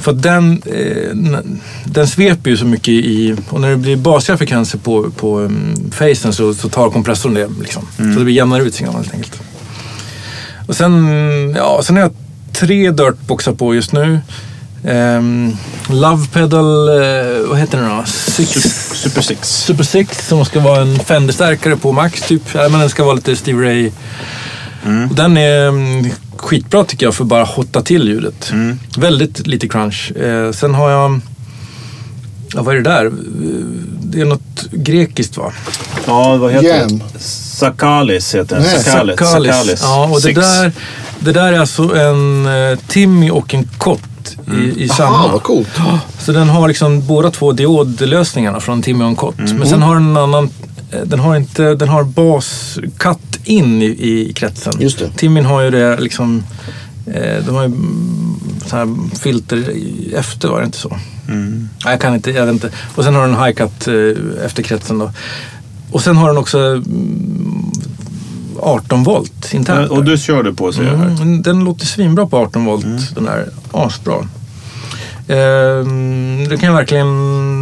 C: För att den, eh, n- den sveper ju så mycket i... Och när det blir basiga frekvenser på, på um, facen så, så tar kompressorn det. Liksom. Så det blir jämnare ut signalen helt enkelt. Och sen, ja, sen har jag tre dirtboxar på just nu. Ehm, Love Pedal, eh, vad heter den då? Six,
B: Super Six.
C: Super Six som ska vara en Fender-stärkare på max typ. Nej, men den ska vara lite Steve Ray. Och Den är mm, skitbra tycker jag för att bara hotta till ljudet. Väldigt lite crunch. Eh, sen har jag... Ja, vad är det där? Eh, Det är något grekiskt va?
D: Ja, vad heter
A: Jam.
D: det? Sakalis heter den.
A: Nej,
D: Sakalis.
C: Sakalis. Ja, och det
D: Six.
C: där, det där är alltså en eh, Timmy och en Kott i, i samma.
A: Aha, vad coolt.
C: Så den har liksom båda två diodlösningarna från Timmy och en Kott. Men sen har den en annan... eh, Den har, inte, den har baskatt in i, i kretsen.
A: Just det.
C: Timmin har ju det liksom... eh, De har ju mm, så här filter i- efter, var det inte så?
B: Mm.
C: Nej, jag kan inte. Jag vet inte. Och sen har den high cut eh, efter kretsen då. Och sen har den också mm, 18 volt internt.
B: Och du Mm. körde på ser jag här.
C: Mm, den låter svinbra på 18 volt, den där. Asbra. Ehm, det kan jag verkligen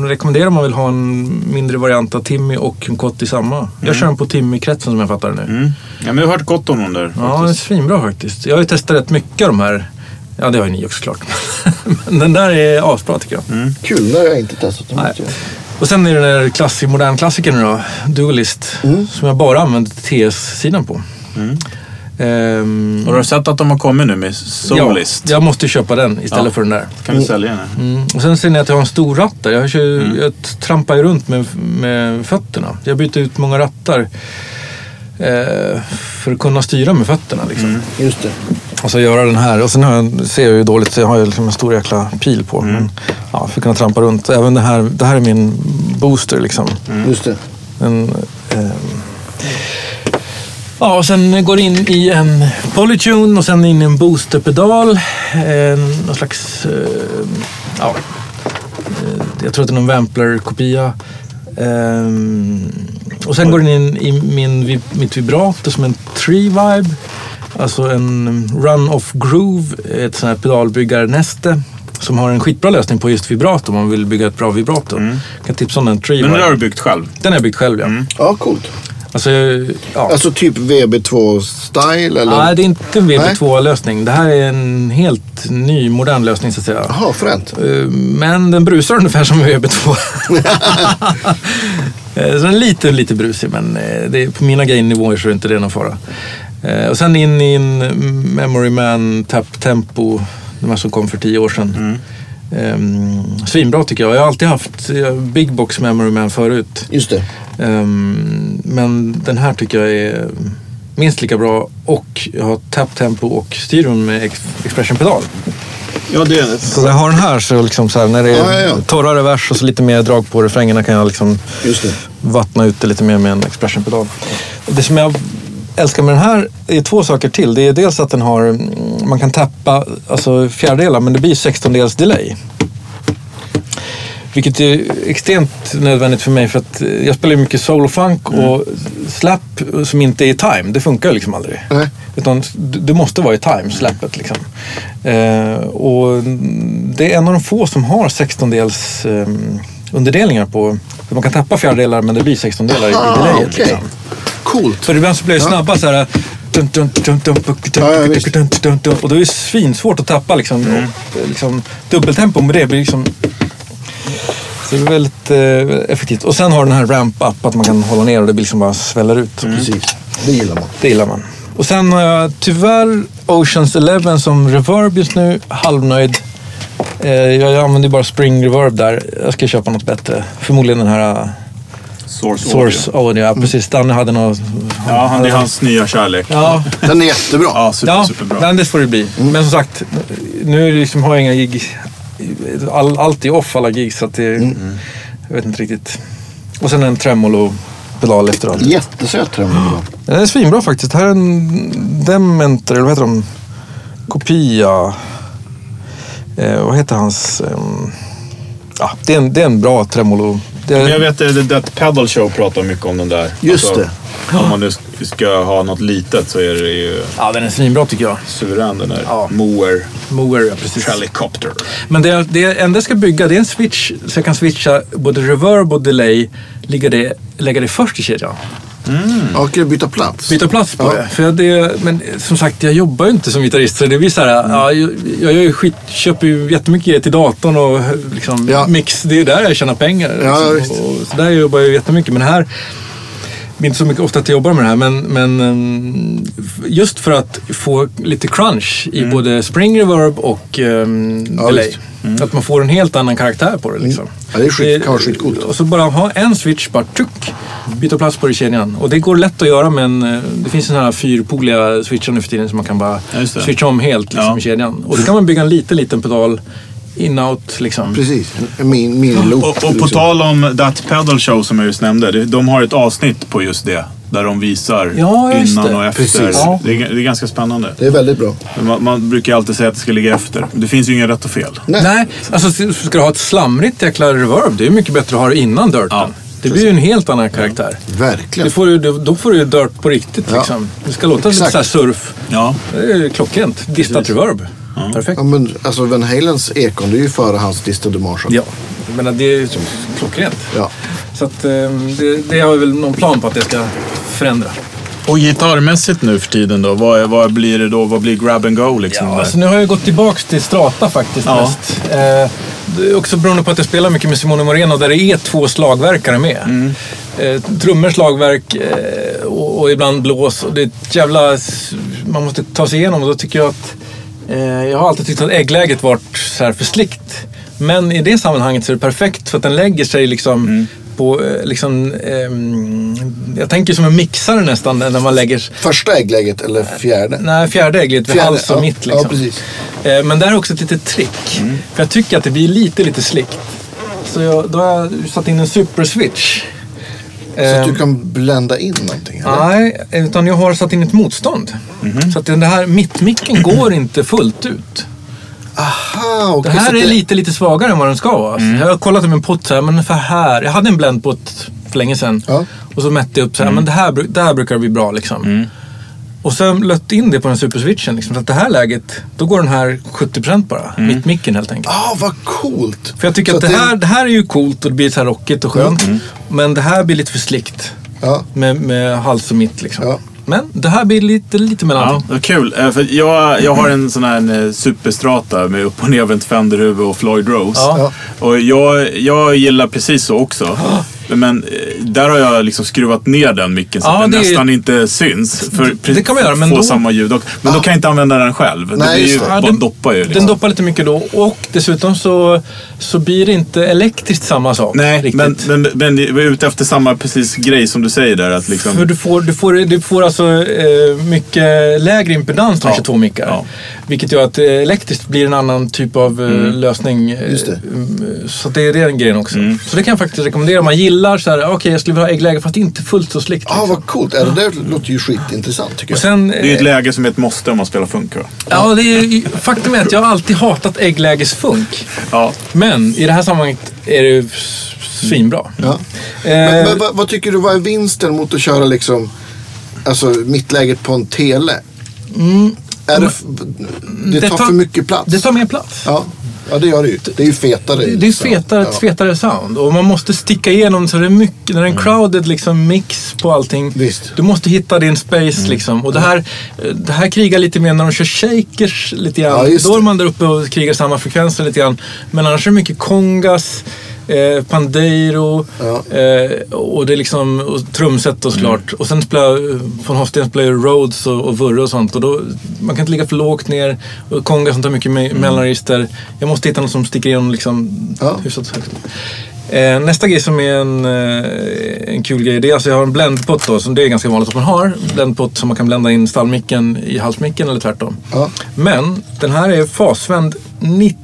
C: rekommendera om man vill ha en mindre variant av Timmy och en Kott i samma. Jag kör den på Timmy-kretsen som jag fattar det nu.
B: Mm. Ja, men jag har hört gott om dem där.
C: Ja, den är
B: faktiskt.
C: svinbra faktiskt. Jag har ju testat rätt mycket av de här. Ja, det har ju ni också klart. Men den där är asbra tycker jag.
A: Kul, det har jag inte testat. Det
C: Nej.
A: måste jag.
C: Och sen är det den där klassik, modern klassikern då, Dualist, som jag bara använder TS-sidan på. Ehm,
B: Och du har sett att de har kommit nu med Solist.
C: Ja, jag måste ju köpa den istället
B: Ja.
C: för den där.
B: Kan du sälja den? här?
C: Mm. Och sen ser ni att jag har en stor ratt där. Jag, kör, ju- jag trampar ju runt med, med fötterna. Jag byter ut många rattar eh, för att kunna styra med fötterna. Liksom.
A: Just det.
C: Och så göra den här. Och sen har jag, ser jag ju dåligt så jag har ju liksom en stor jäkla pil på. Men, ja, för att kunna trampa runt. Även det här, det här är min booster liksom.
A: Just det.
C: En, ehm, ja, och sen går det in i en polytune och sen in i en boosterpedal. En, någon slags... ehm, ja, eh, jag tror att det är någon Wampler-kopia. Ehm, och sen går den in i min, vi- mitt vibrato som en tree vibe. Alltså en run-off groove, ett sånt här pedalbyggarnäste. Som har en skitbra lösning på just vibrato om man vill bygga ett bra vibrato. Kan tipsa om den tree
B: Mm. Men den
C: vibe.
B: har du Mm. byggt själv.
C: Den har jag byggt själv ja.
A: Ja, coolt.
C: Alltså, ja.
A: Alltså typ VB2-style eller?
C: Nej, det är inte en VB2-lösning. Det här är en helt ny, modern lösning så att säga.
A: Jaha, fränt.
C: Eh, Men den brusar ungefär som VB2. Eh, så den är lite, lite brusig, men eh, det är, på mina gainnivåer så är inte det någon fara. Eh, Och sen in i en Memory Man Tap Tempo, de här som kom för tio år sedan.
A: Mm.
C: Ehm, svinbra tycker jag. Jag har alltid haft eh, Big Box Memory Man förut.
A: Just det.
C: Ehm, men den här tycker jag är minst lika bra och jag har tap tempo och styrum med ex- expression-pedal.
D: Ja, det...
C: Så när jag har den här så, liksom så här, när det är
A: Ja, ja, ja.
C: torrare vers och så lite mer drag på refrängerna kan jag liksom
A: Just det.
C: vattna ut det lite mer med en expression-pedal. Det som jag älskar med den här är två saker till. Det är dels att den har, mm, man kan tappa alltså fjärdedelar men det blir 16-dels delay. Vilket är extremt nödvändigt för mig för att eh, jag spelar ju mycket soul och funk
A: Mm.
C: och slap som inte är i time, det funkar ju liksom aldrig.
A: Nej. Mm.
C: Utan du du måste vara i time, slappet liksom. Eh, och det är en av de få som har 16-dels eh, underdelningar på... Man kan tappa fjärdedelar men det blir 16-delar i, i
A: Ah,
C: delayet.
A: okej.
C: Liksom. Mm.
A: Coolt.
C: För ibland så blir det snabba så här... äh, dun, dun, dun, dun, dun,
A: Ja, ja,
C: dun,
A: visst.
C: dun, dun, dun. Och då är det svinsvårt att tappa liksom, och, eh, liksom dubbeltempo med det. blir liksom så det är väldigt eh, effektivt. Och sen har den här ramp-up, att man kan hålla ner och det blir liksom bara sväller ut.
A: Precis. Det gillar man.
C: Det gillar man. Och sen har jag tyvärr Oceans Eleven som reverb just nu. Halvnöjd. Eh, jag jag använder ju bara spring reverb där. Jag ska köpa något bättre. Förmodligen den här eh,
B: Source,
C: Source Audio. Ja, precis. Danne hade något...
B: Ja, han, det är hans nya kärlek. Ja,
C: Ja,
A: Den är jättebra.
B: super,
C: ja
B: superbra. Mm.
C: men det får det bli. Men som sagt, nu är det liksom, har jag inga gig. All, allt är off, alla gig, så att det...
B: Mm.
C: Jag vet inte riktigt. Och sen en tremolo-pedal efter allt.
A: Jättesöt tremolo.
C: Den är svinbra faktiskt. Här är en Dementer, eller vad heter de? Kopia. Eh, vad heter hans... ehm, ja, det, är en, det är en bra tremolo. Det
D: Men jag
C: är,
D: vet att The Death Pedal Show pratar mycket om den där.
A: Just
B: Alltså,
D: det. Om man nu ska ha något litet så är det ju
C: ja, den är svinbra tycker jag.
D: suverän den där.
C: Ja.
D: Moer
C: Mower, ja precis.
D: Helicopter.
C: Men det, jag- det jag enda ska bygga det är en switch så jag kan switcha både reverb och delay. Lägga det, lägga det först i kedjan.
A: Ja, kan du byta plats?
C: Byta plats på
A: Ja.
C: det. För jag- det. Men som sagt, jag jobbar ju inte som gitarrist. Så det blir så här,
A: Mm.
C: ja, jag, jag gör ju skit, köper ju jättemycket grejer till datorn och liksom,
A: Ja.
C: mix. Det är ju där jag tjänar pengar.
A: Ja,
C: liksom.
A: visst.
C: och, så där jobbar jag ju jättemycket. Men här, det är inte så mycket ofta att jag jobbar med det här, men, men ehm, f- just för att få lite crunch i både spring reverb och ehm,
A: Mm. Ja,
C: delay.
A: visst. Mm.
C: Att man får en helt annan karaktär på det. Liksom.
A: Ja, det är skit- kan vara skitcoolt.
C: Och så bara ha en switch, bara tjuck, byta plats på det i kedjan. Och det går lätt att göra men eh, det finns sådana här fyrpoliga switchar nu för tiden som man kan bara
B: Ja, just det.
C: switcha om helt liksom,
B: Ja.
C: i kedjan. Och då kan man bygga en liten, liten pedal in-out
B: Mm.
C: liksom.
A: Precis. En min, min loop,
B: Och, och på
A: liksom.
B: tal om That Pedal Show som jag just nämnde. det- De har ett avsnitt på just det. Där de visar
C: Ja, just
B: innan
C: det.
B: och efter.
A: Precis.
C: Ja.
B: Det, är, det är ganska spännande.
A: Det är väldigt bra.
B: Man, man brukar ju alltid säga att det ska ligga efter. Det finns ju inga rätt och fel.
A: Nej.
C: Nej, alltså s- ska du ha ett slamrigt jäkla reverb, det är ju mycket bättre att ha det innan dirten.
B: Ja,
C: det blir ju en helt annan karaktär.
A: Verkligen.
C: Du får ju, då- då får du ju dirt på riktigt
A: Ja.
C: liksom. Det ska låta lite
A: Exakt.
C: såhär surf.
B: Ja,
C: Det är ju klockrent. Distat reverb. Perfekt.
A: Ja, men alltså Van Halens ekon, det är ju före hans Distilled Marshall.
C: Ja, jag menar det är ju klockrent.
A: Ja.
C: Så att, ehm, det, det har jag väl någon plan på att jag ska förändra.
B: Och gitarrmässigt nu för tiden då? Vad, vad blir det då? Vad blir grab and go liksom?
C: Ja,
B: där?
C: alltså nu har jag gått tillbaka till Strata faktiskt
B: Ja.
C: mest. Eh, det är också beroende på att jag spelar mycket med Simone Moreno där det är två slagverkare med.
A: Mm.
C: Eh, trummor, slagverk eh, och, och ibland blås. Och det är ett jävla... s- Man måste ta sig igenom och då tycker jag att... Eh, jag har alltid tyckt att äggläget varit så här för slickt. Men i det sammanhanget så är det perfekt för att den lägger sig liksom
A: Mm.
C: på... eh, Liksom, ehm, jag tänker som en mixare nästan när man lägger...
A: Första äggläget eller fjärde?
C: Nej, fjärde ägglet vid
A: Fjärde,
C: hals och
A: ja.
C: Mm. mitt. Liksom.
A: Ja, precis.
C: Eh, Men där är också ett litet trick.
A: Mm.
C: För jag tycker att det blir lite, lite slickt. Så jag, då har jag satt in en superswitch.
A: Så
C: Ehm.
A: att du kan blända in någonting? eller?
C: Nej, utan jag har satt in ett motstånd.
A: Mhm.
C: Så att den här mittmicken går inte fullt ut.
A: Aha,
C: Det
A: okej.
C: här
A: så
C: är
A: det- Mm.
C: lite, lite svagare än vad den ska vara. Så Jag har kollat om en pott så här, men ungefär här. Jag hade en blendpott för länge sedan.
A: Ja. Mm.
C: Och så mätte jag upp så här, men det här, bru- det här brukar bli bra liksom. Och sen lött in det på den superswitchen. Liksom, så att det här läget, då går den här 70% bara.
A: Mm.
C: Mittmicken helt enkelt.
A: Ah, vad coolt!
C: För jag tycker
A: Så Mm.
C: att det här, det här är ju coolt och det blir så här rockigt och skönt. Men det här blir lite för slickt.
A: Ja.
C: Med, med hals och mitt liksom.
A: Ja.
C: Men det här blir lite, lite
B: Ja,
C: mellanting.
B: vad kul. Eh, För jag, jag har en sån här eh, superstrata med upp och nervänt fenderhuvud och Floyd Rose.
C: Ja.
A: Ja.
B: Och jag, jag gillar precis så också. Men eh, där har jag liksom skruvat ner den micken så
C: Ja,
B: att den
C: det är-
B: nästan inte syns. För pre-
C: Det kan man göra, men
B: få
C: då-
B: samma ljud också. Men då kan jag inte använda den själv.
A: Nej,
B: det blir ju,
A: just det.
B: bara
C: den-
B: doppar ju.
C: Den
B: Liksom.
C: doppar lite mycket då och dessutom så, så blir det inte elektriskt samma sak.
B: Nej,
C: riktigt.
B: men, men, men vi är ute efter samma precis grej som du säger där. Att liksom...
C: För du får, du får, du får alltså eh, mycket lägre impedans med
B: Ja.
C: 22 mickar.
B: Ja.
C: Vilket gör att eh, elektriskt blir en annan typ av eh, lösning. eh,
A: Mm. Just det. Mm.
C: mm, Så det är den grejen också. Så det kan jag faktiskt rekommendera. Om man gillar så här, "Ah, okej jag skulle vilja ha äggläge fast inte fullt så slickt.
A: ah, vad coolt. Ja, det där låter ju skitintressant tycker
C: Och
A: jag.
C: sen,
B: Det är ju ett
C: eh,
B: läge som är ett måste om man spelar funk. va?
C: ja, det är, faktum är att jag har alltid hatat ägglägesfunk.
B: Ja.
C: Men i det här sammanhanget är det ju s- svinbra.
A: Mm. Ja. Men,
C: Eh,
A: men, vad, vad tycker du, vad är vinsten mot att köra liksom, alltså mittläget på en tele? Är det, f- det,
C: Mm. det
A: tar
C: tar-
A: för mycket plats.
C: det tar mer plats.
A: ja. ja, det gör det ju. Det är ju fetare.
C: Det är ett
A: liksom.
C: fetare, ett fetare sound och man måste sticka igenom så det är mycket, när det är en crowded liksom mix på allting.
A: Mm. Visst. Mm.
C: Du måste hitta din space liksom och det här, eh, det här krigar lite mer när de kör shakers lite
A: Ja,
C: grann.
A: just
C: Då är
A: det.
C: man där uppe och krigar samma frekvenser lite grann. Men annars är det mycket kongas, eh, pandeiro
A: Ja.
C: eh, och det är liksom och trumset då såklart. Och sen spelar eh, von Hofsten spelar ju Rhodes och, och Vurre och sånt och då, man kan inte ligga för lågt ner och konga som tar mycket me- mellanregister. Jag måste hitta något som sticker igenom liksom
A: Ja.
C: hyfsat högt. Eh, nästa grej som är en, eh, en kul grej, det är alltså jag har en blendpott då, som det är ganska vanligt att man har. Blendpott som man kan blända in stallmicken i halsmicken eller tvärtom.
A: Ja.
C: Men den här är fasvänd ni-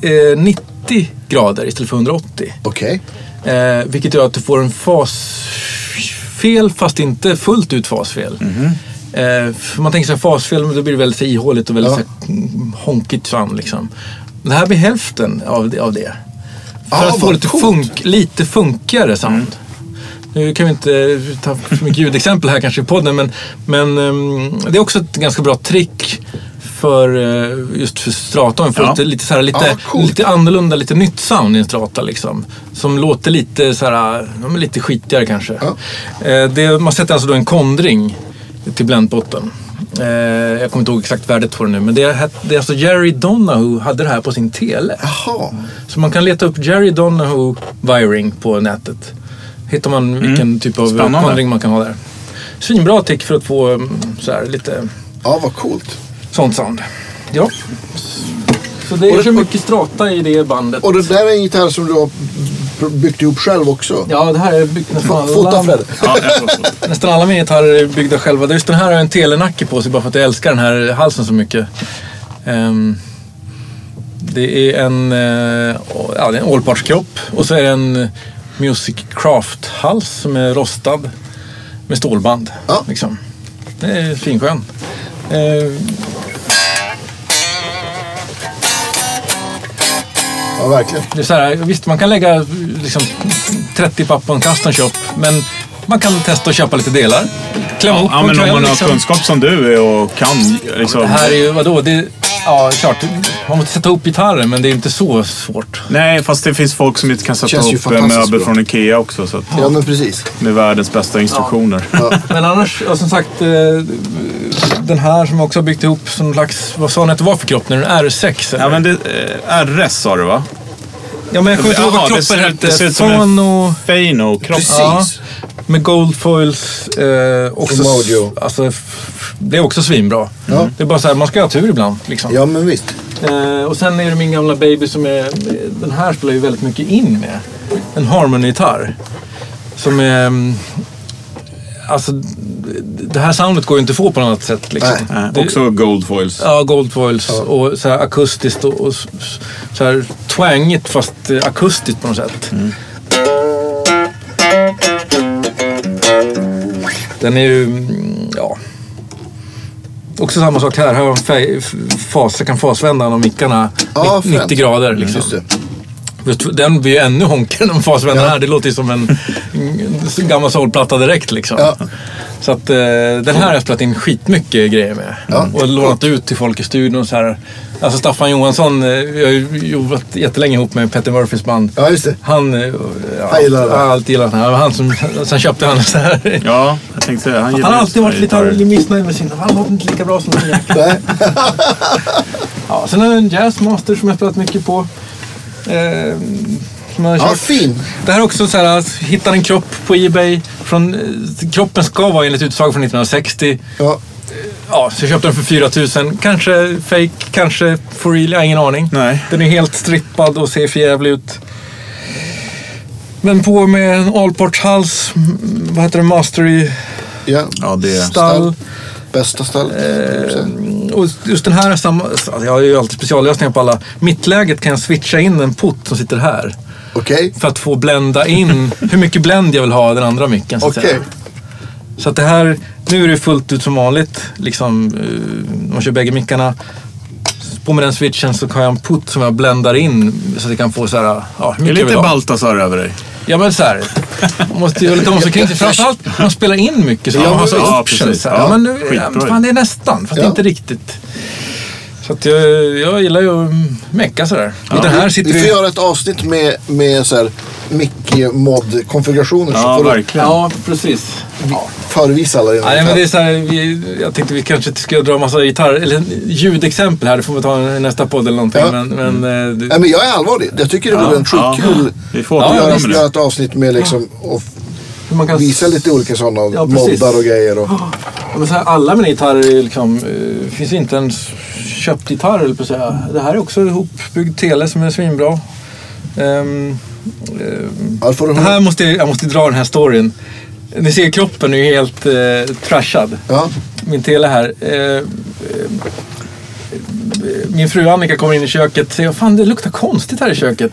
C: eh, 90 grader istället för 180.
A: Okej.
C: Eh, vilket gör att du får en fasfel fast inte fullt ut fasfel.
A: Mhm.
C: Eh, för man tänker sig fasfel, men då blir det väldigt så här ihåligt och väldigt
A: Ja.
C: så här, mm, honkigt sound. Liksom. Det här blir hälften av det. Av det. För
A: Ah,
C: att få
A: vad
C: lite,
A: coolt. Mm.
C: funk, lite funkigare sound. Nu kan vi inte ta för mycket ljudexempel här kanske i podden, men, men ehm, det är också ett ganska bra trick för eh, just för Straton. För
B: Ja.
C: att det är lite, så här, lite,
A: Ah, coolt.
C: lite annorlunda, lite nytt sound i en strata liksom. Som låter lite så här, ja, men lite skitigare kanske.
A: Ja.
C: Eh, det, man sätter alltså då en kondring till bländbotten. Eh, jag kommer inte ihåg exakt värdet på det nu, men det, är- det är alltså Jerry Donahue hade det här på sin tele.
A: Jaha.
C: Så man kan leta upp Jerry Donahue wiring på nätet. Hittar man
A: Mm.
C: vilken typ av
B: Spännande.
C: kondring man kan ha där. Svinbra tick för att få mm, så här, lite
A: Ja, vad coolt.
C: sånt sound. Ja. Så det är så mycket strata i det bandet.
A: Och det där är en gitarr som du har byggt ihop själv också?
C: Ja, det här är byggt nästan alla...
A: Fota Fred.
B: Ja, jag förstår.
C: Nästan alla mina gitarrer är byggda själva. Just den här har jag en telenacke på sig bara för att jag älskar den här halsen så mycket. Ehm, det är en, eh, ja, det är en allpartskropp och så är det en Music Craft-hals som är rostad med stålband.
A: Ja.
C: Liksom. Det är finskön. Ehm,
A: Ja, verkligen.
C: Det är så här, visst, man kan lägga liksom, 30 papp på en custom shop, men man kan testa att köpa lite delar. Klämma ihop
B: Ja,
C: på en
B: men om
C: kväll,
B: man har
C: liksom.
B: kunskap som du är och kan liksom...
C: Det här är ju, vadå? Det, ja, klart. Man måste sätta upp gitarren, men det är inte så svårt.
B: Nej, fast det finns folk som inte kan sätta
A: Känns ju
B: upp eh,
A: fantastiskt
B: möbler
A: bra.
B: från Ikea också. Så att,
A: Ja, men precis.
B: Med världens bästa instruktioner.
C: Men annars, ja, som sagt, eh, den här som jag också har byggt ihop som slags, vad sa ni att det var för kropp nu? En R6? Eller?
B: Ja, men det, eh, RS sa du va?
C: ja, men jag kommer inte ihåg vad
B: Jaha, det
C: kroppen
B: ser- det ser
C: hette.
B: ut som en-
C: Fono...
B: Feino-kropp.
A: Precis.
C: Ja, med Goldfoils. Eh, också,
A: Formaggio.
C: alltså, f- det är också svinbra.
A: Ja.
C: Det är bara så här, man ska ha tur ibland. Liksom.
A: Ja, men visst.
C: Eh, och sen är det min gamla baby som är... Den här spelar ju väldigt mycket in med. En Harmony-gitarr. Som är... mm, Alltså, det här soundet går ju inte att få på något annat sätt. Liksom.
A: Nej.
B: Eh,
C: Det-
B: också Goldfoils.
C: Ja, Goldfoils och så här akustiskt och, och s- s- så här twangigt fast eh, akustiskt på något sätt.
A: Mm.
C: Den är ju, mm, ja. Också samma sak här. Här har jag en fej- f- fas, jag kan fasvända de mickarna
A: Ja,
C: nitt-
A: fränt.
C: 90 grader. Liksom.
A: Just det.
C: Just Den blir ju ännu honkigare än fasvändaren här. Det låter ju som en, en gammal soulplatta direkt liksom.
A: Ja.
C: Så att eh, den här har jag spelat in skitmycket grejer med.
A: Ja.
C: Och lånat ut till folk i studion och så här. Alltså Staffan Johansson, eh, vi har ju jobbat jättelänge ihop med Petter Murphys band.
A: Ja, just det.
C: Han, eh, ja,
A: Han gillar det.
C: har alltid gillat det här. Det var Han som, sen köpte han en sån här.
B: Ja, jag tänkte säga. Han,
C: Han
B: gillar
C: har
B: ju
C: alltid varit lite
B: gitarrer.
C: missnöjd med sin. Han låter inte lika bra som den jäkeln.
A: Nej.
C: Ja, sen har jag en jazzmaster som jag spelat mycket på. Eh, som jag har
A: Ja,
C: kört.
A: fin.
C: Det här är också så här, att hitta en kropp på Ebay. Från, eh, kroppen ska vara enligt utsago från 1960.
A: Ja.
C: Ja, så jag köpte den för 4 000. Kanske fake, kanske for real. Jag har ingen aning.
B: Nej.
C: Den är helt strippad och ser för jävlig ut. Men på med en allportshals, mm, vad heter det, mastery-stall.
A: ja.
B: Ja, det är...
A: Stall. Bästa stallet.
C: Eh, Och just den här, är samma, alltså, jag har ju alltid speciallösningar på alla. Mittläget kan jag switcha in en putt som sitter här.
A: Okej.
C: För att få blända in hur mycket bländ jag vill ha i den andra micken. Så, att
A: Okej.
C: säga. så att det här, nu är det fullt ut som vanligt. Liksom, eh, man kör bägge mickarna. På med den switchen så har jag en putt som jag bländar in så att jag kan få så här, ja, hur
B: Det är
C: mycket jag
B: lite
C: vill ha.
B: Baltasar över dig.
C: Ja men så här. Man måste göra lite omsorg Framförallt när man spelar in mycket så
B: Ja,
C: har man så
B: ja,
C: options.
B: precis.
C: så här. Ja,
B: Ja,
C: men nu, ja,
B: skitbra
C: men
B: ju.
C: fan, det är nästan, fast
A: Ja.
C: inte riktigt. Så att jag, jag gillar ju att mecka sådär. Och den här sitter
A: Vi får
C: ju...
A: göra ett avsnitt med, med så här Mickey-mod-konfigurationer. så
B: Ja,
A: får du
B: verkligen.
C: Ja, precis.
A: förevisa alla.
C: Nej, men det är så här, vi, jag tänkte vi kanske inte skulle dra massa gitarr, eller ljudexempel här. Det får vi ta i nästa podd eller någonting.
A: Ja. Mm.
C: Men, men, eh, det-
A: Nej, men jag är allvarlig. Jag tycker det vore en
B: ja.
A: skitkul
B: Vi får
A: att
B: återkomma
A: göra,
B: med
A: göra
B: det.
A: ett avsnitt med liksom och
C: hur man kan
A: visa lite olika sådana
C: Ja, precis.
A: moddar och grejer. Och,
C: Ja, Men så här, alla mina gitarrer är liksom, eh, finns inte ens köpt gitarr eller på att säga. Det här är också en ihopbyggd tele som är svinbra. Ehm,
A: ja, får du,
C: det här måste jag, jag måste dra den här storyn. Ni ser kroppen är ju helt eh, trashad.
A: ja,
C: Min tele här. Eh, eh, min fru Annika kommer in i köket och säger fan det luktar konstigt här i köket.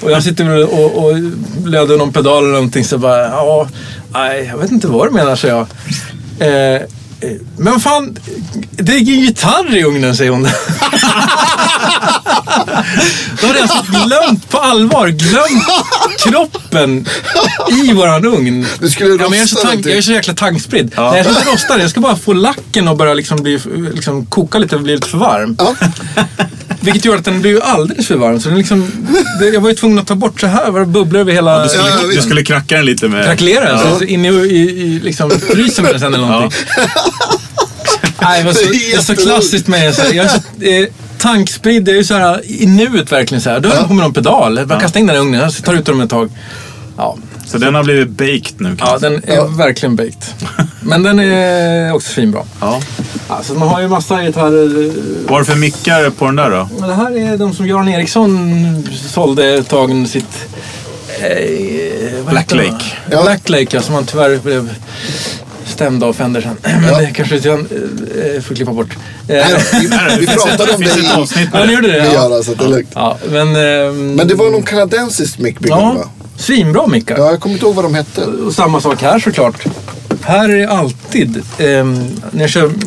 C: Och jag sitter och, och, och löder någon pedal eller någonting så bara ja, nej jag vet inte vad du menar säger jag. Eh, eh, men fan, det är ju gitarr i ugnen säger hon. Då hade jag alltså glömt på allvar, glömt kroppen i våran ugn.
A: Du skulle typ.
C: ja, men jag, är så
A: rosta
C: tank,
A: någonting.
C: jag är så jäkla tankspridd. Nej, jag ska inte rosta det. Jag ska bara få lacken att börja liksom bli, liksom koka lite och bli lite för varm.
A: ja.
C: Vilket gör att den blir ju alldeles för varm. Så den liksom, det, jag var ju tvungen att ta bort så här. var Det bubblor över hela...
B: Du
A: Ja,
B: skulle,
A: visst.
B: du skulle kracka den lite med...
C: Krackelera den. Så in i, i, i liksom frysen med den sen eller någonting. Nej, det, var så,
A: Det är
C: det är så
A: jätteroligt.
C: klassiskt med så här, Jag är så eh, tankspridd. Jag är ju så här i nuet verkligen. Så här. Då höll jag på med någon pedal. Jag bara kastar in den i ugnen. Jag tar ut den om ett tag. Ja,
B: Så den har blivit baked nu kan
C: ja
B: man säga.
C: den är verkligen baked. Men den är också finbra.
B: Ja.
C: Alltså man har ju massa gitarrer. eh,
B: Vad är det för mickar på den där då?
C: Men det här är de som Göran Eriksson sålde ett tag under sitt... Eh, vad
B: Black
C: heter det?
B: Lake.
A: Ja.
C: Black Lake, ja. Som han tyvärr blev stämd av Fender sen. Men
A: Ja.
C: det kanske jag eh, får klippa bort. Eh,
A: Nej, då, vi, vi
B: finns
A: pratade
B: ett-
A: om
B: det
A: det
B: finns ett
A: i
B: avsnitt
C: ja,
B: med
C: ni
B: det.
C: gjorde det?
A: vi
C: Ja.
A: gör, så att det är lugnt.
C: ja men... ehm,
A: Men det var någon kanadensisk mickbyggare
C: Ja,
A: va?
C: svinbra mickar.
A: Ja, jag kommer inte ihåg vad de hette.
C: Och samma sak här såklart. Här är det alltid, ehm, när jag kör ehm,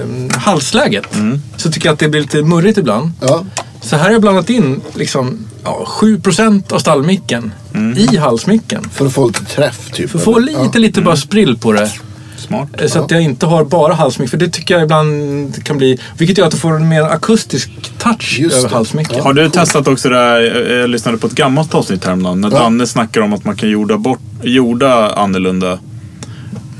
C: ehm, halsläget,
B: Mm.
C: så tycker jag att det blir lite murrigt ibland.
A: Ja,
C: Så här har jag blandat in liksom, ja, 7% av stallmicken i halsmicken.
A: för att få lite träff typ.
C: För att få
A: Mm. eller? Mm.
C: lite, lite bara sprill på det.
B: Smart.
C: eh, Så att jag inte har bara halsmick. För det tycker jag ibland kan bli... Vilket gör att du får en mer akustisk touch
A: Just
C: över
A: det.
C: halsmicken.
B: Har du testat också det här, jag- jag lyssnade på ett gammalt avsnitt häromdagen när
A: Ja.
B: Danne snackar om att man kan jorda, bort, jorda annorlunda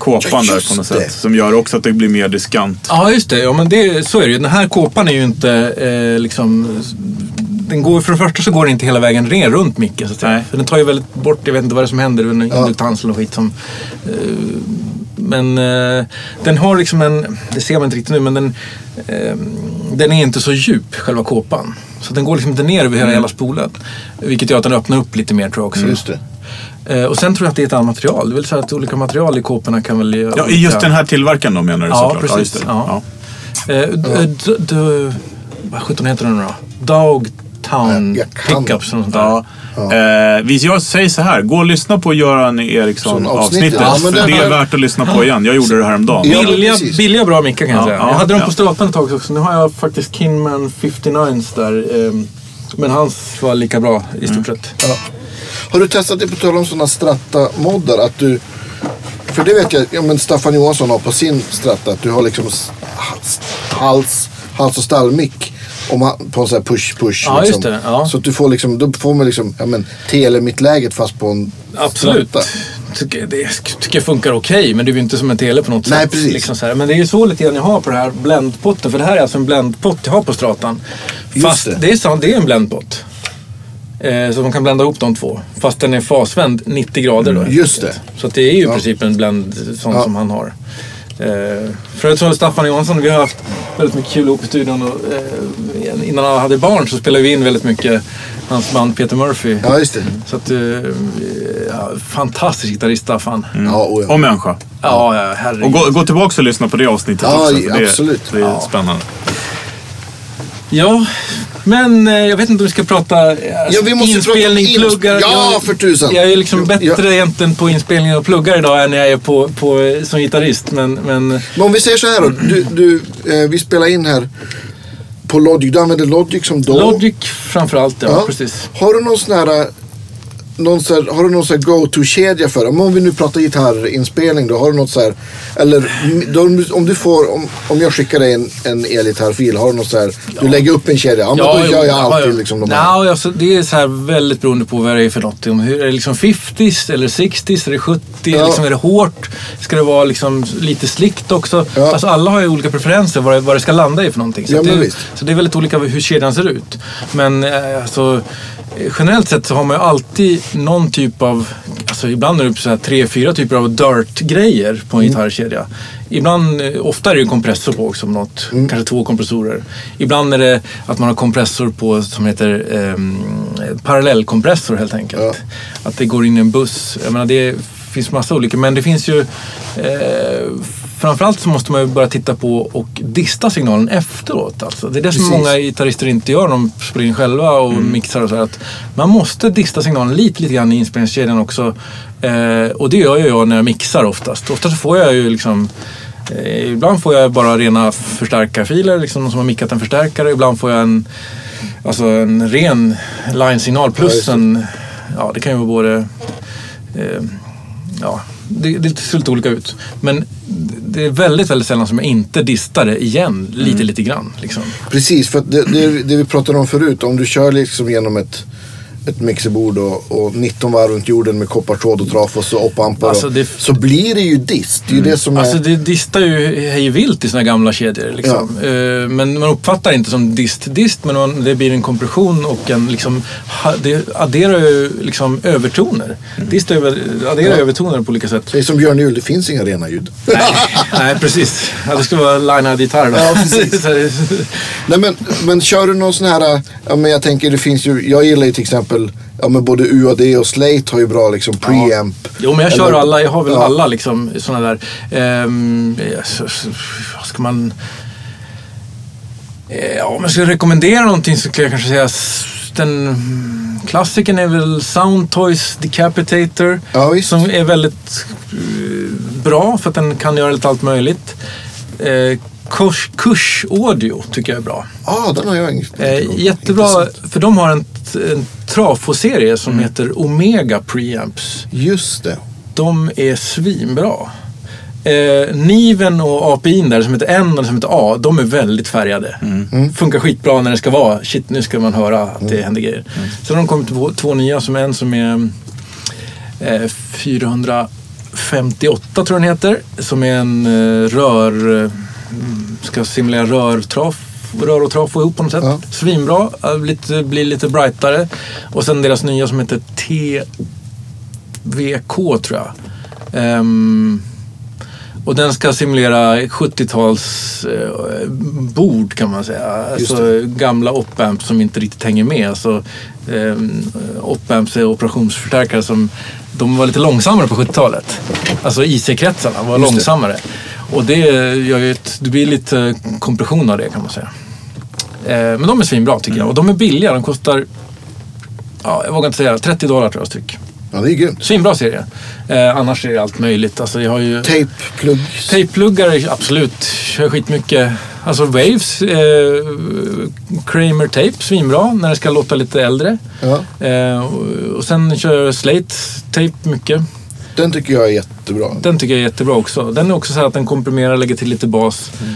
A: Ja,
B: kåpan där
A: just
B: på något
A: det.
B: sätt. Som gör också att det blir mer diskant.
C: Ja, just det. Ja, men det. Så är det ju. Den här kåpan är ju inte eh, liksom... Den går, för det första så går den inte hela vägen ner runt micken. Så att säga.
B: Nej.
C: För den tar ju väldigt bort, jag vet inte vad det är som händer, den induktansen och skit som... Eh, men eh, den har liksom en, det ser man inte riktigt nu, men den, eh, den är inte så djup, själva kåpan. Så den går liksom inte ner över
B: Mm.
C: hela, hela spolen. Vilket gör att den öppnar upp lite mer tror jag också.
A: Mm, Just det.
C: Eh, och sen tror jag att det är ett annat material. Det vill säga att olika material i kåporna kan väl... göra
B: Ja, i
C: olika-
B: just den här tillverkaren då menar du
C: Ja,
B: såklart?
C: precis.
B: just det.
C: Ja.
B: Ja.
C: Eh, d- d- d- vad sjutton heter den nu då? Dogtown
A: Jag- jag kan-
C: Pickups eller något sånt där.
B: Ja. Eh, vi- jag säger så här, gå och lyssna på Göran Eriksson-avsnittet.
A: Sån avsnitt, ja. Ja, men
B: för
A: det-
B: det är värt att lyssna på igen. Jag gjorde det häromdagen.
A: Ja.
C: Billiga,
A: precis.
C: billiga bra mickar kan jag
B: Ja,
C: säga.
B: ja,
C: jag hade dem
B: ja.
C: på stolpen ett tag också. Nu har jag faktiskt Kinman 59s där. ehm, men hans var lika bra i stort
B: Mm.
C: sett.
A: Ja. Har du testat det på tal om sådana stratta-moddar? Att du... För det vet jag, ja, men Staffan Johansson har på sin stratta att du har liksom s- hals, hals och stallmick Om man, på en sån här push-push.
C: Ja, just
A: liksom.
C: det, ja.
A: Så att du får liksom, då får man liksom, ja men, telemittläget fast på en
C: Absolut.
A: platta.
C: Tycker, jag- det tycker jag funkar okej, men det är ju inte som en tele på något
A: Nej,
C: sätt.
A: precis.
C: Liksom så här. Men det är ju så lite grann jag har på den här bländpotten, för det här är alltså en bländpott jag har på Stratan.
A: Just
C: Fast
A: det.
C: det. är sant, det är en bländpott. Eh, så man kan blända ihop de två. Fast den är fasvänd 90 grader då. helt
A: Mm, Just
C: enkelt.
A: det.
C: Så att det är ju i princip en bländ sån
A: Ja.
C: som han har. Eh, för jag tror Staffan Johansson, vi har haft väldigt mycket kul ihop i studion. Och, eh, innan han hade barn så spelade vi in väldigt mycket hans band Peter Murphy.
A: Ja, just det.
C: Så att, eh, ja, fantastisk gitarrist fan.
A: Ja, oh, ja.
B: Och människa.
C: Ja, ja, herregud.
B: Och gå, gå tillbaka och lyssna på det avsnittet
A: Ja,
B: också. för Det,
A: absolut.
B: det är
A: Ja.
B: spännande.
C: Ja, men eh, jag vet inte om vi ska prata eh,
A: Ja, vi måste
C: inspelning,
A: prata om ins-
C: pluggar.
A: Ja,
C: Jag-
A: för tusan.
C: Jag är liksom
A: Jo,
C: bättre
A: ja.
C: egentligen på inspelningar och pluggar idag än jag är på, på, eh, som gitarrist. Men, men
A: Men om vi säger så här då. Du, du, eh, vi spelar in här på Logic. Du använder Logic som då.
C: Logic framförallt, ja, ja. precis.
A: Har du någon sån här, eh, någon så här, har du någon sån här go-to-kedja för det? Men Om vi nu pratar gitarrinspelning då, har du något så här, eller m- då, om du- om du får, om, om jag skickar dig en, en elgitarrfil, har du något så här, du lägger upp en kedja, ja, men då
C: jo,
A: gör jag
C: ja,
A: alltid
C: ja.
A: liksom de
C: Nej,
A: här.
C: alltså, det är så här väldigt beroende på vad det är för något. Om hur- Är det liksom 50s eller 60s? Är det 70?
A: Ja.
C: Liksom, är det hårt? Ska det vara liksom lite slickt också?
A: Ja.
C: Alltså, alla har ju olika preferenser vad det, vad det ska landa i för någonting. Så,
A: Ja,
C: att
A: men
C: det,
A: visst.
C: så det är väldigt olika hur kedjan ser ut. Men eh, alltså, eh, generellt sett så har man ju alltid någon typ av, alltså ibland är det upp så här tre, fyra typer av dirt-grejer på en
A: Mm.
C: gitarrkedja. Ibland, eh, ofta är det ju en kompressor på också, något,
A: Mm.
C: kanske två kompressorer. Ibland är det att man har kompressor på som heter ehm, parallellkompressor helt enkelt. Att det går in i en buss. Jag menar, det finns massa olika, men det finns ju eh, Framförallt så måste man ju börja titta på och dista signalen efteråt. Alltså. Det är det som
A: Precis.
C: många gitarrister inte gör när de spelar in själva och
A: Mm.
C: mixar och så här, att Man måste dista signalen lite, lite grann i inspelningskedjan också. Eh, och det gör ju jag när jag mixar oftast. Oftast får jag ju liksom eh, Ibland får jag bara rena förstärkarfiler, liksom någon som har mickat en förstärkare. Ibland får jag en, alltså en ren line-signal
A: Ja,
C: plus
A: just det.
C: en... Ja, det kan ju vara både... Eh, ja, det, det ser lite olika ut. Men det är väldigt, väldigt sällan som jag inte distar det igen, lite,
A: Mm.
C: lite grann. Liksom.
A: Precis, för att det, det, det vi pratade om förut, om du kör liksom genom ett ett mixerbord och, och 19 varv runt jorden med koppartråd och trafos och uppampar.
C: Alltså,
A: och-
C: det-
A: Så blir det ju dist. Det är ju det som
C: Alltså
A: är...
C: det distar ju hej vilt i sina gamla kedjor. Liksom. Eh, Men man uppfattar inte som dist-dist, men man, det blir en kompression och en liksom, ha- det adderar ju liksom övertoner.
A: Mm.
C: Dist över, adderar övertoner på olika sätt.
A: Det är som Björn Juhl, det finns inga rena ljud.
C: Nej, nej precis. Ja, det skulle vara linead gitarr då.
A: Ja, precis.
C: Så det-
A: Nej men, men kör du någon sån här, äh, ja men jag tänker det finns ju, jag gillar ju till exempel, ja men både UAD och Slate har ju bra liksom preamp.
C: Jo, men jag kör
A: Eller-
C: alla. Jag har väl
A: Ja.
C: alla liksom sådana där. Ehm, eh, s- s- vad ska man... Eh, ja, om jag skulle rekommendera någonting så skulle jag kanske säga s- den mm, klassiken är väl Soundtoys Decapitator.
A: Ja, visst.
C: som är väldigt eh, bra för att den kan göra lite allt möjligt. Eh, Kurs, kurs Audio tycker jag är bra.
A: Ja, Ah, den har jag inget.
C: Eh, jättebra, för de har en, t- en trafo-serie
A: Mm.
C: som heter Omega Preamps.
A: Just det.
C: De är svinbra. Eh, Niven och API'n där, som heter N och som heter A, de är väldigt färgade. Funkar skitbra när det ska vara, shit nu ska man höra att det händer grejer. Sen har de kommit två, två nya, som en som är eh, 458 tror jag den heter, som är en eh, rör, eh, ska simulera rörtraf, rör och traf ihop på något sätt.
A: Ja.
C: Svinbra, eh, lite, blir lite brightare. Och sen deras nya som heter T VK tror jag. Ehm, och den ska simulera 70-tals eh, bord kan man säga.
A: Just
C: Alltså gamla op-amps som inte riktigt hänger med. Alltså, ehm, op-amps är operationsförstärkare som de var lite långsammare på 70-talet. Alltså IC-kretsarna var
A: Just det.
C: långsammare. Och det, gör ju ett, det blir lite kompression av det kan man säga. Eh, men de är svinbra tycker
A: Mm.
C: jag. Och de är billiga. De kostar, ja, jag vågar inte säga, 30 dollar tror jag styck.
A: Ja, det är grymt.
C: Svinbra serie. Eh, annars är det allt möjligt. Alltså, jag har ju...
A: Tejpplugg.
C: Tejpluggar, är- absolut. Kör skitmycket. Alltså Waves, eh, Kramer Tape, svinbra när det ska låta lite äldre.
A: Ja,
C: Eh, och- och sen kör jag Slate Tape mycket.
A: den tycker jag är jättebra.
C: Den tycker jag är jättebra också. Den är också så här att den komprimerar, lägger till lite bas. Mm.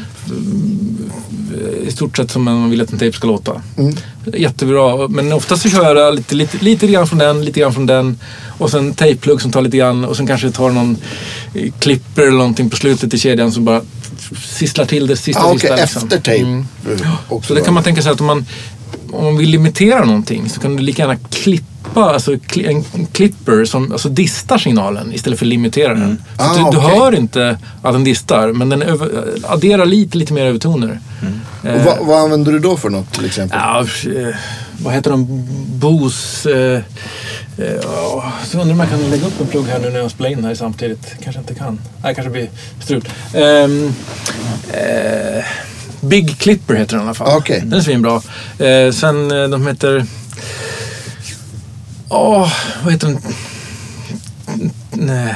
C: i stort sett som man vill att en tejp ska låta.
A: Mm.
C: Jättebra, men oftast så kör jag lite, lite, lite grann från den, lite grann från den och sen tejpplugg som tar lite grann och sen kanske tar någon eh, klipper eller någonting på slutet i kedjan som bara sisslar till det sista,
A: Ah, Okej,
C: sista. liksom.
A: efter tape.
C: Mm.
A: eh, också
C: Så det
A: då.
C: kan man tänka sig att om man, om man vill limitera någonting så kan du lika gärna klippa, alltså kli- en en clipper som alltså distar signalen istället för limitera den. Så att du,
A: Ah,
C: du
A: okej.
C: hör inte att den distar, men den över, adderar lite, lite mer övertoner.
A: Mm.
C: Eh,
A: Och vad, vad använder du då för något till exempel?
C: Ja, eh, vad heter de? Bos... Eh, eh, åh, så undrar om jag kan lägga upp en plugg här nu när jag spelar in här samtidigt. Kanske inte kan. Nej, kanske blir strul. Ehm, eh, Big Clipper heter den i alla fall.
A: Ah, Okej.
C: Den är svinbra. Eh, sen eh, de heter... Åh, vad heter den? Nej,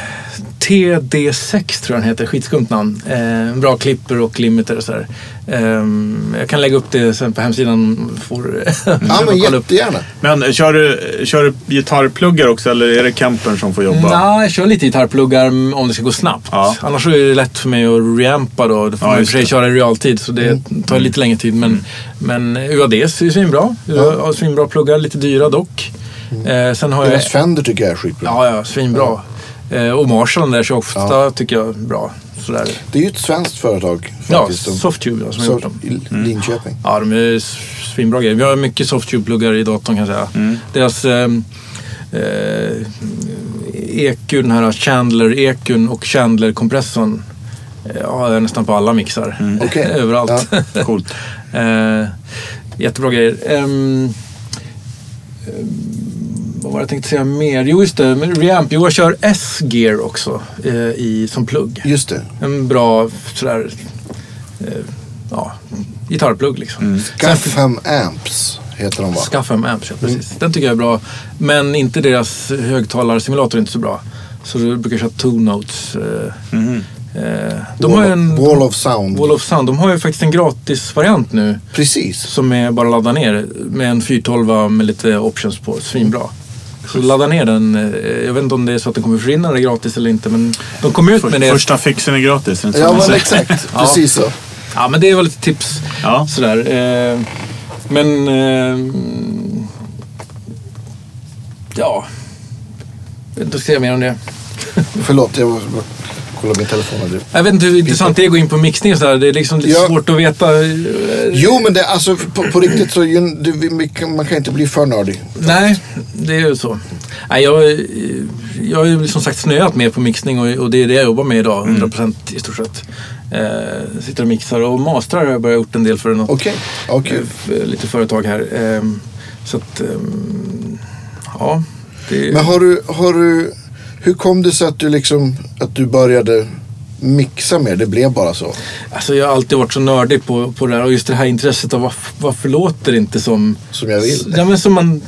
C: TD6 tror jag den heter, skitskumt namn. Eh, bra klipper och limiter och sådär. Ehm, jag kan lägga upp det sen på hemsidan. Får,
A: Ja, men
C: kolla upp.
A: jättegärna.
B: Men eh, kör du, kör du gitarrpluggar också eller är det campern som får jobba?
C: Nej, jag kör lite gitarrpluggar mm, om det ska gå snabbt.
B: Ja.
C: Annars så är det lätt för mig att reampa då. Det får
B: Ja,
C: man i och
B: just
C: för sig
B: det.
C: köra i realtid så det tar lite längre tid. Men, men UAD är svinbra. Ja. Svinbra pluggar, lite dyra dock. Eh, sen har jag...
A: Deras Fender tycker jag är skitbra.
C: Ja, ja, svinbra. Eh, och Marshall där kör jag ofta tycker jag är bra. Sådär.
A: Det är ju ett svenskt företag
C: Ja,
A: faktiskt. som-
C: Softube ja, som har
A: så,
C: gjort dem.
A: i Linköping.
C: Ja, de är s- svinbra grejer. Vi har mycket Softube-pluggar i datorn kan jag säga.
A: Mm.
C: Deras ehm, eh, EQ, den här Chandler-EQn och Chandler-kompressorn eh, har jag nästan på alla mixar.
A: Mm. Okej.
C: Överallt.
B: Coolt.
C: Eh, jättebra grejer. Ehm, ehm, vad var det jag tänkte säga mer? Jo, just det. men Reamp. Jo, jag kör S-gear också eh, i, som plugg.
A: Just det.
C: En bra sådär, eh, ja, gitarrplugg liksom.
A: Gaffham Amps heter de va?
C: Skaffa en Mm. amp, ja, precis. Den tycker jag är bra. Men inte deras högtalarsimulator är inte så bra. Så du brukar jag köra two notes. Eh,
B: Mhm.
C: eh, de har ju en...
A: Wall of Sound.
C: Wall of Sound. De har ju faktiskt en gratis variant nu
A: Precis.
C: som är bara att ladda ner med en 412 med lite options på. Svinbra. Så ladda ner den. Eh, Jag vet inte om det är så att den kommer försvinna eller är gratis eller inte men de kom ut med det.
B: Första fixen är gratis. det är inte så
A: Ja,
B: man
A: men
B: säger.
A: exakt.
C: Ja.
A: Precis så.
C: Ja men det var lite tips.
B: Ja.
C: Sådär. Eh, Men... eh, Ja. Jag vet inte vad jag ska säga mer om det.
A: Förlåt, jag måste bara kolla min telefon. här.
C: Jag vet inte hur intressant det är att gå in på mixning och sådär. Det är liksom lite
A: Ja.
C: svårt att veta. eh,
A: Jo, men det, alltså, på, på riktigt så är ju- det, vi kan- man kan inte bli för nördig.
C: Nej, det är ju så. Nej, jag, eh, jag har ju som sagt snöat mer på mixning och, och det är det jag jobbar med idag. 100% i stort sett. Eh, sitter och mixar och mastrar har jag börjat gjort en del för något
A: Okej, okej.
C: f- Eh, lite företag här. Ehm, Så att, ehm, ja. Det,
A: Men har du, har du, hur kom det sig att du liksom, att du började mixa mer? Det blev bara så.
C: alltså jag har alltid varit så nördig på, på det här och just det här intresset av varför, varför låter det inte som...
A: Som jag vill.
C: Ja, men som man,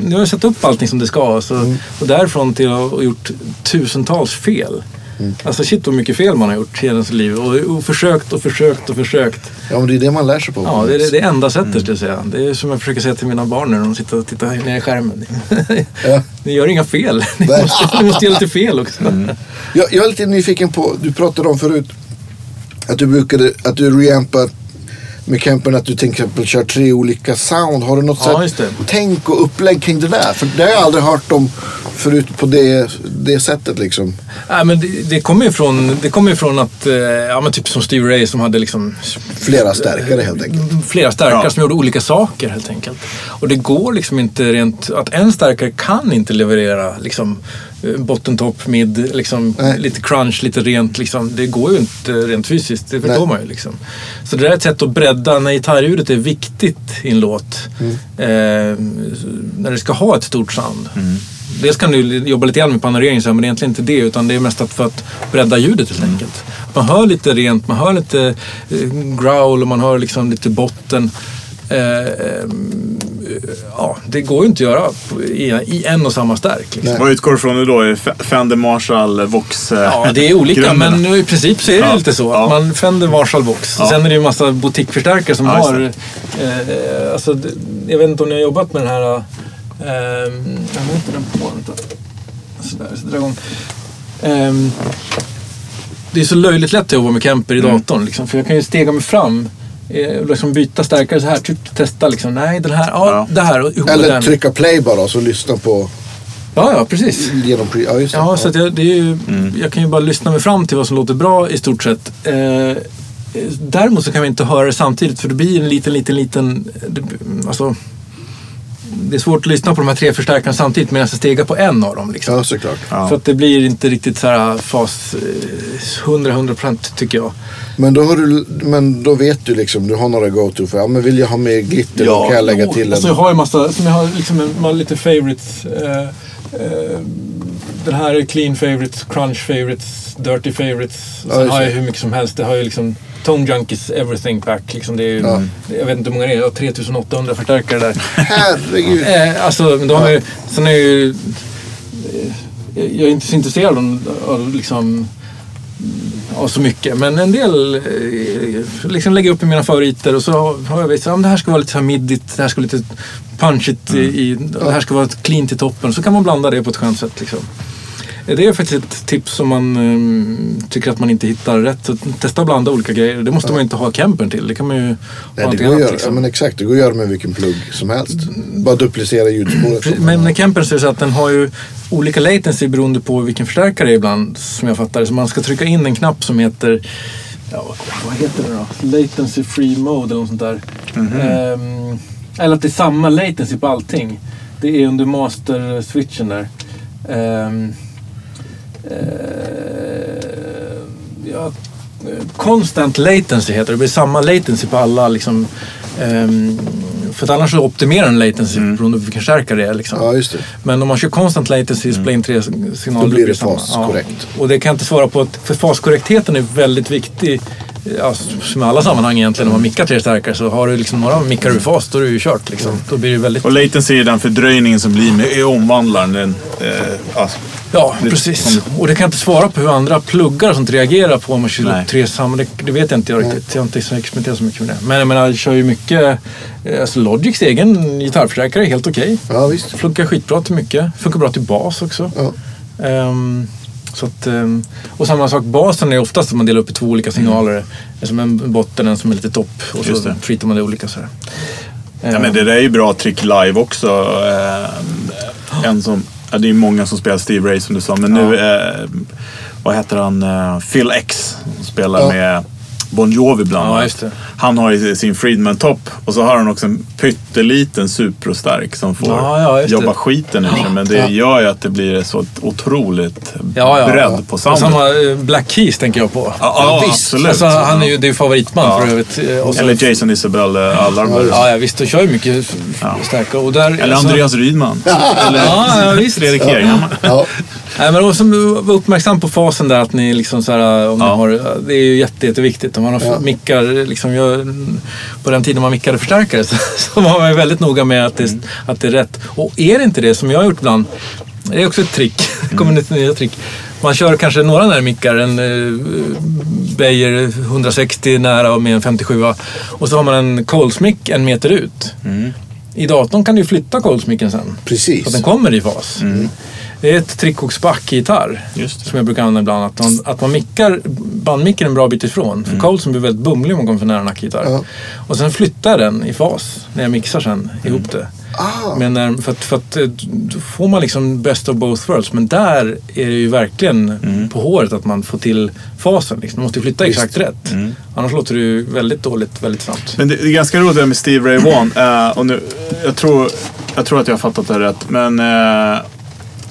C: nu har jag satt upp allting som det ska så,
A: Mm.
C: och därifrån till att ha gjort tusentals fel.
A: Mm.
C: Alltså shit vad mycket fel man har gjort hela ens liv och, och försökt och försökt och försökt.
A: Ja, men det är det man lär sig på.
C: Ja, det är det, det enda sättet skulle jag säga. Det är som jag försöker säga till mina barn nu när de sitter och tittar ner i skärmen.
A: Ja.
C: Ni gör inga fel. Ni
A: Nej. Mm.
C: måste, ni måste göra lite fel också.
A: Jag, jag är lite nyfiken på, du pratade om förut att du brukade, att du reampar med campern att du till exempel kör tre olika sound. Har du något
C: Ja,
A: sätt,
C: just det.
A: tänk och upplägg kring det där? För det har jag aldrig hört om förut på det, det sättet liksom.
C: Nej, men det, det kommer ju från, det kommer ju från att, eh, ja men typ som Steve Ray som hade liksom
A: Flera stärkare helt enkelt.
C: flera stärkare
B: Ja.
C: som gjorde olika saker helt enkelt. Och det går liksom inte rent, att en stärkare kan inte leverera liksom eh, bottentopp, mid, liksom,
A: Nej.
C: lite crunch, lite rent liksom. Det går ju inte rent fysiskt, det förstår
A: Nej.
C: man ju liksom. Så det där är ett sätt att bredda när gitarrljudet är viktigt i en låt. Eh, när det ska ha ett stort sound. Dels kan du ju jobba lite grann med panorering, så här, men det är egentligen inte det. Utan det är mest att- för att bredda ljudet helt enkelt. Man hör lite rent, man hör lite eh, growl och man hör liksom lite botten. Eh, eh, ja, det går ju inte att göra på- i, i en och samma stärk. Liksom.
B: Vad utgår från nu då? Är F- Fender Marshall, Vox? eh,
C: Ja, det är olika,
B: grunderna?
C: men i princip så är det
B: Ja,
C: lite så.
B: ja.
C: Att man Fender Marshall Box.
B: Ja.
C: Sen är det ju en massa boutiqueförstärkare som
B: Ja, just
C: har... Eh, alltså, d- jag vet inte om ni har jobbat med den här... Eh, jag har inte den på. Vänta. Sådär, jag sätter igång. Ehm,
B: Mm.
C: det är så löjligt lätt att jobba med camper i datorn. Liksom, för jag kan ju stega mig fram eh, liksom byta stärkare så här, typ testa liksom, nej den här, ja,
B: Ja.
C: det här och ihop med
A: Eller
C: den.
A: trycka play bara och så lyssna på
C: Ja, ja, precis.
A: genom pre... Ja, just det.
C: Ja, så att jag, det är ju, jag kan ju bara lyssna mig fram till vad som låter bra i stort sett. Eh, däremot så kan vi inte höra det samtidigt för det blir en liten, liten, liten... Det, alltså, det är svårt att lyssna på de här tre förstärkarna samtidigt medan jag stegar på en av dem. Liksom.
A: ja såklart.
B: Ja.
C: Så att det blir inte riktigt så här fas eh, 100-100% tycker jag.
A: Men då, har du, men då vet du liksom, du har några go-to för, ja men vill jag ha mer glitter då kan jag lägga
C: och-
A: till en.
C: alltså, Jag har ju massa, som jag har liksom en, man, lite favorites. Eh, eh, den här är clean favorites, crunch favorites, dirty favorites. Och
A: Ja,
C: sen
A: just
C: har jag
A: det.
C: hur mycket som helst. Det har ju liksom Tone Junkies Everything Pack. Liksom det är ju,
A: Ja.
C: Jag vet inte hur många det är, jag har 3800 förstärkare där.
A: Herregud.
C: Eh, alltså, men då har jag, sen är jag ju... eh, Jag är inte så intresserad av, av liksom av så mycket, men en del eh, liksom lägger jag upp i mina favoriter och så har- har jag visat att det här ska vara lite så här middigt, det här ska vara lite punchigt,
A: Mm.
C: i, i, och det här ska vara clean till toppen. Så kan man blanda det på ett skönt sätt. Liksom. Eh, Det är faktiskt ett tips som man eh, tycker att man inte hittar rätt. Så testa att blanda olika grejer. Det måste man ju inte ha campern till. Det kan man ju ha
A: Nej, det
C: någonting
A: går att
C: annat,
A: göra, ja,
C: liksom.
A: men exakt, det går att göra med vilken plugg som helst. Bara duplicera ljudspåret.
C: Precis, Men med campern så är det så att den har ju olika latency beroende på vilken förstärkare det är ibland, som jag fattar det. Så man ska trycka in en knapp som heter, ja, vad heter det då? Latency free mode eller något sånt där. Ehm, eller att det är samma latency på allting. Det är under master-switchen där. Ehm, eh, ja, constant latency heter det. Det blir samma latency på alla. Liksom, ehm, för att annars så optimerar den latency beroende på vilken förstärkare det är. Liksom.
A: Ja, just det.
C: Men om man kör constant latency i Splane 3-signaler
A: Då blir det
C: samma.
A: faskorrekt.
C: Ja. Och det kan jag inte svara på, att- för faskorrektheten är väldigt viktig. Ja, som i alla sammanhang egentligen, om man mickar tre starkare så har du liksom några mickar ur fas, då är det ju kört. Liksom. Då blir det väldigt...
B: Och latency är den fördröjningen som blir med i omvandlaren. Den, eh, alltså,
C: Ja,
B: Det-
C: precis. Och det kan jag inte svara på hur andra pluggar och sånt reagerar på om man kör
B: Nej.
C: upp tre samma. Det, det vet jag inte jag riktigt. Jag har inte experimenterat så mycket med det. Men jag menar, jag kör ju mycket... eh, Alltså Logics egen gitarrförstärkare är helt okej.
A: Ja, visst.
C: Funkar skitbra till mycket. Funkar bra till bas också.
A: Ja.
C: Ehm, så att, ehm, och samma sak, basen är oftast att man delar upp i två olika signaler. Som en botten, en som är lite topp och
B: Mm. Just
C: så Ehm,
B: det.
C: fritar man det olika. Sådär.
B: ja, men det där är ju bra trick live också. Eh, en som, ja, det är ju många som spelar Steve Ray som du sa, men nu, eh, vad heter han, eh, Phil X som spelar
A: Ja.
B: med Bon Jovi bland
C: Ja,
B: annat.
C: just det.
B: Han har ju sin Friedman-topp och så har han också en pytteliten Supro-stark som får
C: Ja, ja, just det.
B: jobba skiten ur sig. Men det
A: Ja.
B: gör ju att det blir så ett otroligt
C: Ja, ja.
B: bredd på
C: Och
B: soundet.
C: samma eh, Black Keys tänker jag på.
B: Ja, ja,
A: visst.
B: absolut.
C: Alltså, han är ju, det är ju favoritman
B: Ja.
C: för övrigt. eh, Och så,
B: Eller Jason Isabel eh, Alarm.
C: Ja, ja, visst. De kör ju mycket f-
B: Ja.
C: starka. Och där,
B: Eller
C: alltså-
B: Andreas Rydman. Eller
C: Ja, ja, visst.
B: Fredrik Erhammar.
A: Ja,
C: Nej, men också var uppmärksam på fasen där att ni liksom så här, om ni
B: Ja.
C: har, det är ju jätte, jätteviktigt. Om man har
A: Ja.
C: mickar, liksom jag, på den tiden man mickade förstärkare så, så var man ju väldigt noga med att det, att det är rätt. Och är det inte det, som jag har gjort ibland, det är också ett trick. Det kommer lite nya trick. Man kör kanske några nära mickar, en eh, Beijer 160 nära och med en 57 och så har man en Coles-mick en meter ut.
B: Mm.
C: I datorn kan du ju flytta Coles-micken sen.
A: precis.
C: Så att den kommer i fas. Det är ett trickoxback-gitarr
B: Just det.
C: som jag brukar använda ibland. Att man, att man mickar bandmicken en bra bit ifrån. För Colson blir väldigt bumlig om man kommer för nära en ackgitarr.
A: Ja.
C: Och sen flyttar jag den i fas när jag mixar sen ihop det.
A: Ah.
C: Men när, för att, för att, eh, då får man liksom best of both worlds. Men där är det ju verkligen på håret att man får till fasen. Liksom. Man måste ju flytta exakt rätt. Annars låter det ju väldigt dåligt väldigt snabbt.
B: Men det, det är ganska roligt det där med Steve Ray Vaughan. Eh, och nu, jag, tror, jag tror att jag har fattat det här rätt. Men eh,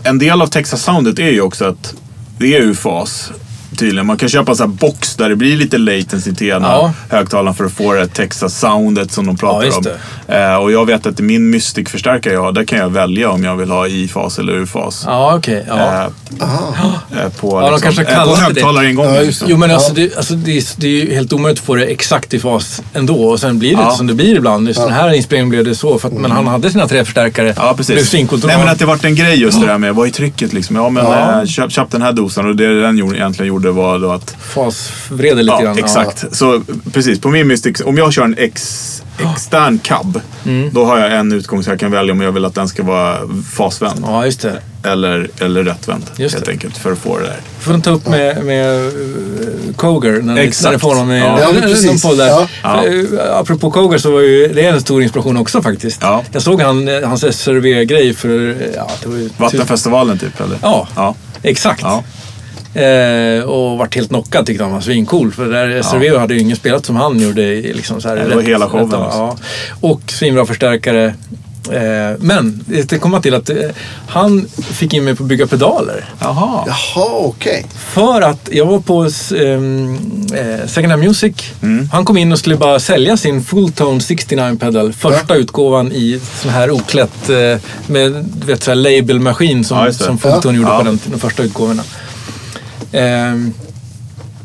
B: en del av Texas-soundet är ju också att det är UFAS. Tydligen. Man kan köpa en sån här box där det blir lite latency till ena
C: Ja.
B: högtalaren för att få det Texas-soundet som de
C: Ja,
B: pratar
C: just
B: om. Eh, och jag vet att i min Mystic-förstärkare jag har, där kan jag välja om jag vill ha i-fas eller ur-fas.
C: Ja, okej. ja.
B: Eh, eh, på,
C: Ja, de
B: liksom,
C: kanske
B: eh,
C: kallar
B: på
C: det det.
B: högtalaringången.
A: Ja, just
B: liksom.
C: Jo, men alltså, det, alltså, det, är, det är ju helt omöjligt att få det exakt i fas ändå. Och sen blir det
B: Ja.
C: inte som det blir ibland. Just den här inspelningen blev det så. För att, Men han hade sina tre förstärkare.
B: Ja,
C: Blev
B: precis.
C: svinkontroll.
B: Nej, men att det vart en grej just det där med vad är trycket liksom. Ja, men
C: Ja.
B: eh, köp, köp den här dosan och det den gjorde, egentligen gjorde var då att...
C: Fasvrede lite
B: Ja,
C: grann.
B: exakt. Så precis, på min Mystic, om jag kör en X, extern cab,
C: Mm.
B: då har jag en utgång så jag kan välja om jag vill att den ska vara fasvänd
C: Ja, just det.
B: eller, eller rättvänd.
C: Just
B: helt
C: det.
B: enkelt, för att få det där.
C: får de ta upp med, med eh, Koger när ni-
B: Exakt.
C: när ni får honom i
B: Ja,
A: men
C: någon
A: precis.
C: podd där.
A: Ja.
B: Ja.
C: Eh, Apropå Koger så var ju det en stor inspiration också faktiskt.
B: Ja.
C: Jag såg han, eh, hans SRV-grej för... eh, Ja, det var ju
B: Vattenfestivalen typ, eller?
C: Ja,
B: ja.
C: exakt.
B: Ja.
C: Eh, och vart helt knockad tyckte han var svincool. För där SRV hade ju ingen spelat som han gjorde. i Liksom så här,
B: Nej, det var hela showen alltså. också.
C: ja. Och svinbra förstärkare. Eh, men det kom till att eh, han fick in mig på att bygga pedaler.
B: Jaha.
A: Jaha, okej.
C: För att jag var på um, eh, Second Hand Music.
B: Mm.
C: Han kom in och skulle bara sälja sin Fulltone 69 pedal. Första utgåvan i sån här oklätt eh, med du vet, så här labelmaskin som,
B: Ja, just det.
C: som Fulltone
B: Ja.
C: gjorde
B: Ja.
C: på den, de första utgåvorna. Ehm,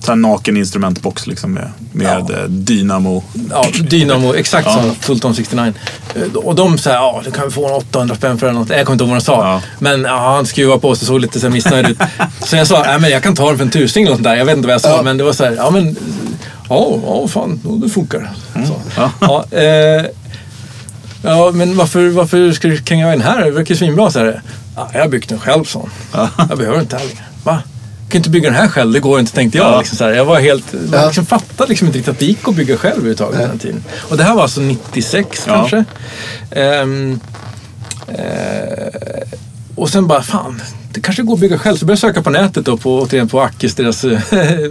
B: Så här naken instrumentbox liksom med, med eh, dynamo.
C: ja, Dynamo, exakt som Fulltone 69. Eh, Och de sa, ja, du kan vi få en 800 spänn för den. eller något." Jag kommer inte ihåg vad de sa.
B: Ja.
C: Men ja, han skruvade på sig och såg lite så här missnöjd ut. Så jag sa, nej men jag kan ta den för en tusing eller något sånt där. Jag vet inte vad jag sa,
A: Ja.
C: men det var så här, ja men, ja, ja fan, ja, det funkar. Så.
B: Mm. Ja.
C: Ja, eh, ja, men varför, varför ska du kränga den här? Det verkar ju svinbra, så här. Ja, jag har byggt den själv, sa han. Jag behöver inte här längre. Va? Jag kan inte bygga den här själv, det går inte, tänkte jag.
B: Ja.
C: Liksom så här. Jag var helt...
A: Ja.
C: Jag liksom fattade liksom inte riktigt att det gick att bygga själv överhuvudtaget den här tiden. Och det här var alltså 96
B: Ja.
C: kanske. Ehm, eh, och sen bara, fan, det kanske går att bygga själv. Så började jag söka på nätet då, på, återigen på Akis, deras eh,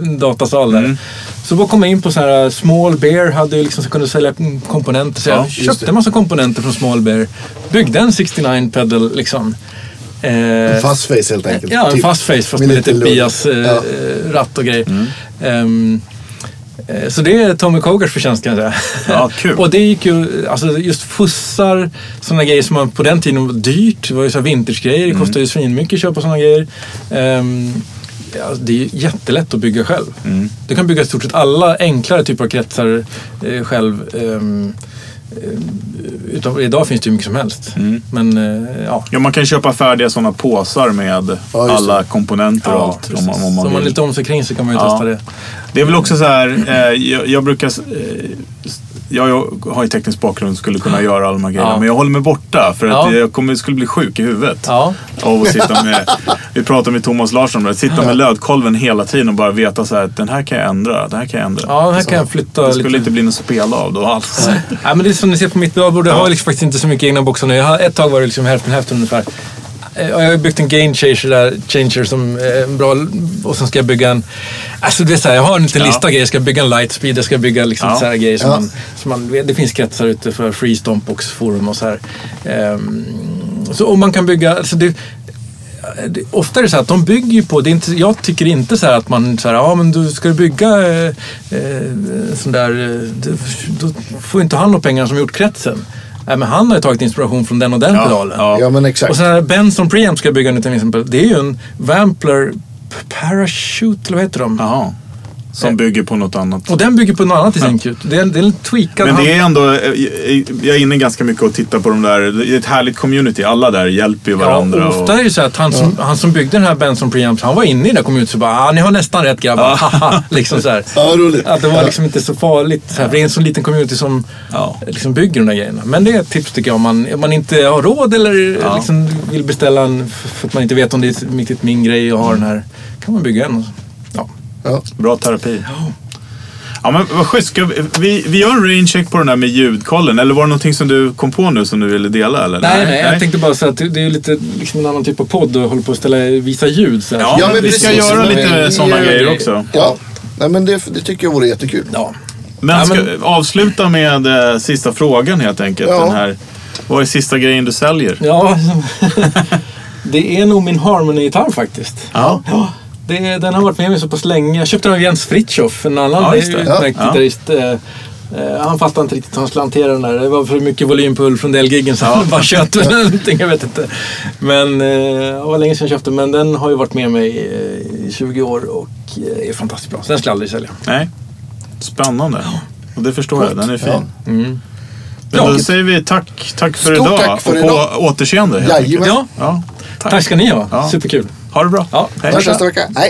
C: datasal där.
B: Mm.
C: Så bara kom jag in på så här, eh, Small Bear hade ju liksom, så kunde sälja komponenter. Så jag
B: Ja, just
C: köpte en massa komponenter från Small Bear. Byggde en 69 pedal liksom. Eh,
A: En fast face helt enkelt.
C: Ja, en
A: typ.
C: fast face fast med, lite
A: lugg.
C: bias, eh,
A: Ja.
C: ratt och grejer.
B: Mm.
C: Ehm, eh, så det är Tommy Kogers förtjänst kan jag säga.
B: Ja, kul.
C: och det gick ju, alltså just fussar, sådana grejer som man på den tiden var dyrt. Det var ju så här vintagegrejer,
B: Mm.
C: det kostade ju svinmycket att köpa sådana grejer. Ehm, ja, det är ju jättelätt att bygga själv.
B: Mm.
C: Du kan bygga i stort sett alla enklare typer av kretsar eh, själv. Ehm, eh, utan, idag finns det ju mycket som helst.
B: Mm.
C: Men eh, ja,
B: Ja, man kan köpa färdiga sådana påsar med
A: Ja, just
B: alla komponenter och allt.
C: precis.
B: Om, man- om
C: Så
B: man
C: man är
B: vill.
C: lite om sig kring så kan man ju
B: Ja.
C: testa det.
B: Det är väl också så här, eh, jag, jag brukar... s- Eh, s- jag jag har ju teknisk bakgrund och skulle kunna göra alla de här grejerna,
C: Ja.
B: men jag håller mig borta för att
C: Ja.
B: jag kommer, skulle bli sjuk i huvudet.
C: Ja.
B: Av att sitta med, vi pratade med Thomas Larsson om det, sitta med lödkolven hela tiden och bara veta så här, att den här kan jag ändra, den här kan jag ändra. Liksom.
C: Ja, här kan jag flytta
B: Det
C: lite.
B: Alltså, skulle inte bli något spel av då alls.
C: Ja, men det är som ni ser på mitt dagblad, jag har liksom faktiskt inte så mycket egna boxar nu. Jag har, ett tag var det liksom hälften hälften ungefär. Eh, och Jag har byggt en game changer, där, changer som är en bra... Och sen ska jag bygga en... Alltså det är så här, jag har en liten
B: Ja.
C: lista grejer. Jag ska bygga en lightspeed, jag ska bygga liksom
B: Ja.
C: så här grejer som,
A: Ja.
C: man, som man... vet. Det finns kretsar ute för free stompbox forum och så här. Ehm, så om man kan bygga... Alltså det, det- ofta är det så här att de bygger ju på, det är inte, jag tycker inte så här att man så här, ja men du ska du bygga eh, eh, sån där, eh, du, då får ju inte han några pengar som gjort kretsen. Nej men han har ju tagit inspiration från den och den pedalen.
B: ja.
A: Ja, men exakt.
C: Och sen här Benson Preamp ska jag bygga nu till exempel, det är ju en Vampler P- Parachute, eller vad heter de?
B: Jaha. Som bygger på något annat.
C: Och den bygger på något annat i sin kut. Det är, det är en
B: Men
C: tweakad
B: det
C: hand-
B: är ändå, eh, jag är inne ganska mycket och tittar på de där, det är ett härligt community, alla där hjälper ju
C: Ja,
B: varandra.
C: och ofta är det ju så att han som, han som byggde den här Benson Preamps, han var inne i det kommunet och bara ah, ni har nästan rätt grabbar, haha. liksom så här.
A: Ja, roligt.
C: Att det var liksom inte så farligt. Så här, för det är en sån liten community som
B: Ja.
C: liksom bygger de där grejerna. Men det är ett tips tycker jag om man, om man inte har råd eller
B: Ja.
C: liksom vill beställa en f- för att man inte vet om det är riktigt min grej och har den här. kan man bygga en. Ja.
A: Ja.
B: Bra terapi. Ja men vad schysst. Ska vi, vi, vi gör en raincheck på den där med ljudkollen. Eller var det någonting som du kom på nu som du ville dela? Eller?
C: Nej, nej, jag tänkte bara säga att det det är lite liksom en annan typ av podd och håller på att ställa, visa ljud. Så här.
B: Ja,
A: Ja,
B: men
A: men
B: vi ska
A: precis.
B: göra
A: Men
B: lite
A: vi-
B: sådana
A: vi-
B: grejer också.
A: ja. Nej, men det, det tycker jag vore jättekul.
C: Ja.
B: Men
C: Ja,
B: ska
C: men-
B: avsluta med eh, sista frågan helt enkelt.
A: Ja.
B: Den här, vad är sista grejen du säljer?
C: Ja, det är nog min Harmony-gitarr faktiskt.
B: Ja.
C: Det, den har varit med mig så pass länge. Jag köpte den av Jens Fritiof, en annan
B: Ja, just det.
C: utmärkt
B: Ja.
C: gitarrist. Eh, eh, Han fattade inte riktigt hur han skulle hantera den där. Det var för mycket volym på Ulf Lundell-giggen så han bara kött eller någonting. Jag vet inte. Men eh, det var länge sedan jag köpte men den har ju varit med mig eh, i 20 år och eh, är fantastiskt bra. Så den skulle jag aldrig sälja.
B: Nej. Spännande. Och det förstår jag, den är fin.
A: Ja.
B: Men då
C: Mm. Ja.
B: säger vi tack, tack för
A: Stort
B: idag
A: tack för
B: och på
A: idag.
B: återseende. helt enkelt.
A: Jajamän.
C: Ja,
B: Ja, tack.
C: tack ska ni ha.
B: Ja.
C: Superkul.
B: Ha det bra.
C: Ja,
B: Hej.
A: Hörs nästa vecka. Hej.